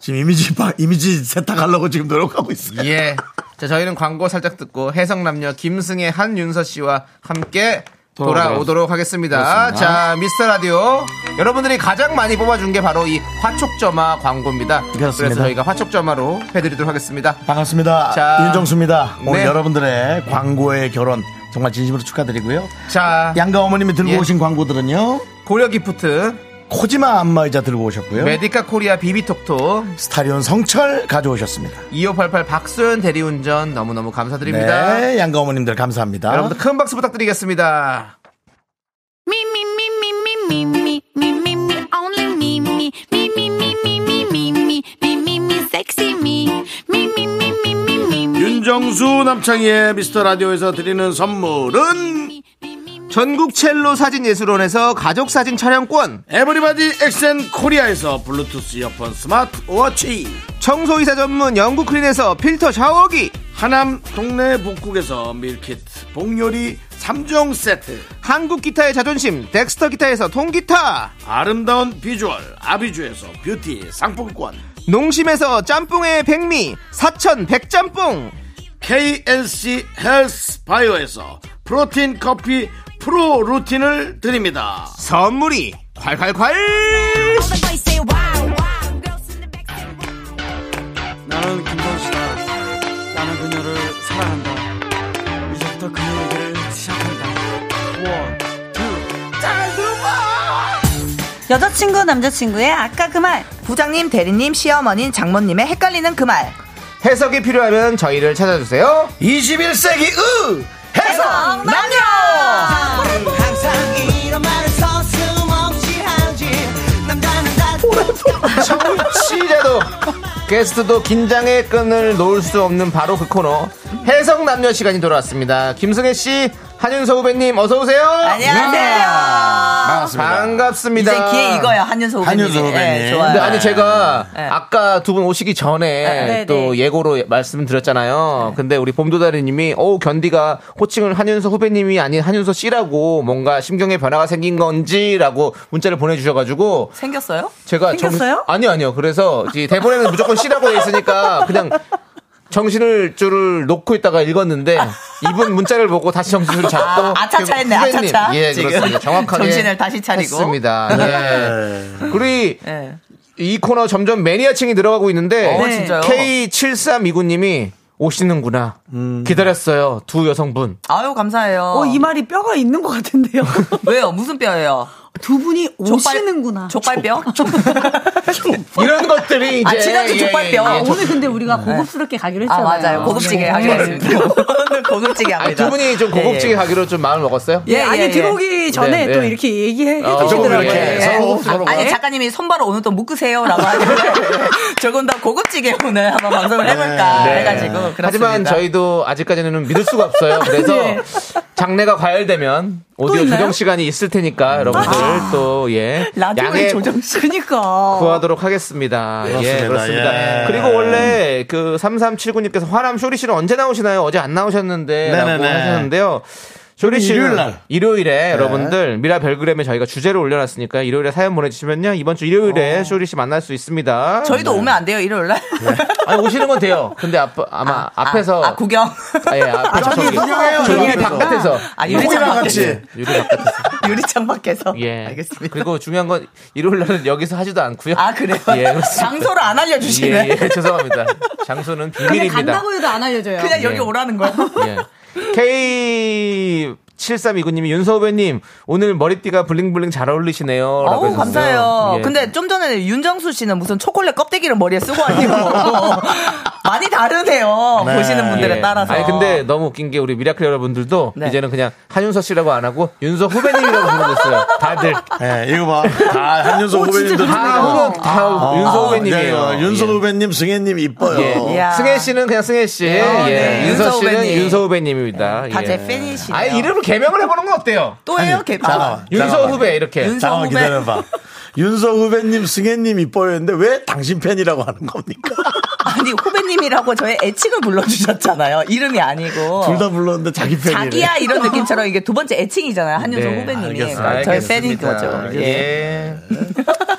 Speaker 1: 지금 이미지 바- 이미지 세탁하려고 지금 노력하고 있어요.
Speaker 2: 예. 자, 저희는 광고 살짝 듣고 해성남녀 김승혜 한윤서 씨와 함께 돌아오도록 하겠습니다. 자, 미스터 라디오. 여러분들이 가장 많이 뽑아준 게 바로 이 화촉점화 광고입니다. 래서
Speaker 1: 그렇습니다.
Speaker 2: 저희가 화촉점화로 해드리도록 하겠습니다.
Speaker 1: 반갑습니다.
Speaker 2: 자,
Speaker 1: 윤정수입니다. 오늘
Speaker 2: 네.
Speaker 1: 여러분들의 광고의 결혼 정말 진심으로 축하드리고요.
Speaker 2: 자,
Speaker 1: 양가 어머님이 들고
Speaker 2: 예.
Speaker 1: 오신 광고들은요.
Speaker 2: 고려 기프트,
Speaker 1: 코지마 안마의자 들고 오셨고요.
Speaker 2: 메디카 코리아 비비톡톡,
Speaker 1: 스타리온 성철 가져오셨습니다.
Speaker 2: 2588 박소연 대리운전 너무너무 감사드립니다.
Speaker 1: 네, 양가 어머님들 감사합니다.
Speaker 2: 여러분들 큰 박수 부탁드리겠습니다.
Speaker 5: Me, me, me, me, me, me, me, me, me, me, only me, me, me, me, me, me, me, me, me, me, me, me, sexy me, me, me, me, me, me, me, me,
Speaker 1: 윤정수 남창희의 미스터 라디오에서 드리는 선물은
Speaker 2: 전국 첼로 사진 예술원에서 가족 사진 촬영권.
Speaker 1: 에브리바디 엑센 코리아에서 블루투스 이어폰 스마트 워치
Speaker 2: 청소이사 전문 영국 클린에서 필터 샤워기
Speaker 1: 하남 동네 북국에서 밀키트 복요리 3종 세트
Speaker 2: 한국 기타의 자존심 덱스터 기타에서 통기타
Speaker 1: 아름다운 비주얼 아비주에서 뷰티 상품권
Speaker 2: 농심에서 짬뽕의 백미 사천 백짬뽕
Speaker 1: KNC 헬스 바이오에서 프로틴 커피 프로 루틴을 드립니다
Speaker 2: 선물이 콸콸콸
Speaker 5: all the boys say wow, wow, girls in the back say wow.
Speaker 7: 나는 김선수다. 나는 그녀를 사랑한다. 이제부터 그녀에게 시작한다. 원, 투.
Speaker 8: 여자친구 남자친구의 아까 그 말
Speaker 9: 부장님, 대리님, 시어머님, 장모님의 헷갈리는 그 말.
Speaker 2: 해석이 필요하면 저희를 찾아주세요
Speaker 1: 21세기 의 해성
Speaker 7: 항상 이런 말을 서슴없이 하지. 남자는 다.
Speaker 2: 게스트도 긴장의 끈을 놓을 수 없는 바로 그 코너 해석 남녀 시간이 돌아왔습니다. 김승혜 씨, 한윤서 후배님 어서 오세요.
Speaker 9: 안녕하세요.
Speaker 1: 반갑습니다.
Speaker 2: 반갑습니다.
Speaker 9: 이제 기회 이거요 한윤서 후배님.
Speaker 1: 한윤서 후배님.
Speaker 9: 예, 좋아요.
Speaker 2: 근데 아니 제가
Speaker 9: 네.
Speaker 2: 아까 두 분 오시기 전에
Speaker 9: 네,
Speaker 2: 또
Speaker 8: 네.
Speaker 2: 예고로 말씀드렸잖아요. 근데 우리 봄도다리님이 오 견디가 호칭을 한윤서 후배님이 아닌 한윤서 씨라고 뭔가 심경의 변화가 생긴 건지라고 문자를 보내주셔가지고
Speaker 9: 생겼어요?
Speaker 2: 제가
Speaker 9: 생겼어요?
Speaker 2: 아니요 아니요. 그래서 이 대본에는 무조건 씨라고 돼 있으니까 그냥 정신을 줄을 놓고 있다가 읽었는데 이분 문자를 보고 다시 정신을 잡고
Speaker 9: 아, 아차차 했네,
Speaker 2: 후배님.
Speaker 9: 아차차.
Speaker 2: 예
Speaker 9: 지금
Speaker 2: 그렇습니다 정확하게
Speaker 9: 정신을 다시 차리고.
Speaker 2: 했습니다 예. 그리
Speaker 9: 예.
Speaker 2: 이 코너 점점 매니아층이 들어가고 있는데
Speaker 9: 어, 진짜요?
Speaker 2: K7329님이 오시는구나. 기다렸어요. 두 여성분.
Speaker 9: 아유 감사해요.
Speaker 10: 어, 이 말이 뼈가 있는 것 같은데요.
Speaker 9: 왜요? 무슨 뼈예요?
Speaker 10: 두 분이
Speaker 9: 족발-
Speaker 10: 오시는구나.
Speaker 9: 족발뼈?
Speaker 2: 이런 것들이 이제 예,
Speaker 9: 아, 지난주 네, 족발뼈.
Speaker 10: 아, 오늘 근데 우리가
Speaker 1: 네.
Speaker 10: 고급스럽게 가기로
Speaker 9: 아
Speaker 10: 했잖아요.
Speaker 9: 맞아요. 고급지게
Speaker 10: 네.
Speaker 9: 하겠습니다. 오늘 고급지게
Speaker 2: 예. 아니,
Speaker 9: 합니다.
Speaker 2: 두 분이 좀 고급지게 가기로 좀 마음을 먹었어요?
Speaker 10: 예, 아니
Speaker 9: 예, 예.
Speaker 10: 들어오기 전에
Speaker 2: 네,
Speaker 10: 또
Speaker 2: 네.
Speaker 10: 이렇게 얘기해
Speaker 2: 어,
Speaker 10: 주시더라고요.
Speaker 2: 이렇게
Speaker 10: 예.
Speaker 1: 서로,
Speaker 10: 아,
Speaker 1: 서로가.
Speaker 2: 네.
Speaker 10: 아니
Speaker 9: 아니 작가님이 손발 오늘 또 묶으세요라고 하는데 저건 다 고급지게 오늘 한번 방송을 해볼까
Speaker 2: 네.
Speaker 9: 해가지고 그렇습니다.
Speaker 2: 하지만 저희도 아직까지는 믿을 수가 없어요. 그래서 장래가 과열되면 오디오
Speaker 10: 있나요?
Speaker 2: 조정 시간이 있을 테니까 여러분들 또 예.
Speaker 10: 라디오의
Speaker 2: 양해
Speaker 10: 조정식. 그니까.
Speaker 2: 구하도록 하겠습니다.
Speaker 1: 네. 그렇습니다.
Speaker 2: 예, 그렇습니다.
Speaker 1: 예.
Speaker 2: 그리고 원래 그 3379님께서 화남 쇼리 씨는 언제 나오시나요? 어제 안 나오셨는데 라고
Speaker 1: 네네네.
Speaker 2: 하셨는데요. 쇼리 씨는
Speaker 1: 일요일 날. 네.
Speaker 2: 일요일에 여러분들 미라 별그램에 저희가 주제를 올려놨으니까 일요일에 사연 보내주시면요. 이번 주
Speaker 1: 어.
Speaker 2: 일요일에 쇼리 씨 만날 수 있습니다.
Speaker 9: 도 오면 안 돼요 일요일 날.
Speaker 2: 아니, 오시는 건 돼요. 근데 앞, 아마 네. 앞에서.
Speaker 9: 아, 아, 구경.
Speaker 2: 아, 예, 앞에서 저기.
Speaker 1: 구경해요,
Speaker 2: 저기
Speaker 1: 저기서.
Speaker 2: 바깥에서. 예.
Speaker 9: 아
Speaker 1: 누구랑
Speaker 9: 유리창 밖에서.
Speaker 1: 같이.
Speaker 2: 유리 바깥에서.
Speaker 9: 유리창 밖에서.
Speaker 2: 예.
Speaker 9: 알겠습니다.
Speaker 2: 그리고 중요한 건 일요일 날은 여기서 하지도 않고요.
Speaker 9: 아 그래요?
Speaker 2: 예, 그렇습니다.
Speaker 9: 장소를 안 알려주시네.
Speaker 2: 예, 예, 죄송합니다. 장소는
Speaker 10: 그냥
Speaker 2: 비밀입니다.
Speaker 10: 간다고 해도 안 알려줘요.
Speaker 9: 그냥
Speaker 2: 예.
Speaker 9: 여기 오라는 거야.
Speaker 2: 예. K 7329님이 윤서 후배님 오늘 머리띠가 블링블링 잘 어울리시네요. 라고
Speaker 9: 어우
Speaker 2: 해주셨어요.
Speaker 9: 감사해요.
Speaker 2: 예.
Speaker 9: 근데 좀 전에 윤정수 씨는 무슨 초콜릿 껍데기를 머리에 쓰고 아니고 많이 다르네요.
Speaker 1: 네.
Speaker 9: 보시는 분들에
Speaker 2: 예.
Speaker 9: 따라서.
Speaker 2: 아니 근데 너무 웃긴 게 우리 미라클 여러분들도
Speaker 9: 네.
Speaker 2: 이제는 그냥 한윤서 씨라고 안 하고 윤서 후배님이라고 부르셨어요. 다들
Speaker 1: 예, 이거 봐. 다 한윤서
Speaker 10: 어,
Speaker 1: 후배님들
Speaker 2: 다 후배 다 윤서 후배님이에요.
Speaker 1: 네, 어, 윤서
Speaker 2: 예.
Speaker 1: 후배님, 승혜님 이뻐요.
Speaker 2: 예.
Speaker 9: 이야.
Speaker 2: 승혜 씨는 그냥 승혜 씨, 예.
Speaker 9: 네.
Speaker 2: 윤서
Speaker 9: 윤서
Speaker 2: 씨는
Speaker 9: 후배님.
Speaker 2: 윤서 후배님입니다.
Speaker 9: 다 제
Speaker 2: 예.
Speaker 9: 팬이시네요.
Speaker 2: 아예 이름으로 개명을 해보는 건 어때요?
Speaker 9: 또예요,
Speaker 1: 아니,
Speaker 9: 개판.
Speaker 1: 잠깐만.
Speaker 2: 윤서
Speaker 1: 잠깐만.
Speaker 2: 후배 이렇게.
Speaker 9: 윤서
Speaker 1: 잠깐만
Speaker 9: 후배.
Speaker 1: 기다려봐. 윤서 후배님, 승혜님 이뻐요 했는데 왜 당신 팬이라고 하는 겁니까?
Speaker 9: 아니 후배님이라고 저의 애칭을 불러주셨잖아요. 이름이 아니고.
Speaker 1: 둘 다 불렀는데 자기 팬이래.
Speaker 9: 자기야 이런 느낌처럼 이게 두 번째 애칭이잖아요. 한윤서
Speaker 2: 네,
Speaker 9: 후배님이.
Speaker 1: 알겠어요.
Speaker 9: 그러니까 저의 팬인
Speaker 2: 알겠습니다.
Speaker 9: 거죠. 예.
Speaker 2: 예.
Speaker 1: 예,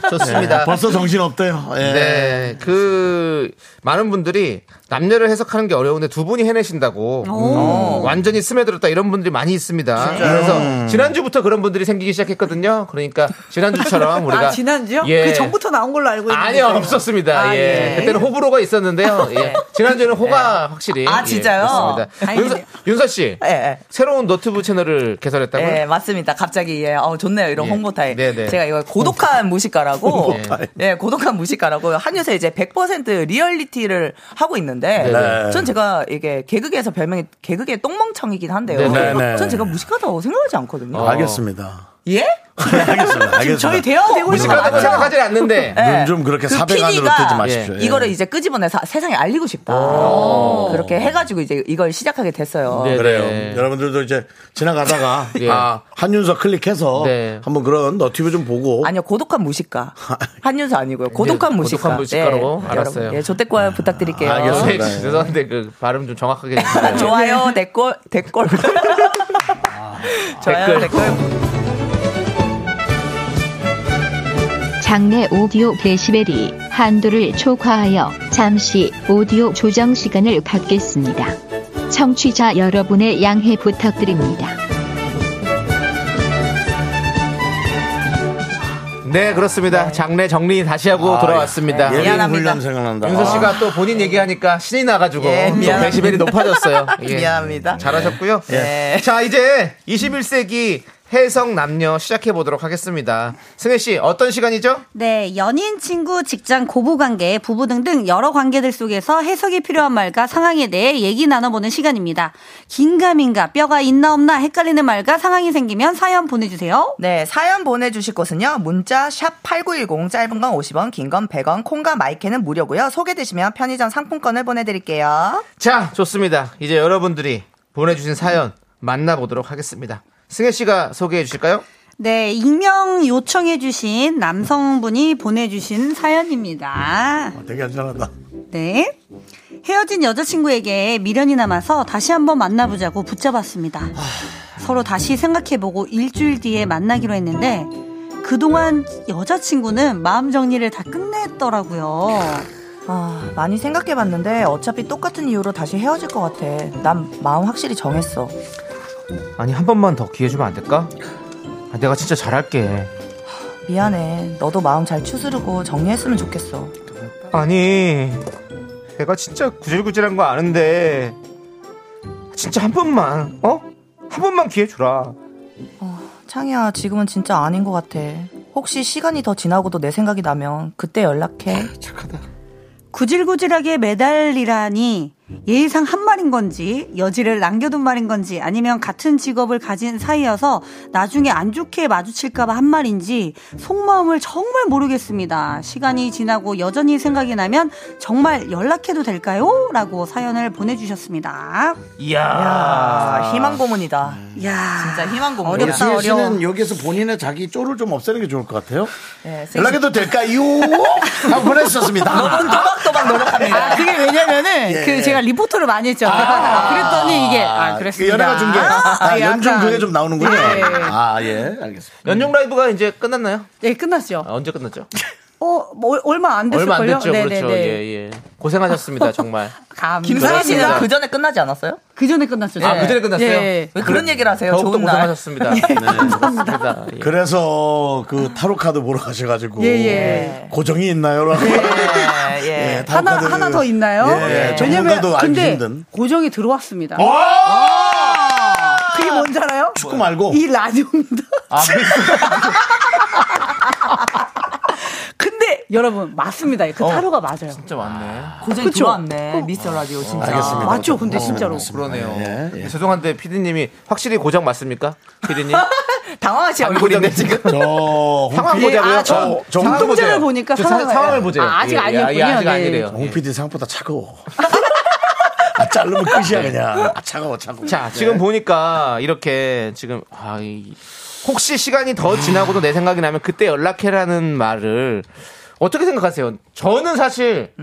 Speaker 2: 좋습니다.
Speaker 1: 벌써 정신 없대요. 예.
Speaker 2: 네, 그 많은 분들이 남녀를 해석하는 게 어려운데 두 분이 해내신다고 음, 완전히 스며들었다 이런 분들이 많이 있습니다.
Speaker 9: 음.
Speaker 2: 그래서 지난주부터 그런 분들이 생기기 시작했거든요. 그러니까 지난주처럼 우리가
Speaker 10: 아, 지난주요?
Speaker 2: 예.
Speaker 10: 그 전부터 나온 걸로 알고 있는데.
Speaker 2: 아니요 없었습니다.
Speaker 9: 아,
Speaker 2: 예.
Speaker 9: 예.
Speaker 2: 그때는 호불호가 있었는데요. 예. 지난주에는 호가 확실히
Speaker 9: 아, 진짜요?
Speaker 2: 예,
Speaker 9: 다행이네요.
Speaker 2: 있습니다. 윤서, 씨
Speaker 9: 예, 예.
Speaker 2: 새로운 너튜브 채널을 개설했다고요?
Speaker 9: 예, 맞습니다. 갑자기 예, 어 좋네요. 이런
Speaker 2: 예.
Speaker 9: 홍보 타임.
Speaker 2: 네, 네.
Speaker 9: 제가 이거 고독한 무식가라고
Speaker 2: 홍보 타임.
Speaker 9: 예, 고독한 무식가라고 한유세 이제 100% 리얼리티를 하고 있는데
Speaker 1: 네.
Speaker 9: 전 제가 이게 개그계에서 별명이 개그계 똥멍청이긴 한데요.
Speaker 2: 네,
Speaker 1: 네, 네.
Speaker 9: 전 제가 무식하다고 생각하지 않거든요.
Speaker 2: 어.
Speaker 1: 알겠습니다. 네,
Speaker 9: 예?
Speaker 1: 알겠습니다. 알겠습니다.
Speaker 10: 저희 대화되고 있는 거
Speaker 9: 아,
Speaker 2: 무식하다고
Speaker 10: 맞죠?
Speaker 2: 생각하지 않는데
Speaker 9: 예.
Speaker 1: 눈좀 그렇게
Speaker 9: 그
Speaker 1: 사백 안으로
Speaker 9: PD가
Speaker 1: 뜨지 마십시오. 예.
Speaker 9: 이거를 이제 끄집어내서 세상에 알리고 싶다. 그렇게 해가지고 이제 이걸 시작하게 됐어요.
Speaker 2: 네.
Speaker 1: 예. 그래요.
Speaker 2: 네.
Speaker 1: 여러분들도 이제 지나가다가
Speaker 2: 예.
Speaker 1: 아, 한윤서 클릭해서
Speaker 2: 네.
Speaker 1: 한번 그런 너튜브 좀 보고
Speaker 9: 아니요 고독한 무식가 한윤서 아니고요 고독한
Speaker 2: 네,
Speaker 9: 무식가
Speaker 2: 고독한 무식가로 알았어요.
Speaker 9: 여러분, 예, 조대과 부탁드릴게요
Speaker 1: 알겠습니다.
Speaker 2: 네, 죄송한데 그 발음 좀 정확하게 해주세요.
Speaker 9: 아, 좋아요 댓글 댓글 좋아요
Speaker 2: 댓글.
Speaker 9: 댓글
Speaker 5: 장내 오디오 데시벨이 한도를 초과하여 잠시 오디오 조정 시간을 갖겠습니다. 청취자 여러분의 양해 부탁드립니다.
Speaker 2: 네 그렇습니다. 장례 정리 다시 하고 돌아왔습니다.
Speaker 1: 네. 예비
Speaker 9: 미안합니다. 아.
Speaker 1: 훈련 생각난다.
Speaker 2: 윤서 씨가 또 본인 얘기하니까 신이 나가지고
Speaker 9: 예,
Speaker 2: 또
Speaker 9: 미안합니다. 네.
Speaker 2: 데시벨이 높아졌어요. 네. 예.
Speaker 9: 미안합니다
Speaker 2: 잘하셨고요.
Speaker 9: 예.
Speaker 2: 자 이제 21세기 해성 남녀 시작해 보도록 하겠습니다. 승혜 씨 어떤 시간이죠?
Speaker 8: 네, 연인, 친구, 직장, 고부관계, 부부 등등 여러 관계들 속에서 해석이 필요한 말과 상황에 대해 얘기 나눠보는 시간입니다. 긴가민가, 뼈가 있나 없나 헷갈리는 말과 상황이 생기면 사연 보내주세요.
Speaker 9: 네, 사연 보내주실 곳은요. 문자 샵 8910 짧은 건 50원, 긴 건 100원, 콩과 마이크는 무료고요. 소개되시면 편의점 상품권을 보내드릴게요.
Speaker 2: 자 좋습니다. 이제 여러분들이 보내주신 사연 만나보도록 하겠습니다. 승혜 씨가 소개해 주실까요?
Speaker 8: 네, 익명 요청해주신 남성분이 보내주신 사연입니다.
Speaker 1: 어, 되게 안전하다.
Speaker 8: 네. 헤어진 여자친구에게 미련이 남아서 다시 한번 만나보자고 붙잡았습니다. 서로 다시 생각해보고 일주일 뒤에 만나기로 했는데 그동안 여자친구는 마음 정리를 다 끝냈더라고요.
Speaker 9: 아, 많이 생각해봤는데 어차피 똑같은 이유로 다시 헤어질 것 같아. 난 마음 확실히 정했어.
Speaker 2: 아니 한 번만 더 기회 주면 안 될까? 아, 내가 진짜 잘할게.
Speaker 9: 미안해. 너도 마음 잘 추스르고 정리했으면 좋겠어.
Speaker 2: 아니 내가 진짜 구질구질한 거 아는데 진짜 한 번만 어? 한 번만 기회 주라.
Speaker 9: 창희야, 지금은 진짜 아닌 것 같아. 혹시 시간이 더 지나고도 내 생각이 나면 그때 연락해.
Speaker 8: 구질구질하게 매달리라니 예의상 한 말인 건지 여지를 남겨둔 말인 건지 아니면 같은 직업을 가진 사이여서 나중에 안 좋게 마주칠까봐 한 말인지 속마음을 정말 모르겠습니다. 시간이 지나고 여전히 생각이 나면 정말 연락해도 될까요? 라고 사연을 보내주셨습니다.
Speaker 9: 이야, 희망 고문이다.
Speaker 8: 야
Speaker 9: 진짜 희망 고문.
Speaker 1: 우리
Speaker 8: 어렵다,
Speaker 1: 지혜
Speaker 8: 어려워.
Speaker 1: 씨는 여기서 본인의 자기 쪼를 좀 없애는 게 좋을 것 같아요.
Speaker 9: 네, 승희 씨.
Speaker 1: 연락해도 될까요? 하고 보냈었습니다.
Speaker 9: 또박또박 노력합니다.
Speaker 10: 아, 그게 왜냐면은,
Speaker 1: 예. 아,
Speaker 10: 그, 제가 리포터를 많이 했죠. 그랬더니 이게, 아, 그랬습니다.
Speaker 1: 연애가 중계. 아,
Speaker 10: 예,
Speaker 1: 연중
Speaker 10: 약간.
Speaker 1: 그게 좀 나오는군요.
Speaker 10: 예.
Speaker 1: 아, 예, 알겠습니다.
Speaker 2: 연중 라이브가 이제 끝났나요?
Speaker 10: 예, 끝났죠.
Speaker 2: 아, 언제 끝났죠?
Speaker 10: 어, 뭐, 얼마 안 됐을걸요?
Speaker 2: 얼마 안 됐죠.
Speaker 10: 네,
Speaker 2: 그렇죠.
Speaker 10: 네, 네.
Speaker 2: 예, 예. 고생하셨습니다. 정말.
Speaker 10: 감.
Speaker 9: 김상희 씨는
Speaker 2: 그렇습니다.
Speaker 9: 그 전에 끝나지 않았어요?
Speaker 10: 그 전에 끝났죠.
Speaker 2: 아,
Speaker 10: 예.
Speaker 2: 그 전에 끝났어요?
Speaker 10: 예.
Speaker 9: 왜 그런 얘기를 하세요?
Speaker 2: 더욱더
Speaker 9: 좋은 날.
Speaker 2: 고생하셨습니다. 네, 감사합니다.
Speaker 10: 네.
Speaker 2: 예.
Speaker 1: 그래서 그 타로 카드 보러 가셔가지고
Speaker 10: 예, 예.
Speaker 1: 고정이 있나요라고.
Speaker 9: 예, 예.
Speaker 1: 예, 타로
Speaker 10: 하나,
Speaker 1: 카드를-
Speaker 10: 하나 더 있나요?
Speaker 1: 예,
Speaker 10: 왜냐면,
Speaker 1: 전문가도 알기
Speaker 10: 근데,
Speaker 1: 힘든.
Speaker 10: 고정이 들어왔습니다. 그게 뭔지 알아요?
Speaker 1: 축구
Speaker 2: 어.
Speaker 1: 말고
Speaker 10: 아. 이 라디오입니다.
Speaker 2: 아, 네.
Speaker 10: 근데 여러분 맞습니다.
Speaker 2: 어.
Speaker 10: 그 타로가 맞아요.
Speaker 2: 진짜 많네.
Speaker 9: 고정이
Speaker 10: 그쵸?
Speaker 9: 들어왔네. 미스터 라디오 진짜.
Speaker 1: 알겠습니다.
Speaker 10: 맞죠? 근데 진짜로.
Speaker 2: 그러네요.
Speaker 1: 예, 예.
Speaker 2: 죄송한데 피디님이 확실히 고장 맞습니까? 피디님? 아,
Speaker 9: 당황하시 얼굴인데 지금.
Speaker 1: 저
Speaker 2: 상황
Speaker 1: 홍
Speaker 10: 예,
Speaker 2: 보자고요.
Speaker 10: 아, 저
Speaker 1: 저- 저-
Speaker 10: 눈동자를 보니까
Speaker 2: 저 사-
Speaker 10: 상황을-
Speaker 2: 상황을 보세요.
Speaker 10: 아, 아직
Speaker 2: 예, 예,
Speaker 10: 아니었군요.
Speaker 2: 예, 아직
Speaker 10: 네.
Speaker 2: 아니래요. 예.
Speaker 1: PD 생각보다 차가워. 아, 자르면 끝이야 그냥. 아, 차가워, 차가워.
Speaker 2: 자, 지금 보니까 이렇게 지금 아, 이- 혹시 시간이 더 지나고도 내 생각이 나면 그때 연락해라는 말을 어떻게 생각하세요? 저는 사실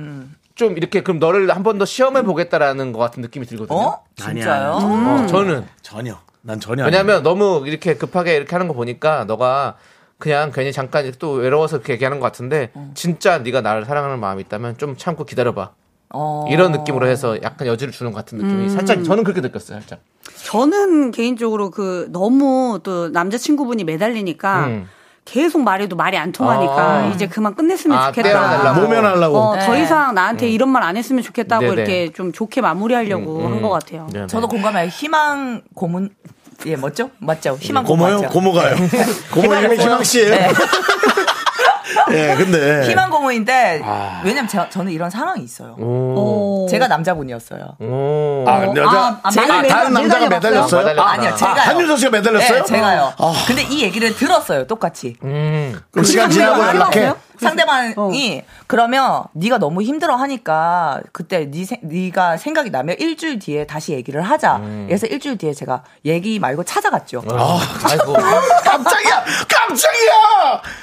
Speaker 2: 좀 이렇게 그럼 너를 한 번 더 시험해 보겠다라는 것 같은 느낌이 들거든요.
Speaker 9: 어? 음. 진짜요?
Speaker 2: 어, 저는
Speaker 1: 전혀. 난 전혀. 아니에요.
Speaker 2: 왜냐면 너무 이렇게 급하게 이렇게 하는 거 보니까 너가 그냥 괜히 잠깐 이렇게 또 외로워서 그렇게 얘기하는 것 같은데 진짜 네가 나를 사랑하는 마음이 있다면 좀 참고 기다려봐
Speaker 9: 어. 음.
Speaker 2: 이런 느낌으로 해서 약간 여지를 주는 것 같은 느낌이 살짝 저는 그렇게 느꼈어요 살짝
Speaker 8: 저는 개인적으로 그 너무 또 남자친구분이 매달리니까
Speaker 2: 음.
Speaker 8: 계속 말해도 말이 안 통하니까
Speaker 2: 아.
Speaker 8: 이제 그만 끝냈으면
Speaker 2: 아,
Speaker 8: 좋겠다.
Speaker 2: 떼어달라고.
Speaker 1: 모면하려고.
Speaker 8: 어,
Speaker 9: 네.
Speaker 8: 더 이상 나한테 이런 말 안 했으면 좋겠다고
Speaker 2: 음. 네네. 음,
Speaker 8: 이렇게 좀 좋게 마무리하려고 한 것 같아요.
Speaker 2: 네네.
Speaker 9: 저도 공감해요. 희망 고문. 예, 뭐죠? 맞죠? 희망 고문.
Speaker 1: 고모요?
Speaker 9: 맞죠?
Speaker 1: 고모가요. 고모 이름이 네. 희망 씨예요.
Speaker 9: 네.
Speaker 1: 예, 근데
Speaker 9: 희망 고문인데 왜냐면 제가, 저는 이런 상황이 있어요. 제가 남자분이었어요.
Speaker 2: 오.
Speaker 1: 아, 근데 여자
Speaker 9: 아, 아,
Speaker 1: 제-
Speaker 9: 많이
Speaker 1: 아,
Speaker 9: 매달-
Speaker 1: 다른 남자가
Speaker 9: 매달렸어요?
Speaker 1: 매달렸어요?
Speaker 2: 매달렸어요?
Speaker 9: 아, 아니요, 제가요.
Speaker 1: 한윤서 씨가 매달렸어요?
Speaker 9: 네, 제가요.
Speaker 1: 아.
Speaker 9: 근데 이 얘기를 들었어요, 똑같이.
Speaker 2: 음.
Speaker 1: 그럼 시간 지나고 어.
Speaker 9: 상대방이-
Speaker 1: 연락해.
Speaker 9: 상대방이 그러면 네가 너무 힘들어 하니까 그때 네 생- 네가 생각이 나면 일주일 뒤에 다시 얘기를 하자.
Speaker 1: 음.
Speaker 9: 그래서 일주일 뒤에 제가 얘기 말고 찾아갔죠.
Speaker 2: 아, 아이고
Speaker 1: 깜짝이야! 깜짝이야!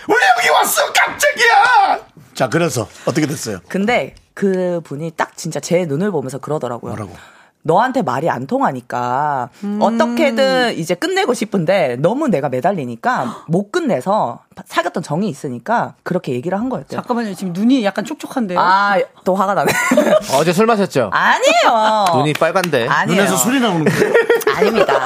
Speaker 1: 왜 여기 왔어? 깜짝이야! 자, 그래서 어떻게 됐어요?
Speaker 9: 근데 그 분이 딱 진짜 제 눈을 보면서 그러더라고요.
Speaker 1: 뭐라고?
Speaker 9: 너한테 말이 안 통하니까 어떻게든 이제 끝내고 싶은데 너무 내가 매달리니까 못 끝내서 사귀었던 정이 있으니까 그렇게 얘기를 한 거였대요.
Speaker 10: 잠깐만요. 지금 눈이 약간 촉촉한데요.
Speaker 9: 아, 또 화가 나네.
Speaker 2: 어제 술 마셨죠?
Speaker 9: 아니에요.
Speaker 2: 눈이 빨간데
Speaker 9: 아니에요.
Speaker 1: 눈에서 술이 나오는 거예요. 네.
Speaker 9: 아닙니다.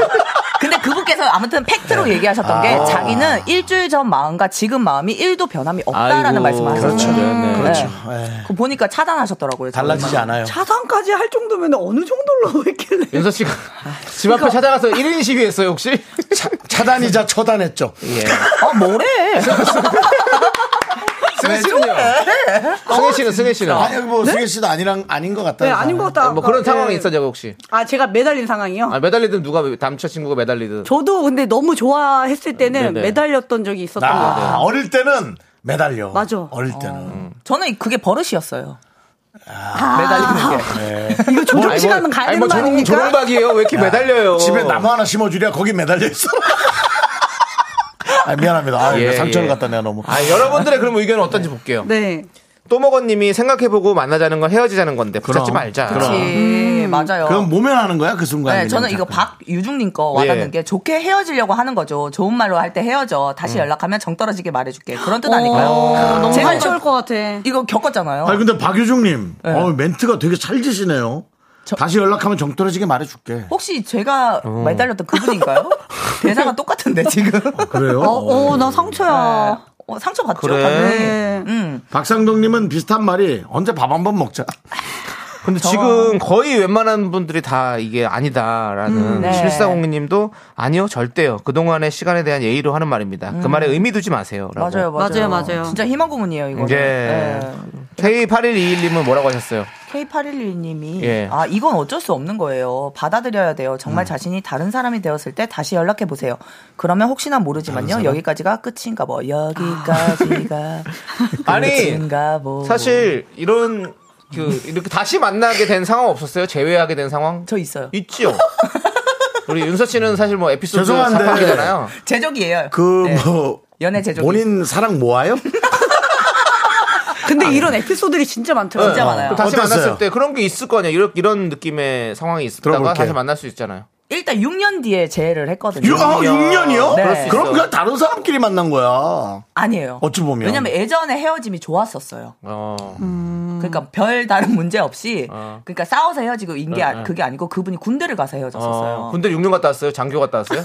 Speaker 9: 근데 그분께서 아무튼 팩트로 얘기하셨던
Speaker 1: 아.
Speaker 9: 게 자기는 일주일 전 마음과 지금 마음이 1도 변함이 없다라는
Speaker 2: 아이고.
Speaker 9: 말씀을 하셨어요.
Speaker 1: 그렇죠.
Speaker 8: 아,
Speaker 2: 네, 네.
Speaker 1: 그렇죠.
Speaker 9: 네.
Speaker 1: 예.
Speaker 9: 그거 보니까 차단하셨더라고요. 저는.
Speaker 1: 달라지지 않아요.
Speaker 10: 차상까지 할 정도면 어느 정도로 했길래.
Speaker 2: 윤서 씨가 집 앞에 찾아가서 1인 시위했어요 예. 혹시?
Speaker 1: 차, 차단이자 처단했죠.
Speaker 9: 아 뭐래?
Speaker 2: 승혜 씨는요? 승혜 씨는 승혜 씨는
Speaker 1: 아니 뭐 승혜 씨도 아니랑 아닌 것 같다.
Speaker 10: 네, 아닌 것 같다.
Speaker 2: 뭐 그런
Speaker 10: 네.
Speaker 2: 상황이 있었냐고 혹시?
Speaker 10: 아, 제가 매달린 상황이요?
Speaker 2: 아, 매달리든 누가 남자 친구가 매달리든.
Speaker 10: 저도 근데 너무 좋아했을 때는
Speaker 2: 음, 네네.
Speaker 10: 매달렸던 적이 있었던 것 같아요.
Speaker 1: 아, 어릴 때는 매달려.
Speaker 10: 맞아.
Speaker 1: 어릴 때는.
Speaker 9: 저는 그게 버릇이었어요.
Speaker 2: 매달리는
Speaker 8: 아.
Speaker 2: 게.
Speaker 10: 이거
Speaker 2: 아니, 뭐,
Speaker 10: 조정시간은 가야
Speaker 2: 아니,
Speaker 10: 되는
Speaker 2: 뭐
Speaker 10: 거
Speaker 2: 조롱-
Speaker 10: 아닙니까?
Speaker 2: 조롱박이에요. 왜 이렇게 매달려요?
Speaker 1: 집에 나무 하나 심어주랴 거기 매달려 있어. 아, 미안합니다. 아,
Speaker 2: 예,
Speaker 1: 상처를
Speaker 2: 예.
Speaker 1: 갖다 내가 너무.
Speaker 2: 아, 여러분들의 그런 의견은 어떤지 볼게요.
Speaker 10: 네.
Speaker 2: 또먹어님이 생각해보고 만나자는 건 헤어지자는 건데 붙잡지 말자.
Speaker 9: 그치.
Speaker 10: 음.
Speaker 9: 맞아요.
Speaker 1: 그럼 모면하는 거야 그 순간.
Speaker 9: 네, 저는 이거 박유중님 거 와닿는
Speaker 2: 예.
Speaker 9: 게 좋게 헤어지려고 하는 거죠. 좋은 말로 할 때 헤어져. 다시 연락하면 정 떨어지게 말해줄게. 그런 뜻 아닐까요?
Speaker 10: 너무
Speaker 9: 제가
Speaker 10: 많이 좋을
Speaker 9: 이거,
Speaker 10: 것 같아.
Speaker 9: 이거 겪었잖아요.
Speaker 1: 아니 근데 박유중님,
Speaker 10: 네.
Speaker 1: 어, 멘트가 되게 찰지시네요. 다시 연락하면 정 떨어지게 말해줄게.
Speaker 9: 혹시 제가 매달렸던 그분인가요? 대사가 똑같은데 지금.
Speaker 1: 그래요?
Speaker 10: 어, 어, 나
Speaker 2: 네.
Speaker 10: 상처야.
Speaker 9: 어, 상처 받죠.
Speaker 2: 그래?
Speaker 9: 당연히.
Speaker 8: 예,
Speaker 10: 네.
Speaker 9: 음.
Speaker 1: 박상동님은 비슷한 말이 언제 밥 한 번 먹자.
Speaker 2: 근데 지금 거의 웬만한 분들이 다 이게 아니다라는
Speaker 9: 네.
Speaker 2: 실사공님도 아니요 절대요. 그동안의 시간에 대한 예의로 하는 말입니다. 그 말에 의미 두지 마세요. 라고.
Speaker 9: 음. 맞아요,
Speaker 10: 맞아요,
Speaker 9: 맞아요.
Speaker 10: 맞아요.
Speaker 9: 진짜 희망 고문이에요, 이거.
Speaker 2: 예. K8121님은 뭐라고 하셨어요?
Speaker 9: K8121님이
Speaker 2: 예.
Speaker 9: 아 이건 어쩔 수 없는 거예요. 받아들여야 돼요. 정말 자신이 다른 사람이 되었을 때 다시 연락해 보세요. 그러면 혹시나 모르지만요. 여기까지가 끝인가 뭐 여기까지가
Speaker 2: 아.
Speaker 9: 그렇죠.
Speaker 2: 아니,
Speaker 9: 끝인가 뭐
Speaker 2: 사실 이런 그 이렇게 다시 만나게 된 상황 없었어요? 재회하게 된 상황?
Speaker 9: 저 있어요.
Speaker 2: 있지요. 우리 윤서 씨는 사실 뭐 에피소드
Speaker 1: 죄송한데. 네.
Speaker 2: 사파기잖아요.
Speaker 9: 제적이에요.
Speaker 1: 그
Speaker 9: 네.
Speaker 1: 뭐
Speaker 9: 연애 제적이
Speaker 1: 본인 사랑 모아요?
Speaker 10: 근데 이런 에피소드들이 진짜 많더라고요.
Speaker 9: 진짜 많아요.
Speaker 2: 네. 그 다시
Speaker 1: 어땠어요?
Speaker 2: 만났을 때 그런 게 있을 거 아니야. 이런 이런 느낌의 상황이 있다가
Speaker 1: 들어볼게요.
Speaker 2: 다시 만날 수 있잖아요.
Speaker 9: 일단 6년 뒤에 재회를 했거든요.
Speaker 1: 6, 아, 6년이요?
Speaker 9: 네.
Speaker 1: 그럼
Speaker 2: 있어.
Speaker 1: 그냥 다른 사람끼리 만난 거야.
Speaker 9: 아니에요.
Speaker 1: 어찌 보면.
Speaker 9: 왜냐면 예전에 헤어짐이 좋았었어요.
Speaker 2: 어.
Speaker 9: 음.
Speaker 10: 음.
Speaker 9: 그러니까 별 다른 문제 없이 그러니까 싸워서 헤어지고 인게 아- 그게 아니고 그분이 군대를 가서 헤어졌었어요.
Speaker 2: 어, 군대 6년 갔다 왔어요. 장교 갔다 왔어요.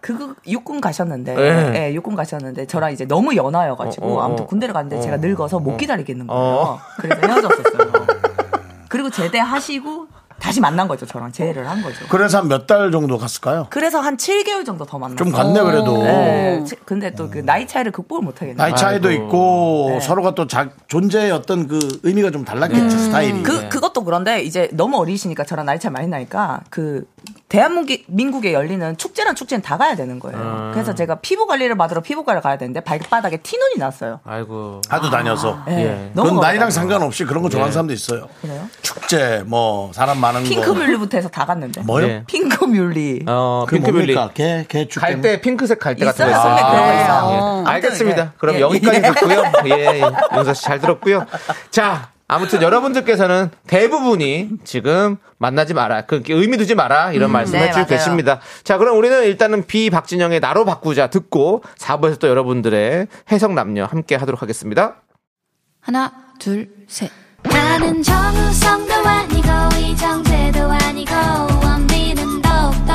Speaker 9: 그 육군 가셨는데,
Speaker 2: 예.
Speaker 9: 예, 육군 가셨는데 저랑 이제 너무 연하여가지고
Speaker 2: 어, 어,
Speaker 9: 아무튼
Speaker 2: 어.
Speaker 9: 군대를 갔는데 제가 늙어서 못 기다리겠는 거예요.
Speaker 2: 어.
Speaker 9: 그래서 헤어졌었어요. 그리고 제대하시고 다시 만난 거죠. 저랑 재회를 한 거죠.
Speaker 1: 그래서 한 몇 달 정도 갔을까요?
Speaker 9: 그래서 한 7개월 정도 더 만났어요.
Speaker 1: 좀 갔네 그래도.
Speaker 9: 네. 치- 근데 또 그 나이 차이를 극복을 못 하겠네요.
Speaker 1: 나이 차이도 있고 서로가 또 자, 존재의 어떤 그 의미가 좀 달랐겠죠 스타일이.
Speaker 9: 그 그것도 그런데 이제 너무 어리시니까 저랑 나이 차이 많이 나니까 그 대한민국에 열리는 축제란 축제는 다 가야 되는 거예요. 그래서 제가 피부 관리를 받으러 피부과를 가야 되는데 발바닥에 티눈이 났어요.
Speaker 2: 아이고.
Speaker 1: 하도 다녀서. 그건
Speaker 9: 예. 너무
Speaker 1: 나이랑
Speaker 9: 어려워요.
Speaker 1: 상관없이 그런 거 좋아하는 사람도 있어요.
Speaker 9: 그래요?
Speaker 1: 축제 뭐 사람 많은 거.
Speaker 9: 핑크뮬리부터 해서 다 갔는데.
Speaker 1: 뭐요?
Speaker 2: 네.
Speaker 9: 핑크뮬리.
Speaker 2: 어,
Speaker 1: 그
Speaker 2: 핑크뮬리.
Speaker 1: 뭡니까? 걔, 걔 축제.
Speaker 2: 갈 때 핑크색 갈 때 같은
Speaker 9: 있어요,
Speaker 2: 거.
Speaker 9: 선배 그런 거 있어요.
Speaker 2: 예.
Speaker 9: 아무튼,
Speaker 2: 알겠습니다.
Speaker 9: 네.
Speaker 2: 그럼
Speaker 9: 예.
Speaker 2: 여기까지 듣고요. 예, 예. 윤서 씨 잘 들었고요. 자, 아무튼 여러분들께서는 대부분이 지금 만나지 마라. 그 의미 두지 마라. 이런 말씀을
Speaker 9: 네,
Speaker 2: 해주고
Speaker 9: 맞아요.
Speaker 2: 계십니다. 자, 그럼 우리는 일단은 비박진영의 나로 바꾸자 듣고 4부에서 또 여러분들의 해석남녀 함께 하도록 하겠습니다.
Speaker 5: 하나, 둘, 셋.
Speaker 3: 나는 정우성도 아니고 이정재도 아니고 원빈은 더욱더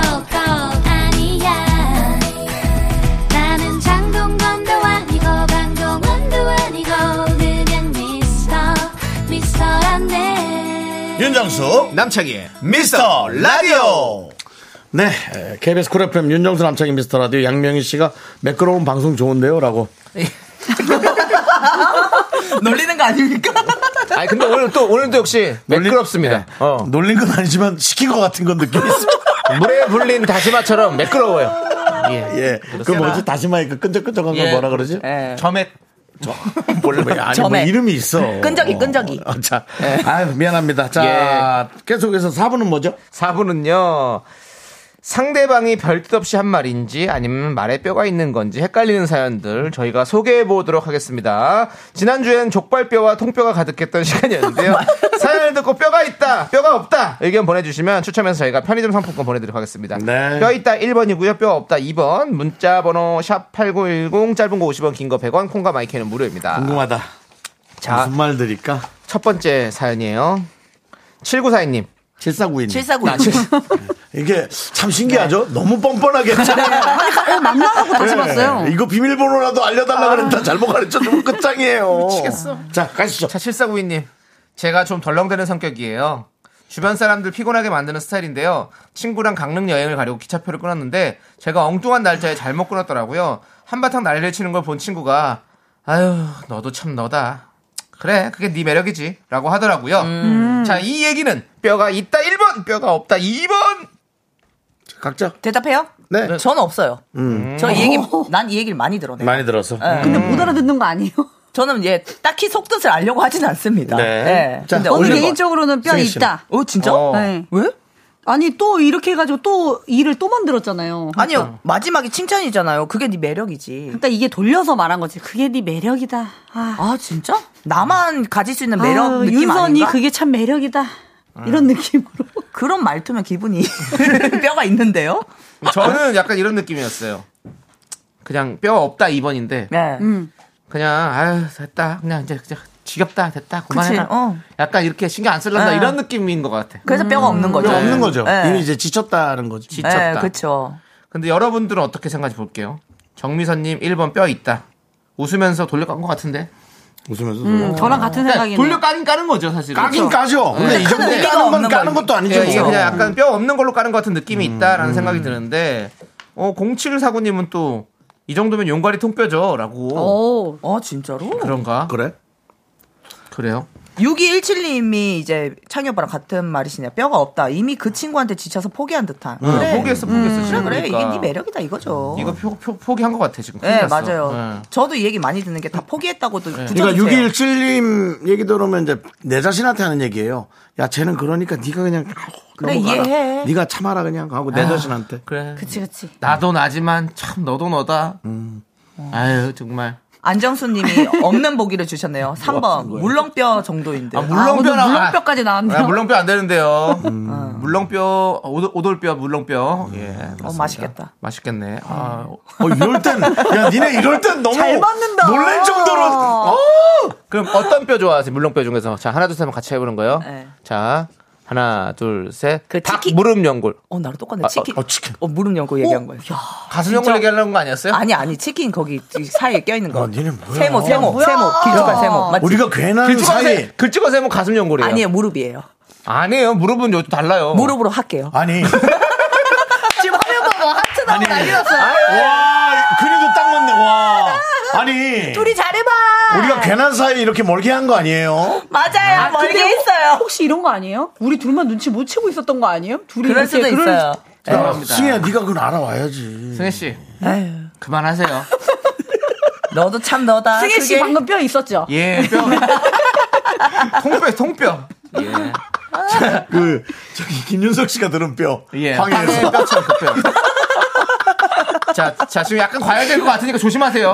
Speaker 3: 아니야 나는 장동건도 아니고 강동원도 아니고 그냥 미스터 미스터란데
Speaker 1: 윤정수 남창희 미스터 라디오. 네, 에, KBS 쿨 FM 윤정수 남창희 미스터 라디오 양명희 씨가 매끄러운 방송 좋은데요라고.
Speaker 9: 놀리는 거
Speaker 1: 음.
Speaker 9: 아닙니까?
Speaker 2: 아니, 근데 오늘 또, 오늘도 역시 매끄럽습니다.
Speaker 1: 네.
Speaker 2: 어.
Speaker 1: 놀린 건 아니지만 시킨 것 같은 건 느낌이 있습니다.
Speaker 2: 물에 불린 다시마처럼 매끄러워요. 예.
Speaker 1: 예, 그 뭐지 다시마에 그 끈적끈적한 거
Speaker 2: 예.
Speaker 1: 뭐라 그러지?
Speaker 9: 예.
Speaker 2: 점액.
Speaker 1: 몰라, 뭐, 아니 뭐
Speaker 9: 점액.
Speaker 1: 이름이 있어.
Speaker 9: 끈적이, 끈적이.
Speaker 1: 어, 자, 아유 미안합니다. 자, 계속해서 4분은 뭐죠?
Speaker 2: 4분은요. 상대방이 별뜻 없이 한 말인지 아니면 말에 뼈가 있는 건지 헷갈리는 사연들 저희가 소개해 보도록 하겠습니다. 지난주엔 족발뼈와 통뼈가 가득했던 시간이었는데요. 사연을 듣고 뼈가 있다, 뼈가 없다 의견 보내주시면 추첨해서 저희가 편의점 상품권 보내드리도록 하겠습니다.
Speaker 1: 네.
Speaker 2: 뼈 있다 1번이고요. 뼈 없다 2번. 문자 번호 샵8910 짧은 거 50원 긴 거 100원 콩과 마이크는 무료입니다.
Speaker 1: 궁금하다.
Speaker 2: 자,
Speaker 1: 무슨 말 드릴까?
Speaker 2: 첫 번째 사연이에요. 7942님.
Speaker 1: 7492님.
Speaker 9: 7492.
Speaker 1: 이게 참 신기하죠? 너무 뻔뻔하게.
Speaker 10: 어, 만나라고 다시 봤어요.
Speaker 1: 네. 이거 비밀번호라도 알려달라 그랬다. 잘못 가르쳐주면 끝장이에요.
Speaker 2: 미치겠어.
Speaker 1: 자, 가시죠.
Speaker 2: 자, 7492님. 제가 좀 덜렁대는 성격이에요. 주변 사람들 피곤하게 만드는 스타일인데요. 친구랑 강릉 여행을 가려고 기차표를 끊었는데 제가 엉뚱한 날짜에 잘못 끊었더라고요. 한바탕 난리를 치는 걸 본 친구가 아유 너도 참 너다. 그래 그게 네 매력이지 라고 하더라고요.
Speaker 9: 음.
Speaker 2: 자 이 얘기는 뼈가 있다 1번 뼈가 없다 2번
Speaker 1: 각자.
Speaker 9: 대답해요?
Speaker 1: 네. 음. 어.
Speaker 9: 저는 없어요. 저 이 얘기 난 이 얘기를 많이 들어요.
Speaker 1: 많이 들어서.
Speaker 8: 근데 못 알아듣는 거 아니에요?
Speaker 9: 저는 예 딱히 속뜻을 알려고 하진 않습니다.
Speaker 2: 네.
Speaker 9: 예.
Speaker 1: 자, 어느
Speaker 9: 근데
Speaker 8: 저는
Speaker 9: 오늘
Speaker 1: 올린 거.
Speaker 8: 개인적으로는 뼈
Speaker 1: 승희 씨는?
Speaker 8: 있다.
Speaker 9: 어 진짜?
Speaker 2: 어.
Speaker 8: 네.
Speaker 9: 왜?
Speaker 1: 그러니까.
Speaker 8: 아니 또 이렇게 해가지고 또 일을 또 만들었잖아요.
Speaker 9: 아니요 마지막이 칭찬이잖아요. 그게 네 매력이지.
Speaker 8: 그러니까 이게 돌려서 말한 거지. 그게 네 매력이다. 아,
Speaker 9: 아 진짜? 나만 가질 수 있는
Speaker 8: 아,
Speaker 9: 매력 느낌
Speaker 8: 윤선이
Speaker 9: 아닌가? 아.
Speaker 8: 그게 참 매력이다. 이런 느낌으로.
Speaker 9: 그런 말투면 기분이 뼈가 있는데요.
Speaker 2: 저는 약간 이런 느낌이었어요. 그냥 뼈 없다 2번인데
Speaker 9: 네.
Speaker 8: 음,
Speaker 2: 그냥 아유 됐다 그냥 이제 그냥 지겹다 됐다
Speaker 1: 음.
Speaker 9: 그치.
Speaker 2: 그만해라
Speaker 9: 어.
Speaker 2: 약간 이렇게 신경 안 쓸란다
Speaker 9: 네.
Speaker 2: 이런 느낌인 것 같아
Speaker 9: 그래서 뼈가 없는 거죠.
Speaker 1: 음. 뼈 없는 거죠.
Speaker 9: 네.
Speaker 1: 이미 이제 지쳤다는 거죠.
Speaker 2: 지-
Speaker 9: 네,
Speaker 2: 미쳤다.
Speaker 9: 그렇죠.
Speaker 2: 근데 여러분들은 어떻게 생각해 볼게요 정미선님 1번 뼈 있다 웃으면서 돌려 깐것 같은데
Speaker 1: 웃으면서.
Speaker 8: 음, 저랑 같은
Speaker 2: 그러니까
Speaker 8: 생각이네요.
Speaker 2: 돌려 까는 까는 거죠 사실
Speaker 1: 까긴 까죠. 근데 이
Speaker 9: 근데
Speaker 1: 정도
Speaker 9: 그렇죠. 네. 큰 의미가
Speaker 1: 까는 건
Speaker 9: 없는 예,
Speaker 1: 까는
Speaker 9: 거지.
Speaker 1: 것도 아니죠.
Speaker 2: 이게
Speaker 1: 뭐.
Speaker 2: 그냥
Speaker 9: 음.
Speaker 2: 약간 뼈 없는 걸로 까는 것 같은 느낌이 있다라는 생각이 드는데 어 0749님은 또 이 정도면 용가리 통뼈죠 라고
Speaker 8: 오.
Speaker 9: 아 진짜로?
Speaker 2: 그런가
Speaker 1: 그래?
Speaker 2: 그래요
Speaker 9: 6217님이 이제 창희 오빠랑 같은 말이시냐 뼈가 없다 이미 그 친구한테 지쳐서 포기한 듯한 그래
Speaker 2: 포기했어 포기했어
Speaker 9: 네. 그래
Speaker 2: 지금
Speaker 9: 그래 이게
Speaker 2: 보니까.
Speaker 9: 네 매력이다 이거죠
Speaker 2: 이거 포, 포, 포기한 것 같아 지금 큰일
Speaker 9: 네
Speaker 2: 났어.
Speaker 9: 맞아요
Speaker 2: 네.
Speaker 9: 저도 이 얘기 많이 듣는 게 다 포기했다고도
Speaker 1: 그러니까
Speaker 9: 붙여주세요
Speaker 1: 617님 얘기 들으면 이제 내 자신한테 하는 얘기예요. 야, 쟤는 그러니까 네가 그냥
Speaker 9: 그래,
Speaker 1: 넘어가라.
Speaker 9: 이해해.
Speaker 1: 네가 참아라 그냥 하고 내 자신한테.
Speaker 2: 그래
Speaker 8: 그치 그치.
Speaker 2: 나도 나지만 참 너도 너다.
Speaker 9: 음.
Speaker 2: 아유 정말.
Speaker 9: 안정수님이 없는 보기를 주셨네요 3번 물렁뼈 정도인데
Speaker 2: 뭐 아, 물렁뼈랑-
Speaker 9: 오늘
Speaker 2: 아,
Speaker 9: 나왔네요
Speaker 2: 물렁뼈 안 되는데요.
Speaker 9: 음.
Speaker 2: 음.
Speaker 9: 아.
Speaker 2: 물렁뼈 오돌, 오돌뼈 물렁뼈. 예.
Speaker 9: 어,
Speaker 2: 맞습니다.
Speaker 9: 맛있겠다
Speaker 2: 맛있겠네. 아, 어,
Speaker 1: 어, 이럴 땐, 야, 니네 이럴 땐 너무
Speaker 9: 잘 맞는다.
Speaker 1: 놀랄 정도로. 어?
Speaker 2: 그럼 어떤 뼈 좋아하세요? 물렁뼈 중에서 자 하나 둘 셋 한번 같이 해보는 거예요.
Speaker 9: 네.
Speaker 2: 자 하나 둘 셋.
Speaker 9: 그
Speaker 2: 닭
Speaker 9: 치킨-
Speaker 2: 무릎 연골.
Speaker 9: 어 나랑 똑같네
Speaker 2: 아,
Speaker 9: 치킨
Speaker 1: 어, 치킨.
Speaker 9: 어, 무릎 연고 얘기한 거예요
Speaker 2: 가슴 연골 얘기하려는 거 아니었어요?
Speaker 9: 아, 아니 아니 치킨 거기 이 사이에 껴있는 거
Speaker 1: 아, 니네 뭐야.
Speaker 9: 세모 세모 세모 길쭉한
Speaker 2: 아,
Speaker 9: 세모 맞지?
Speaker 1: 우리가 괜한
Speaker 2: 글찍어
Speaker 1: 사이.
Speaker 2: 세 글찍어 세면 그 가슴 연골이에요.
Speaker 9: 아니에요 무릎이에요
Speaker 2: 아니에요. 무릎은 요즘 달라요.
Speaker 9: 무릎으로 할게요
Speaker 1: 아니.
Speaker 9: 지금 화면 봐봐 하트 나고 난리 났어요
Speaker 1: 아, 와, 그래도 딱 맞네, 와. 아니.
Speaker 9: 둘이 잘해봐
Speaker 1: 우리가 괜한 사이 이렇게 멀게 한 거 아니에요?
Speaker 9: 맞아요 멀게
Speaker 8: 근데 혹-
Speaker 9: 있어요
Speaker 8: 혹시 이런 거 아니에요? 우리 둘만 눈치 못 채고 있었던 거 아니에요? 둘이
Speaker 9: 그럴
Speaker 8: 이렇게
Speaker 9: 수도
Speaker 8: 그럴-
Speaker 9: 있어요
Speaker 1: 야, 승희야, 네가 그걸 알아와야지.
Speaker 2: 승혜 씨 그만하세요.
Speaker 9: 너도 참 너다
Speaker 8: 승혜 씨
Speaker 9: 아, 그게-
Speaker 8: 방금 뼈 있었죠?
Speaker 2: 예, 뼈. 통뼈, 통뼈. 예.
Speaker 1: 그, 저기, 김윤석 씨가 들은 뼈.
Speaker 2: 예.
Speaker 1: 황해에서.
Speaker 2: 뼈처럼 그 뼈. 자, 자, 지금 약간 과열될 것 같으니까 조심하세요.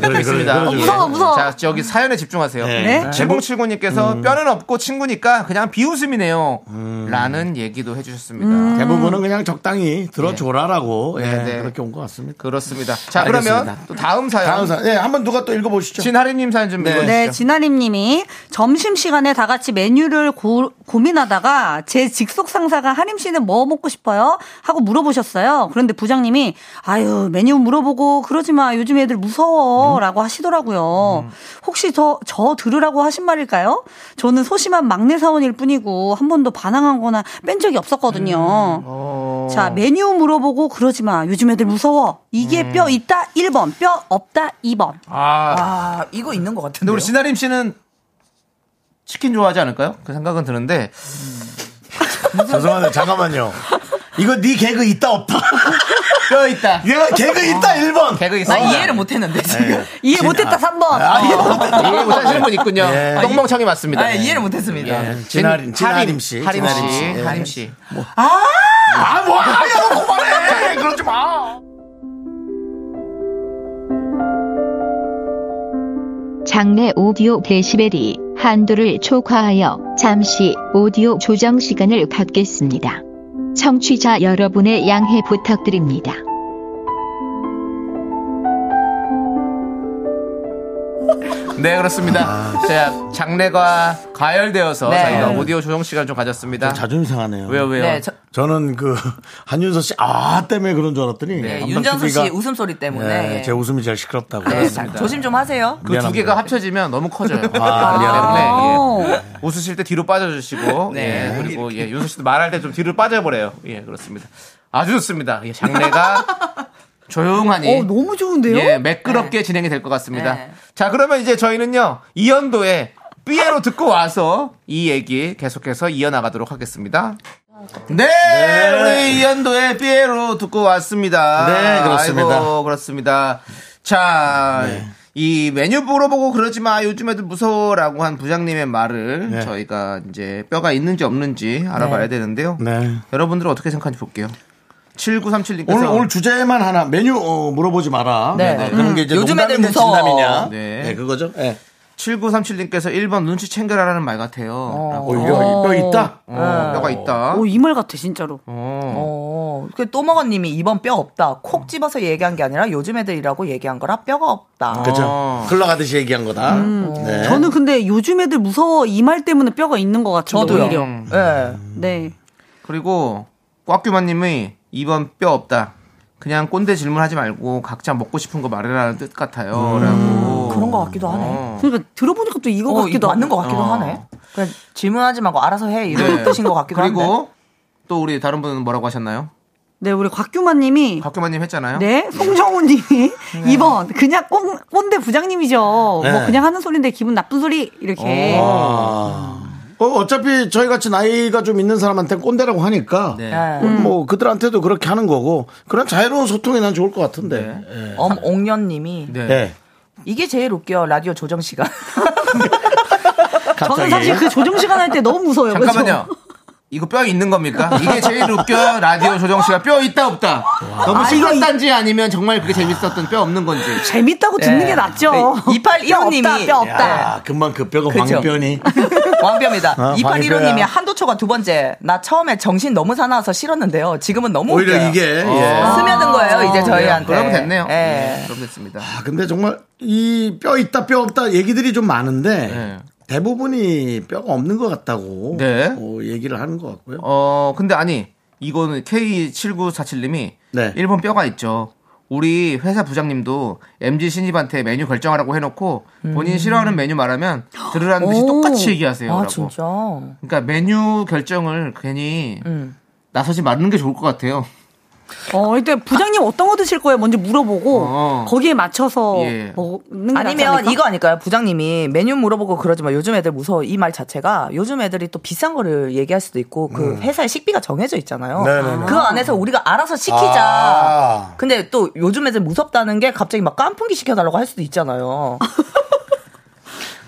Speaker 2: 그렇습니다.
Speaker 1: 그러니까
Speaker 2: 예.
Speaker 1: 그러지, 그러지.
Speaker 8: 무서워, 무서워.
Speaker 2: 자, 여기 사연에 집중하세요.
Speaker 1: 네. 음.
Speaker 2: 7079님께서 뼈는 없고 친구니까 그냥 비웃음이네요. 라는 얘기도 해주셨습니다.
Speaker 9: 음.
Speaker 1: 대부분은 그냥 적당히 들어줘라라고 예,
Speaker 2: 음. 네, 네.
Speaker 1: 그렇게 온 것 같습니다.
Speaker 2: 그렇습니다. 자,
Speaker 1: 알겠습니다.
Speaker 2: 그러면 또 다음 사연.
Speaker 1: 다음 사연, 예, 한번 누가 또 읽어보시죠.
Speaker 2: 진하리님 사연 좀 읽어주시죠.
Speaker 8: 네, 진아림님이 점심시간에 다 같이 메뉴를 고, 고민하다가 제 직속 상사가 하림 씨는 뭐 먹고 싶어요? 하고 물어보셨어요. 그런데 부장님이 아유 메뉴 물어보고 그러지 마 요즘 애들 무서워라고 하시더라고요. 혹시 저, 저 들으라고 하신 말일까요? 저는 소심한 막내 사원일 뿐이고 한 번도 반항한거나 뺀 적이 없었거든요. 자 메뉴 물어보고 그러지 마 요즘 애들 무서워 이게 뼈 있다 1번 뼈 없다 2번
Speaker 2: 아,
Speaker 9: 아 이거 있는 것 같은데
Speaker 2: 근데
Speaker 1: 네.
Speaker 2: 우리 신하림 씨는 치킨 좋아하지 않을까요? 그 생각은 드는데
Speaker 1: 죄송한데 잠깐만요. 이거 네 개그 있다 없다.
Speaker 2: 뼈 있다.
Speaker 1: 얘가 개그 있다 1번.
Speaker 2: 아.
Speaker 1: 네.
Speaker 2: 개그 있어.
Speaker 9: 나 아, 이해를 못했는데 지금
Speaker 8: 이해 못했다 3번
Speaker 1: 아, 이해 못했다.
Speaker 2: 이해 못하시는 분 있군요.
Speaker 1: 예.
Speaker 2: 똥멍청이 맞습니다.
Speaker 9: 어. 아, 이해를 못했습니다
Speaker 1: 예, 진하림, 진하림 씨.
Speaker 2: 하림 씨.
Speaker 1: 진하림 씨. 예.
Speaker 2: 하림 씨.
Speaker 1: 아, 뭐, 아니야,
Speaker 2: 네.
Speaker 1: 그만해. 그러지 마.
Speaker 11: 장내 오디오 데시벨이 한도를 초과하여 잠시 오디오 조정 시간을 갖겠습니다. 청취자 여러분의 양해 부탁드립니다.
Speaker 2: 네, 그렇습니다.
Speaker 1: 아.
Speaker 2: 제가 장래가 가열되어서
Speaker 1: 네.
Speaker 2: 저희가 오디오 조정 시간 좀 가졌습니다.
Speaker 1: 자존심 상하네요.
Speaker 2: 왜요, 왜요? 네, 저-
Speaker 1: 는그 한윤서 씨, 아, 때문에 그런 줄 알았더니.
Speaker 9: 네,
Speaker 1: 담당
Speaker 9: 윤정수 씨
Speaker 1: PD가
Speaker 9: 웃음소리 때문에.
Speaker 1: 네,
Speaker 9: 예.
Speaker 1: 제 웃음이 제일 시끄럽다고.
Speaker 2: 아,
Speaker 9: 네, 조심 좀 하세요.
Speaker 2: 그 두 개가 합쳐지면 너무 커져요.
Speaker 1: 아,
Speaker 2: 그렇기
Speaker 9: 아.
Speaker 2: 때문에 네, 예. 웃으실 때 뒤로 빠져주시고
Speaker 9: 네.
Speaker 2: 예, 그리고 예, 윤수 씨도 말할 때 좀 뒤로 빠져버려요. 예, 그렇습니다. 아주 좋습니다. 예, 장래가 조용하니
Speaker 12: 어, 너무 좋은데요? 네.
Speaker 2: 예, 매끄럽게 진행이 될 것 같습니다. 자, 그러면 이제 저희는요 이연도의 삐에로 듣고 와서 이 얘기 계속해서 이어나가도록 하겠습니다. 네, 우리 이연도의 삐에로 듣고 왔습니다.
Speaker 1: 네, 그렇습니다.
Speaker 2: 아이고, 어, 그렇습니다. 자,
Speaker 1: 네.
Speaker 2: 이 메뉴 물어보고 그러지 마. 요즘 애들 무서워라고 한 부장님의 말을
Speaker 1: 네.
Speaker 2: 저희가 이제 뼈가 있는지 없는지 알아봐야
Speaker 1: 네.
Speaker 2: 되는데요.
Speaker 1: 네.
Speaker 2: 여러분들은 어떻게 생각하는지 볼게요. 7937님께서
Speaker 1: 오늘 오늘 주제만 하나 메뉴 어, 물어보지 마라.
Speaker 2: 네.
Speaker 1: 네, 그런 게 이제
Speaker 2: 요즘
Speaker 1: 농담이냐
Speaker 2: 애들 무서워.
Speaker 1: 진담이냐.
Speaker 2: 네.
Speaker 1: 네, 그거죠. 네.
Speaker 2: 7937님께서 1번 눈치 챙겨라라는 말 같아요. 라고.
Speaker 1: 오히려 뼈 어, 있다?
Speaker 2: 어, 뼈가 있다.
Speaker 9: 어. 네. 오, 이 말 같아, 진짜로.
Speaker 2: 어.
Speaker 9: 그 또먹어님이 이번 뼈 없다. 콕 집어서 얘기한 게 아니라 요즘 애들이라고 얘기한 거라 뼈가 없다.
Speaker 1: 어. 그죠. 흘러가듯이 얘기한 거다. 네.
Speaker 8: 저는 근데 요즘 애들 무서워 이 말 때문에 뼈가 있는 것 같은데
Speaker 2: 저도요.
Speaker 8: 오히려.
Speaker 2: 음.
Speaker 9: 예,
Speaker 8: 네.
Speaker 2: 그리고 꽉규만님의 2번 뼈 없다. 그냥 꼰대 질문하지 말고 각자 먹고 싶은 거 말해라는 뜻 같아요.
Speaker 1: 음.
Speaker 2: 라고.
Speaker 9: 그런 것 같기도 하네.
Speaker 8: 그러니까 들어보니까 또 이거
Speaker 9: 어,
Speaker 8: 같기도
Speaker 9: 이거 맞는 것 같기도
Speaker 2: 어.
Speaker 9: 하네. 그냥 질문하지 말고 알아서 해 이런
Speaker 2: 네.
Speaker 9: 뜻인 것 같기도
Speaker 2: 그리고
Speaker 9: 한데.
Speaker 2: 또 우리 다른 분은 뭐라고 하셨나요?
Speaker 8: 네, 우리 곽규만님이
Speaker 2: 곽규만님 했잖아요.
Speaker 8: 네, 송정우님이
Speaker 9: 네.
Speaker 8: 2번 그냥 꼰, 꼰대 부장님이죠.
Speaker 1: 네.
Speaker 8: 뭐 그냥 하는 소리인데 기분 나쁜 소리 이렇게.
Speaker 1: 아. 어, 어차피 저희 같이 나이가 좀 있는 사람한테 꼰대라고 하니까
Speaker 2: 네.
Speaker 9: 아. 예.
Speaker 1: 음, 뭐 그들한테도 그렇게 하는 거고 그런 자유로운 소통이 난 좋을 것 같은데.
Speaker 9: 네.
Speaker 1: 예.
Speaker 9: 엄옥년님이
Speaker 2: 네.
Speaker 1: 예.
Speaker 9: 이게 제일 웃겨 라디오 조정 시간. 어,
Speaker 8: 저는 사실 그 조정 시간 할 때 너무 무서워요. 그래서
Speaker 2: 잠깐만요. 이거 뼈 있는 겁니까? 이게 제일 웃겨 라디오 조정 씨가 뼈 있다 없다. 너무 시끄럽단지 아니면 정말 그게 재밌었던 뼈 없는 건지.
Speaker 8: 재밌다고 듣는 게 낫죠.
Speaker 9: 네, 2815 님이.
Speaker 8: 뼈 없다. 뼈 없다.
Speaker 1: 야, 금방 그 뼈가
Speaker 9: 그죠.
Speaker 1: 광뼈니.
Speaker 9: 왕뼈입니다.
Speaker 1: 어,
Speaker 9: 2815님이
Speaker 1: 광희뼈야.
Speaker 9: 한도초가 두 번째. 나 처음에 정신 너무 사나워서 싫었는데요. 지금은 너무
Speaker 1: 오히려
Speaker 9: 웃겨요.
Speaker 1: 이게,
Speaker 2: 아.
Speaker 1: 예.
Speaker 9: 어. 스며든 거예요. 이제 저희한테.
Speaker 2: 그러면 됐네요.
Speaker 9: 예.
Speaker 2: 네, 그럼 됐습니다.
Speaker 1: 아, 근데 정말 이 뼈 있다 뼈 없다 얘기들이 좀 많은데 대부분이 뼈가 없는 것 같다고
Speaker 2: 네.
Speaker 1: 어, 얘기를 하는 것 같고요.
Speaker 2: 어, 근데 아니, 이거는 K7947님이
Speaker 1: 네.
Speaker 2: 일본 뼈가 있죠. 우리 회사 부장님도 MG 신입한테 메뉴 결정하라고 해놓고 본인이 싫어하는 메뉴 말하면 들으라는 듯이
Speaker 9: 음. 오.
Speaker 2: 똑같이 얘기하세요.
Speaker 9: 아,
Speaker 2: 라고.
Speaker 9: 진짜.
Speaker 2: 그러니까 메뉴 결정을 괜히
Speaker 9: 음.
Speaker 2: 나서지 말는 게 좋을 것 같아요.
Speaker 8: 어, 일단 부장님 어떤 거 드실 거예요? 먼저 물어보고
Speaker 2: 어.
Speaker 8: 거기에 맞춰서
Speaker 2: 예.
Speaker 8: 먹는 게
Speaker 9: 아니면 이거 아닐까요? 부장님이 메뉴 물어보고 그러지 마. 요즘 애들 무서워. 이 말 자체가 요즘 애들이 또 비싼 거를 얘기할 수도 있고 그 회사에 식비가 정해져 있잖아요.
Speaker 1: 음. 네네네.
Speaker 9: 그 안에서 우리가 알아서 시키자.
Speaker 1: 아.
Speaker 9: 근데 또 요즘 애들 무섭다는 게 갑자기 막 깐풍기 시켜달라고 할 수도 있잖아요.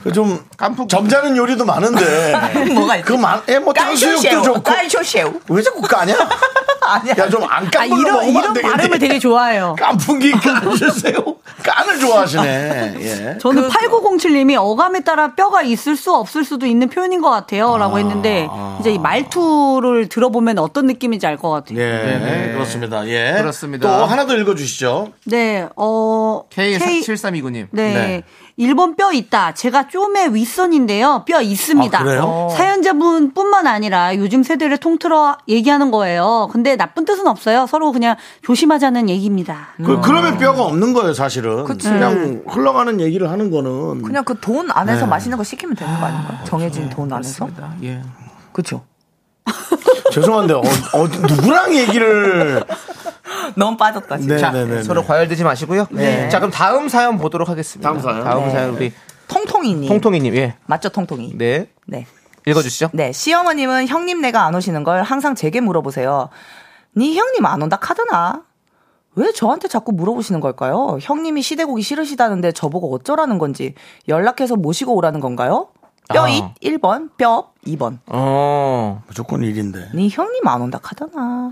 Speaker 1: 그좀 점잖은 요리도 많은데
Speaker 9: 뭐가 있지?
Speaker 1: 그 많, 예, 뭐 탕수육도 좋고
Speaker 9: 깔쇼쉐우.
Speaker 1: 왜 자꾸 까냐?
Speaker 9: 아니야.
Speaker 1: 야 좀 안
Speaker 8: 아,
Speaker 1: 깐걸로
Speaker 8: 이런
Speaker 1: 먹으면 안
Speaker 8: 이런 발음을
Speaker 1: 되겠네.
Speaker 8: 되게 좋아해요.
Speaker 1: 깐풍기 까주세요. 깐을 좋아하시네. 예.
Speaker 8: 저는 8907님이 어감에 따라 뼈가 있을 수 없을 수도 있는 표현인 것 같아요. 라고 했는데, 이제 이 말투를 들어보면 어떤 느낌인지 알 것 같아요.
Speaker 1: 예, 네, 그렇습니다. 예.
Speaker 2: 그렇습니다.
Speaker 1: 또 하나 더 읽어주시죠.
Speaker 8: 네, 어. K-
Speaker 2: K7329님.
Speaker 8: 네.
Speaker 1: 네.
Speaker 8: 일본 뼈 있다. 제가 쪼매 윗선인데요. 뼈 있습니다.
Speaker 1: 아, 그래요?
Speaker 8: 사연자분 뿐만 아니라 요즘 세대를 통틀어 얘기하는 거예요. 근데 나쁜 뜻은 없어요. 서로 그냥 조심하자는 얘기입니다.
Speaker 1: 그, 그러면 뼈가 없는 거예요, 사실은.
Speaker 9: 그치.
Speaker 8: 음.
Speaker 1: 냥 흘러가는 얘기를 하는 거는.
Speaker 9: 그냥 그 돈
Speaker 1: 네.
Speaker 9: 안에서 맛있는 거 시키면 되는 거 아닌가? 정해진 돈 안에서.
Speaker 2: 예.
Speaker 9: 그렇죠.
Speaker 1: 죄송한데, 어, 어, 누구랑 얘기를.
Speaker 9: 너무 빠졌다 진짜.
Speaker 2: 자,
Speaker 1: 네네네.
Speaker 2: 서로 과열되지 마시고요.
Speaker 9: 네.
Speaker 2: 자, 그럼 다음 사연 보도록 하겠습니다.
Speaker 1: 다음 사연.
Speaker 2: 다음 사연 우리
Speaker 9: 통통이님.
Speaker 2: 통통이님. 예.
Speaker 9: 맞죠, 통통이.
Speaker 2: 네.
Speaker 9: 네.
Speaker 2: 읽어주시죠.
Speaker 9: 네, 시어머님은 형님 내가 안 오시는 걸 항상 제게 물어보세요. 네 형님 안 온다 카드나? 왜 저한테 자꾸 물어보시는 걸까요? 형님이 시대곡이 싫으시다는데 저보고 어쩌라는 건지 연락해서 모시고 오라는 건가요?
Speaker 2: 아.
Speaker 9: 뼈잇 1번, 뼈 2번.
Speaker 2: 어.
Speaker 1: 무조건 일인데.
Speaker 9: 네 형님 안 온다 카드나?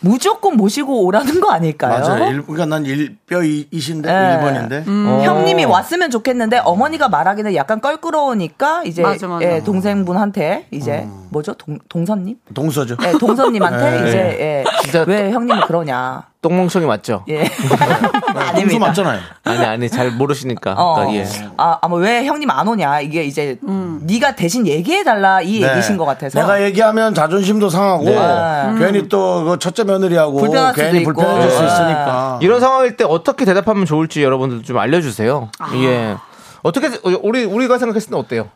Speaker 9: 무조건 모시고 오라는 거 아닐까요?
Speaker 1: 맞아요. 일, 그러니까 난 일, 뼈 이- 이신데
Speaker 9: 네.
Speaker 1: 일번인데
Speaker 9: 음. 형님이 왔으면 좋겠는데 어머니가 말하기는 약간 껄끄러우니까 이제
Speaker 1: 맞아, 맞아.
Speaker 9: 예, 동생분한테 이제 뭐죠 동, 동선님?
Speaker 1: 동서죠.
Speaker 9: 예, 동선님한테
Speaker 2: 네.
Speaker 9: 이제 예, 왜 형님이 그러냐?
Speaker 2: 똥멍청이 맞죠?
Speaker 9: 예.
Speaker 2: 그러니까,
Speaker 1: 어,
Speaker 2: 동수 맞잖아요. 아니 아니 잘 모르시니까.
Speaker 9: 어.
Speaker 2: 그러니까, 예.
Speaker 9: 아, 아마 왜 형님 안 오냐? 이게 이제 네가 대신 얘기해 달라 이
Speaker 1: 네.
Speaker 9: 얘기신 것 같아서.
Speaker 1: 내가 얘기하면 자존심도 상하고
Speaker 2: 네.
Speaker 9: 음.
Speaker 1: 괜히 또그 첫째 며느리하고
Speaker 9: 불편할 수도
Speaker 1: 괜히
Speaker 9: 있고.
Speaker 1: 불편해질 수
Speaker 9: 네.
Speaker 1: 있으니까.
Speaker 2: 이런 상황일 때 어떻게 대답하면 좋을지 여러분들 좀 알려주세요.
Speaker 9: 아.
Speaker 2: 예. 어떻게 우리 우리가 생각했을 때 어때요?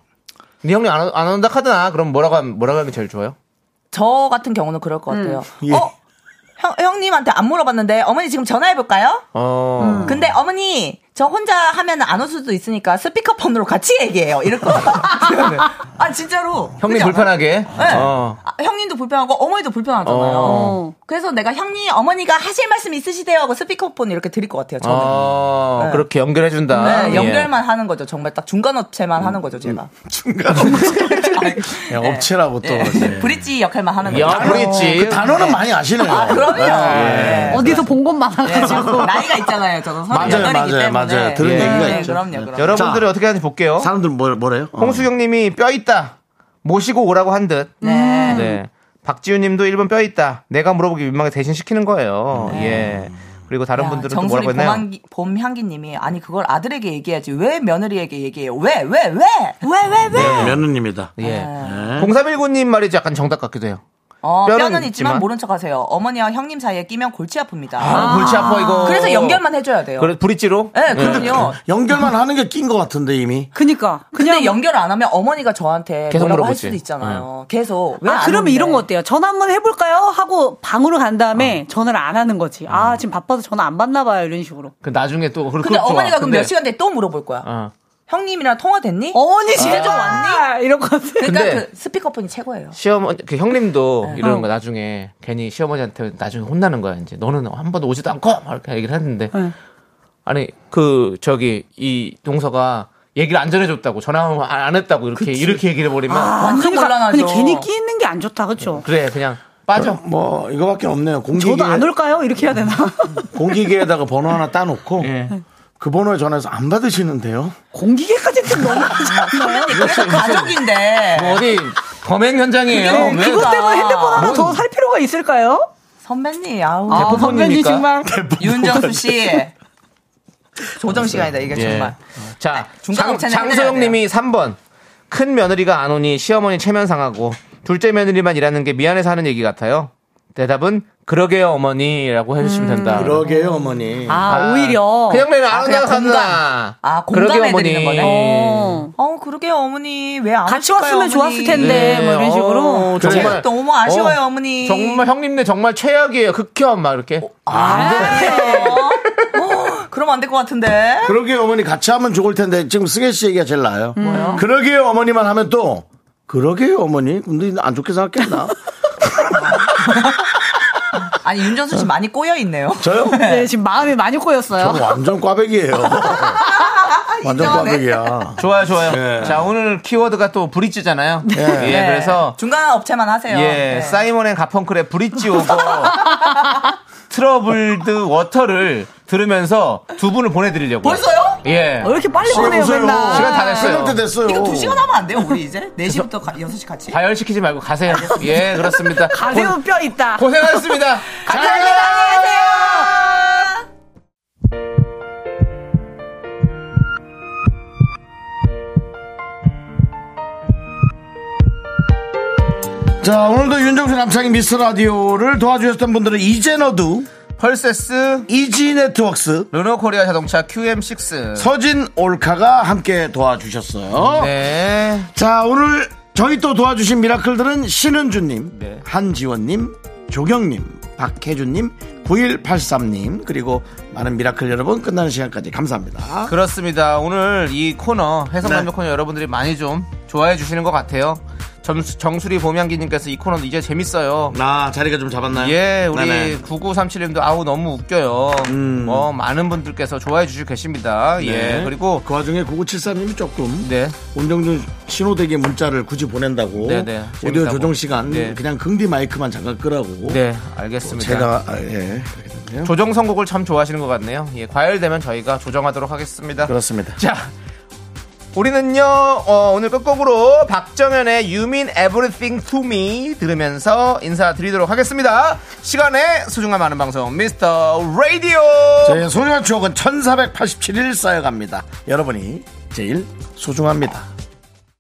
Speaker 2: 네 형님 안, 안 온다 카드나 그럼 뭐라고 하면, 뭐라고 하는 게 제일 좋아요?
Speaker 9: 저 같은 경우는 그럴 것 같아요.
Speaker 1: 음.
Speaker 2: 예.
Speaker 9: 어? 형, 형님한테 안 물어봤는데 어머니 지금 전화해 볼까요?
Speaker 2: 어.
Speaker 1: 음.
Speaker 9: 근데 어머니 저 혼자 하면 안 올 수도 있으니까 스피커폰으로 같이 얘기해요. 이럴 거. 아 진짜로.
Speaker 2: 형님
Speaker 9: 그렇지 않아요?
Speaker 2: 불편하게.
Speaker 9: 네.
Speaker 2: 어.
Speaker 9: 아, 형님도 불편하고 어머니도 불편하잖아요.
Speaker 2: 어.
Speaker 9: 그래서 내가 형님 어머니가 하실 말씀 있으시대요 하고 스피커폰 이렇게 드릴 것 같아요. 저는.
Speaker 2: 어,
Speaker 9: 네.
Speaker 2: 그렇게 연결해 준다. 예.
Speaker 9: 네, 연결만 하는 거죠. 정말 딱 중간 업체만 하는 거죠, 제가. 네.
Speaker 1: 야, 업체라고 또. 이제.
Speaker 9: 브릿지 역할만 하는 거죠.
Speaker 1: 네. 야, 브릿지. 그 단어는 많이 아시네요.
Speaker 9: 아, 그럼요. 네.
Speaker 1: 예.
Speaker 9: 어디서 본 것 많아가지고 나이가 있잖아요. 저는
Speaker 1: 맞아요,
Speaker 9: 38이기 때문에.
Speaker 1: 맞아요, 맞아요. 들은
Speaker 2: 예.
Speaker 1: 얘기가
Speaker 2: 네,
Speaker 1: 있죠.
Speaker 2: 그럼요, 그럼요. 여러분들이 어떻게 하는지 볼게요.
Speaker 1: 사람들 뭐, 뭐래요? 어.
Speaker 2: 홍수경님이 뼈 있다. 모시고 오라고 한 듯.
Speaker 9: 네.
Speaker 2: 박지우님도 1번 뼈 있다. 내가 물어보기 민망해 대신 시키는 거예요. 예. 그리고 다른 분들은 또
Speaker 9: 네. 정수리
Speaker 2: 뭐라고 했나요?
Speaker 9: 봄향기, 봄향기님이 아니 그걸 아들에게 얘기하지 왜 며느리에게 얘기해요? 왜 왜 왜? 왜 왜 왜?
Speaker 1: 네. 며느님이다.
Speaker 9: 네.
Speaker 2: 예. 0319님 말이 약간 정답 같기도 해요.
Speaker 9: 어,
Speaker 2: 뼈는
Speaker 9: 뼈는, 있지만,
Speaker 2: 있지만
Speaker 9: 모른 척하세요. 어머니와 형님 사이에 끼면 골치 아픕니다.
Speaker 2: 아, 골치 아파, 이거.
Speaker 9: 그래서 연결만 해줘야 돼요.
Speaker 2: 그래 브릿지로?
Speaker 9: 네, 그럼요.
Speaker 1: 연결만 하는 게 낀 것 같은데 이미.
Speaker 10: 그니까.
Speaker 9: 근데
Speaker 8: 아,
Speaker 9: 연결 안 하면 어머니가 저한테
Speaker 1: 계속
Speaker 9: 뭐라고 할
Speaker 1: 물어보지.
Speaker 9: 수도 있잖아요. 계속 왜
Speaker 10: 아,
Speaker 9: 안
Speaker 10: 그러면
Speaker 9: 오는데?
Speaker 10: 이런 거 어때요? 전화 한번 해볼까요? 하고 방으로 간
Speaker 1: 어.
Speaker 10: 다음에 전화를 안 하는 거지. 아, 지금 바빠서 전화 안 받나 봐요. 이런 식으로.
Speaker 2: 그 나중에 또 그렇게
Speaker 9: 근데
Speaker 10: 그렇죠.
Speaker 2: 좋아.
Speaker 9: 어머니가 그럼
Speaker 2: 근데-
Speaker 9: 몇 시간 뒤에 또 물어볼 거야.
Speaker 2: 어.
Speaker 9: 형님이랑 통화됐니?
Speaker 10: 어머니
Speaker 2: 집에 좀
Speaker 8: 아,
Speaker 9: 왔니?
Speaker 10: 이런 거.
Speaker 9: 그러니까
Speaker 2: 근데-
Speaker 9: 그 스피커폰이 최고예요.
Speaker 2: 시어머니 그
Speaker 10: 네.
Speaker 2: 형님도 이러는
Speaker 10: 어.
Speaker 2: 거 나중에 괜히 시어머니한테 나중에 혼나는 거야 이제 너는 한 번도 오지도 않고 막 이렇게 얘기를 했는데
Speaker 10: 네.
Speaker 2: 아니 그 저기 이 동서가 얘기를 안 전해줬다고 전화 안- 안 했다고 이렇게 이렇게 얘기를 해버리면
Speaker 10: 완전
Speaker 9: 곤란하죠.
Speaker 10: 근데 아, 괜히 끼는 게 안 좋다, 그렇죠?
Speaker 2: 그래 그냥 빠져
Speaker 1: 뭐 이거밖에 없네요. 공기계
Speaker 10: 저도 안 올까요? 이렇게 해야 되나?
Speaker 1: 공기계에다가 번호 하나 따놓고
Speaker 2: 예.
Speaker 1: 그 번호에 전화해서 안 받으시는데요.
Speaker 10: 공기계까지 좀 너무 하지 않나요?
Speaker 9: 그래서 가족인데.
Speaker 2: 뭐 어디 범행 현장이에요
Speaker 10: 그래,
Speaker 2: 왜?
Speaker 10: 그것 때문에 핸드폰 하나
Speaker 2: 뭔-
Speaker 10: 더 살 필요가 있을까요?
Speaker 9: 선배님, 아우.
Speaker 10: 아,
Speaker 2: 그러니까.
Speaker 10: 선배님 정말.
Speaker 9: 윤정수 씨. 조정 시간이다, 이게
Speaker 10: 네.
Speaker 2: 예.
Speaker 9: 정말.
Speaker 2: 자,
Speaker 9: 중간
Speaker 2: 장,
Speaker 9: 업체는 해내야
Speaker 2: 장소영 님이 3번. 큰 며느리가 안 오니 시어머니 체면 상하고 둘째 며느리만 일하는 게 미안해서 하는 얘기 같아요. 대답은 그러게요 어머니라고 해주시면 된다.
Speaker 1: 그러게요 어머니.
Speaker 10: 아, 오히려.
Speaker 2: 그냥 내는
Speaker 9: 아,
Speaker 2: 안
Speaker 9: 그냥
Speaker 2: 온다고
Speaker 9: 공감.
Speaker 2: 한다.
Speaker 9: 아,
Speaker 2: 그러게요,
Speaker 9: 공감해드리는
Speaker 2: 어머니.
Speaker 9: 거네. 어, 그러게 어머니. 왜 안
Speaker 10: 같이
Speaker 9: 오실까요,
Speaker 10: 왔으면 좋았을 텐데, 뭐 이런 식으로.
Speaker 2: 네. 어,
Speaker 9: 그래.
Speaker 2: 정말
Speaker 9: 너무 아쉬워요,
Speaker 2: 어,
Speaker 9: 어머니.
Speaker 2: 정말 형님네 정말 최악이에요. 극혐 막 이렇게.
Speaker 9: 어? 그러면 안 될 것 같은데.
Speaker 1: 그러게요 어머니 같이 하면 좋을 텐데 지금 승혜 씨 얘기가 제일 나아요.
Speaker 9: 음.
Speaker 1: 그러게요 어머니만 하면 또 그러게요 어머니. 근데 안 좋게 생각했나?
Speaker 9: 아니, 윤정수 씨 많이 꼬여있네요.
Speaker 1: 저요?
Speaker 10: 네, 지금 마음이 많이 꼬였어요.
Speaker 1: 저는 완전 꽈배기예요. 완전
Speaker 9: 인정하네.
Speaker 1: 꽈배기야.
Speaker 2: 좋아요, 좋아요.
Speaker 1: 예.
Speaker 2: 자, 오늘 키워드가 또 브릿지잖아요. 예,
Speaker 9: 네.
Speaker 2: 그래서
Speaker 9: 중간 업체만 하세요.
Speaker 2: 예,
Speaker 9: 네.
Speaker 2: 사이먼 앤 가펑클의 브릿지 오버 트러블드 워터를 들으면서 두 분을 보내드리려고.
Speaker 9: 벌써요?
Speaker 2: 예.
Speaker 10: 왜 이렇게 빨리 보내요, 맨날.
Speaker 2: 시간 다 됐어요.
Speaker 1: 새벽때 됐어요.
Speaker 9: 아. 이거 두 시간 하면 안 돼요, 우리 이제? 4시부터 6시 같이.
Speaker 2: 과열시키지 말고 가세요. 예, 그렇습니다.
Speaker 10: 가세요, 뼈 있다.
Speaker 2: 고, 생하셨습니다
Speaker 1: 자 오늘도 윤정수 남창희 미스 라디오를 도와주셨던 분들은 이제너두
Speaker 2: 펄세스,
Speaker 1: 이지 네트웍스
Speaker 2: 르노코리아 자동차 QM6.
Speaker 1: 서진 올카가 함께 도와주셨어요.
Speaker 2: 네.
Speaker 1: 자, 오늘 저희 또 도와주신 미라클들은 신은주님, 한지원님, 조경님, 박혜준님, 9183님, 그리고 많은 미라클 여러분 끝나는 시간까지 감사합니다. 네.
Speaker 2: 그렇습니다. 오늘 이 코너 해성남녀 코너 여러분들이 많이 좀 좋아해 주시는 것 같아요. 점수, 정수리 봄향기님께서 이 코너도 이제 재밌어요.
Speaker 1: 나 자리가 좀 잡았나요?
Speaker 2: 예, 우리
Speaker 1: 네네. 음.
Speaker 2: 9937님도 아우 너무 웃겨요. 뭐 많은 분들께서 좋아해 주시고 계십니다. 예, 그리고
Speaker 1: 그 와중에 9973님이 조금
Speaker 2: 네.
Speaker 1: 온정준 신호대기 문자를 굳이 보낸다고
Speaker 2: 네, 네.
Speaker 1: 오디오
Speaker 2: 재밌다고.
Speaker 1: 조정 시간
Speaker 2: 네.
Speaker 1: 그냥 긍디 마이크만 잠깐 끄라고
Speaker 2: 네, 알겠습니다.
Speaker 1: 제가 아, 예
Speaker 2: 조정 선곡을 참 좋아하시는 것 같네요. 예, 과열되면 저희가 조정하도록 하겠습니다.
Speaker 1: 그렇습니다.
Speaker 2: 자, 우리는요 어, 오늘 끝곡으로 박정현의 You Mean Everything to Me 들으면서 인사드리도록 하겠습니다. 시간의 소중함 많은 방송 미스터 라디오.
Speaker 1: 저희의 소중한 추억은 1487일 쌓여갑니다. 여러분이 제일 소중합니다.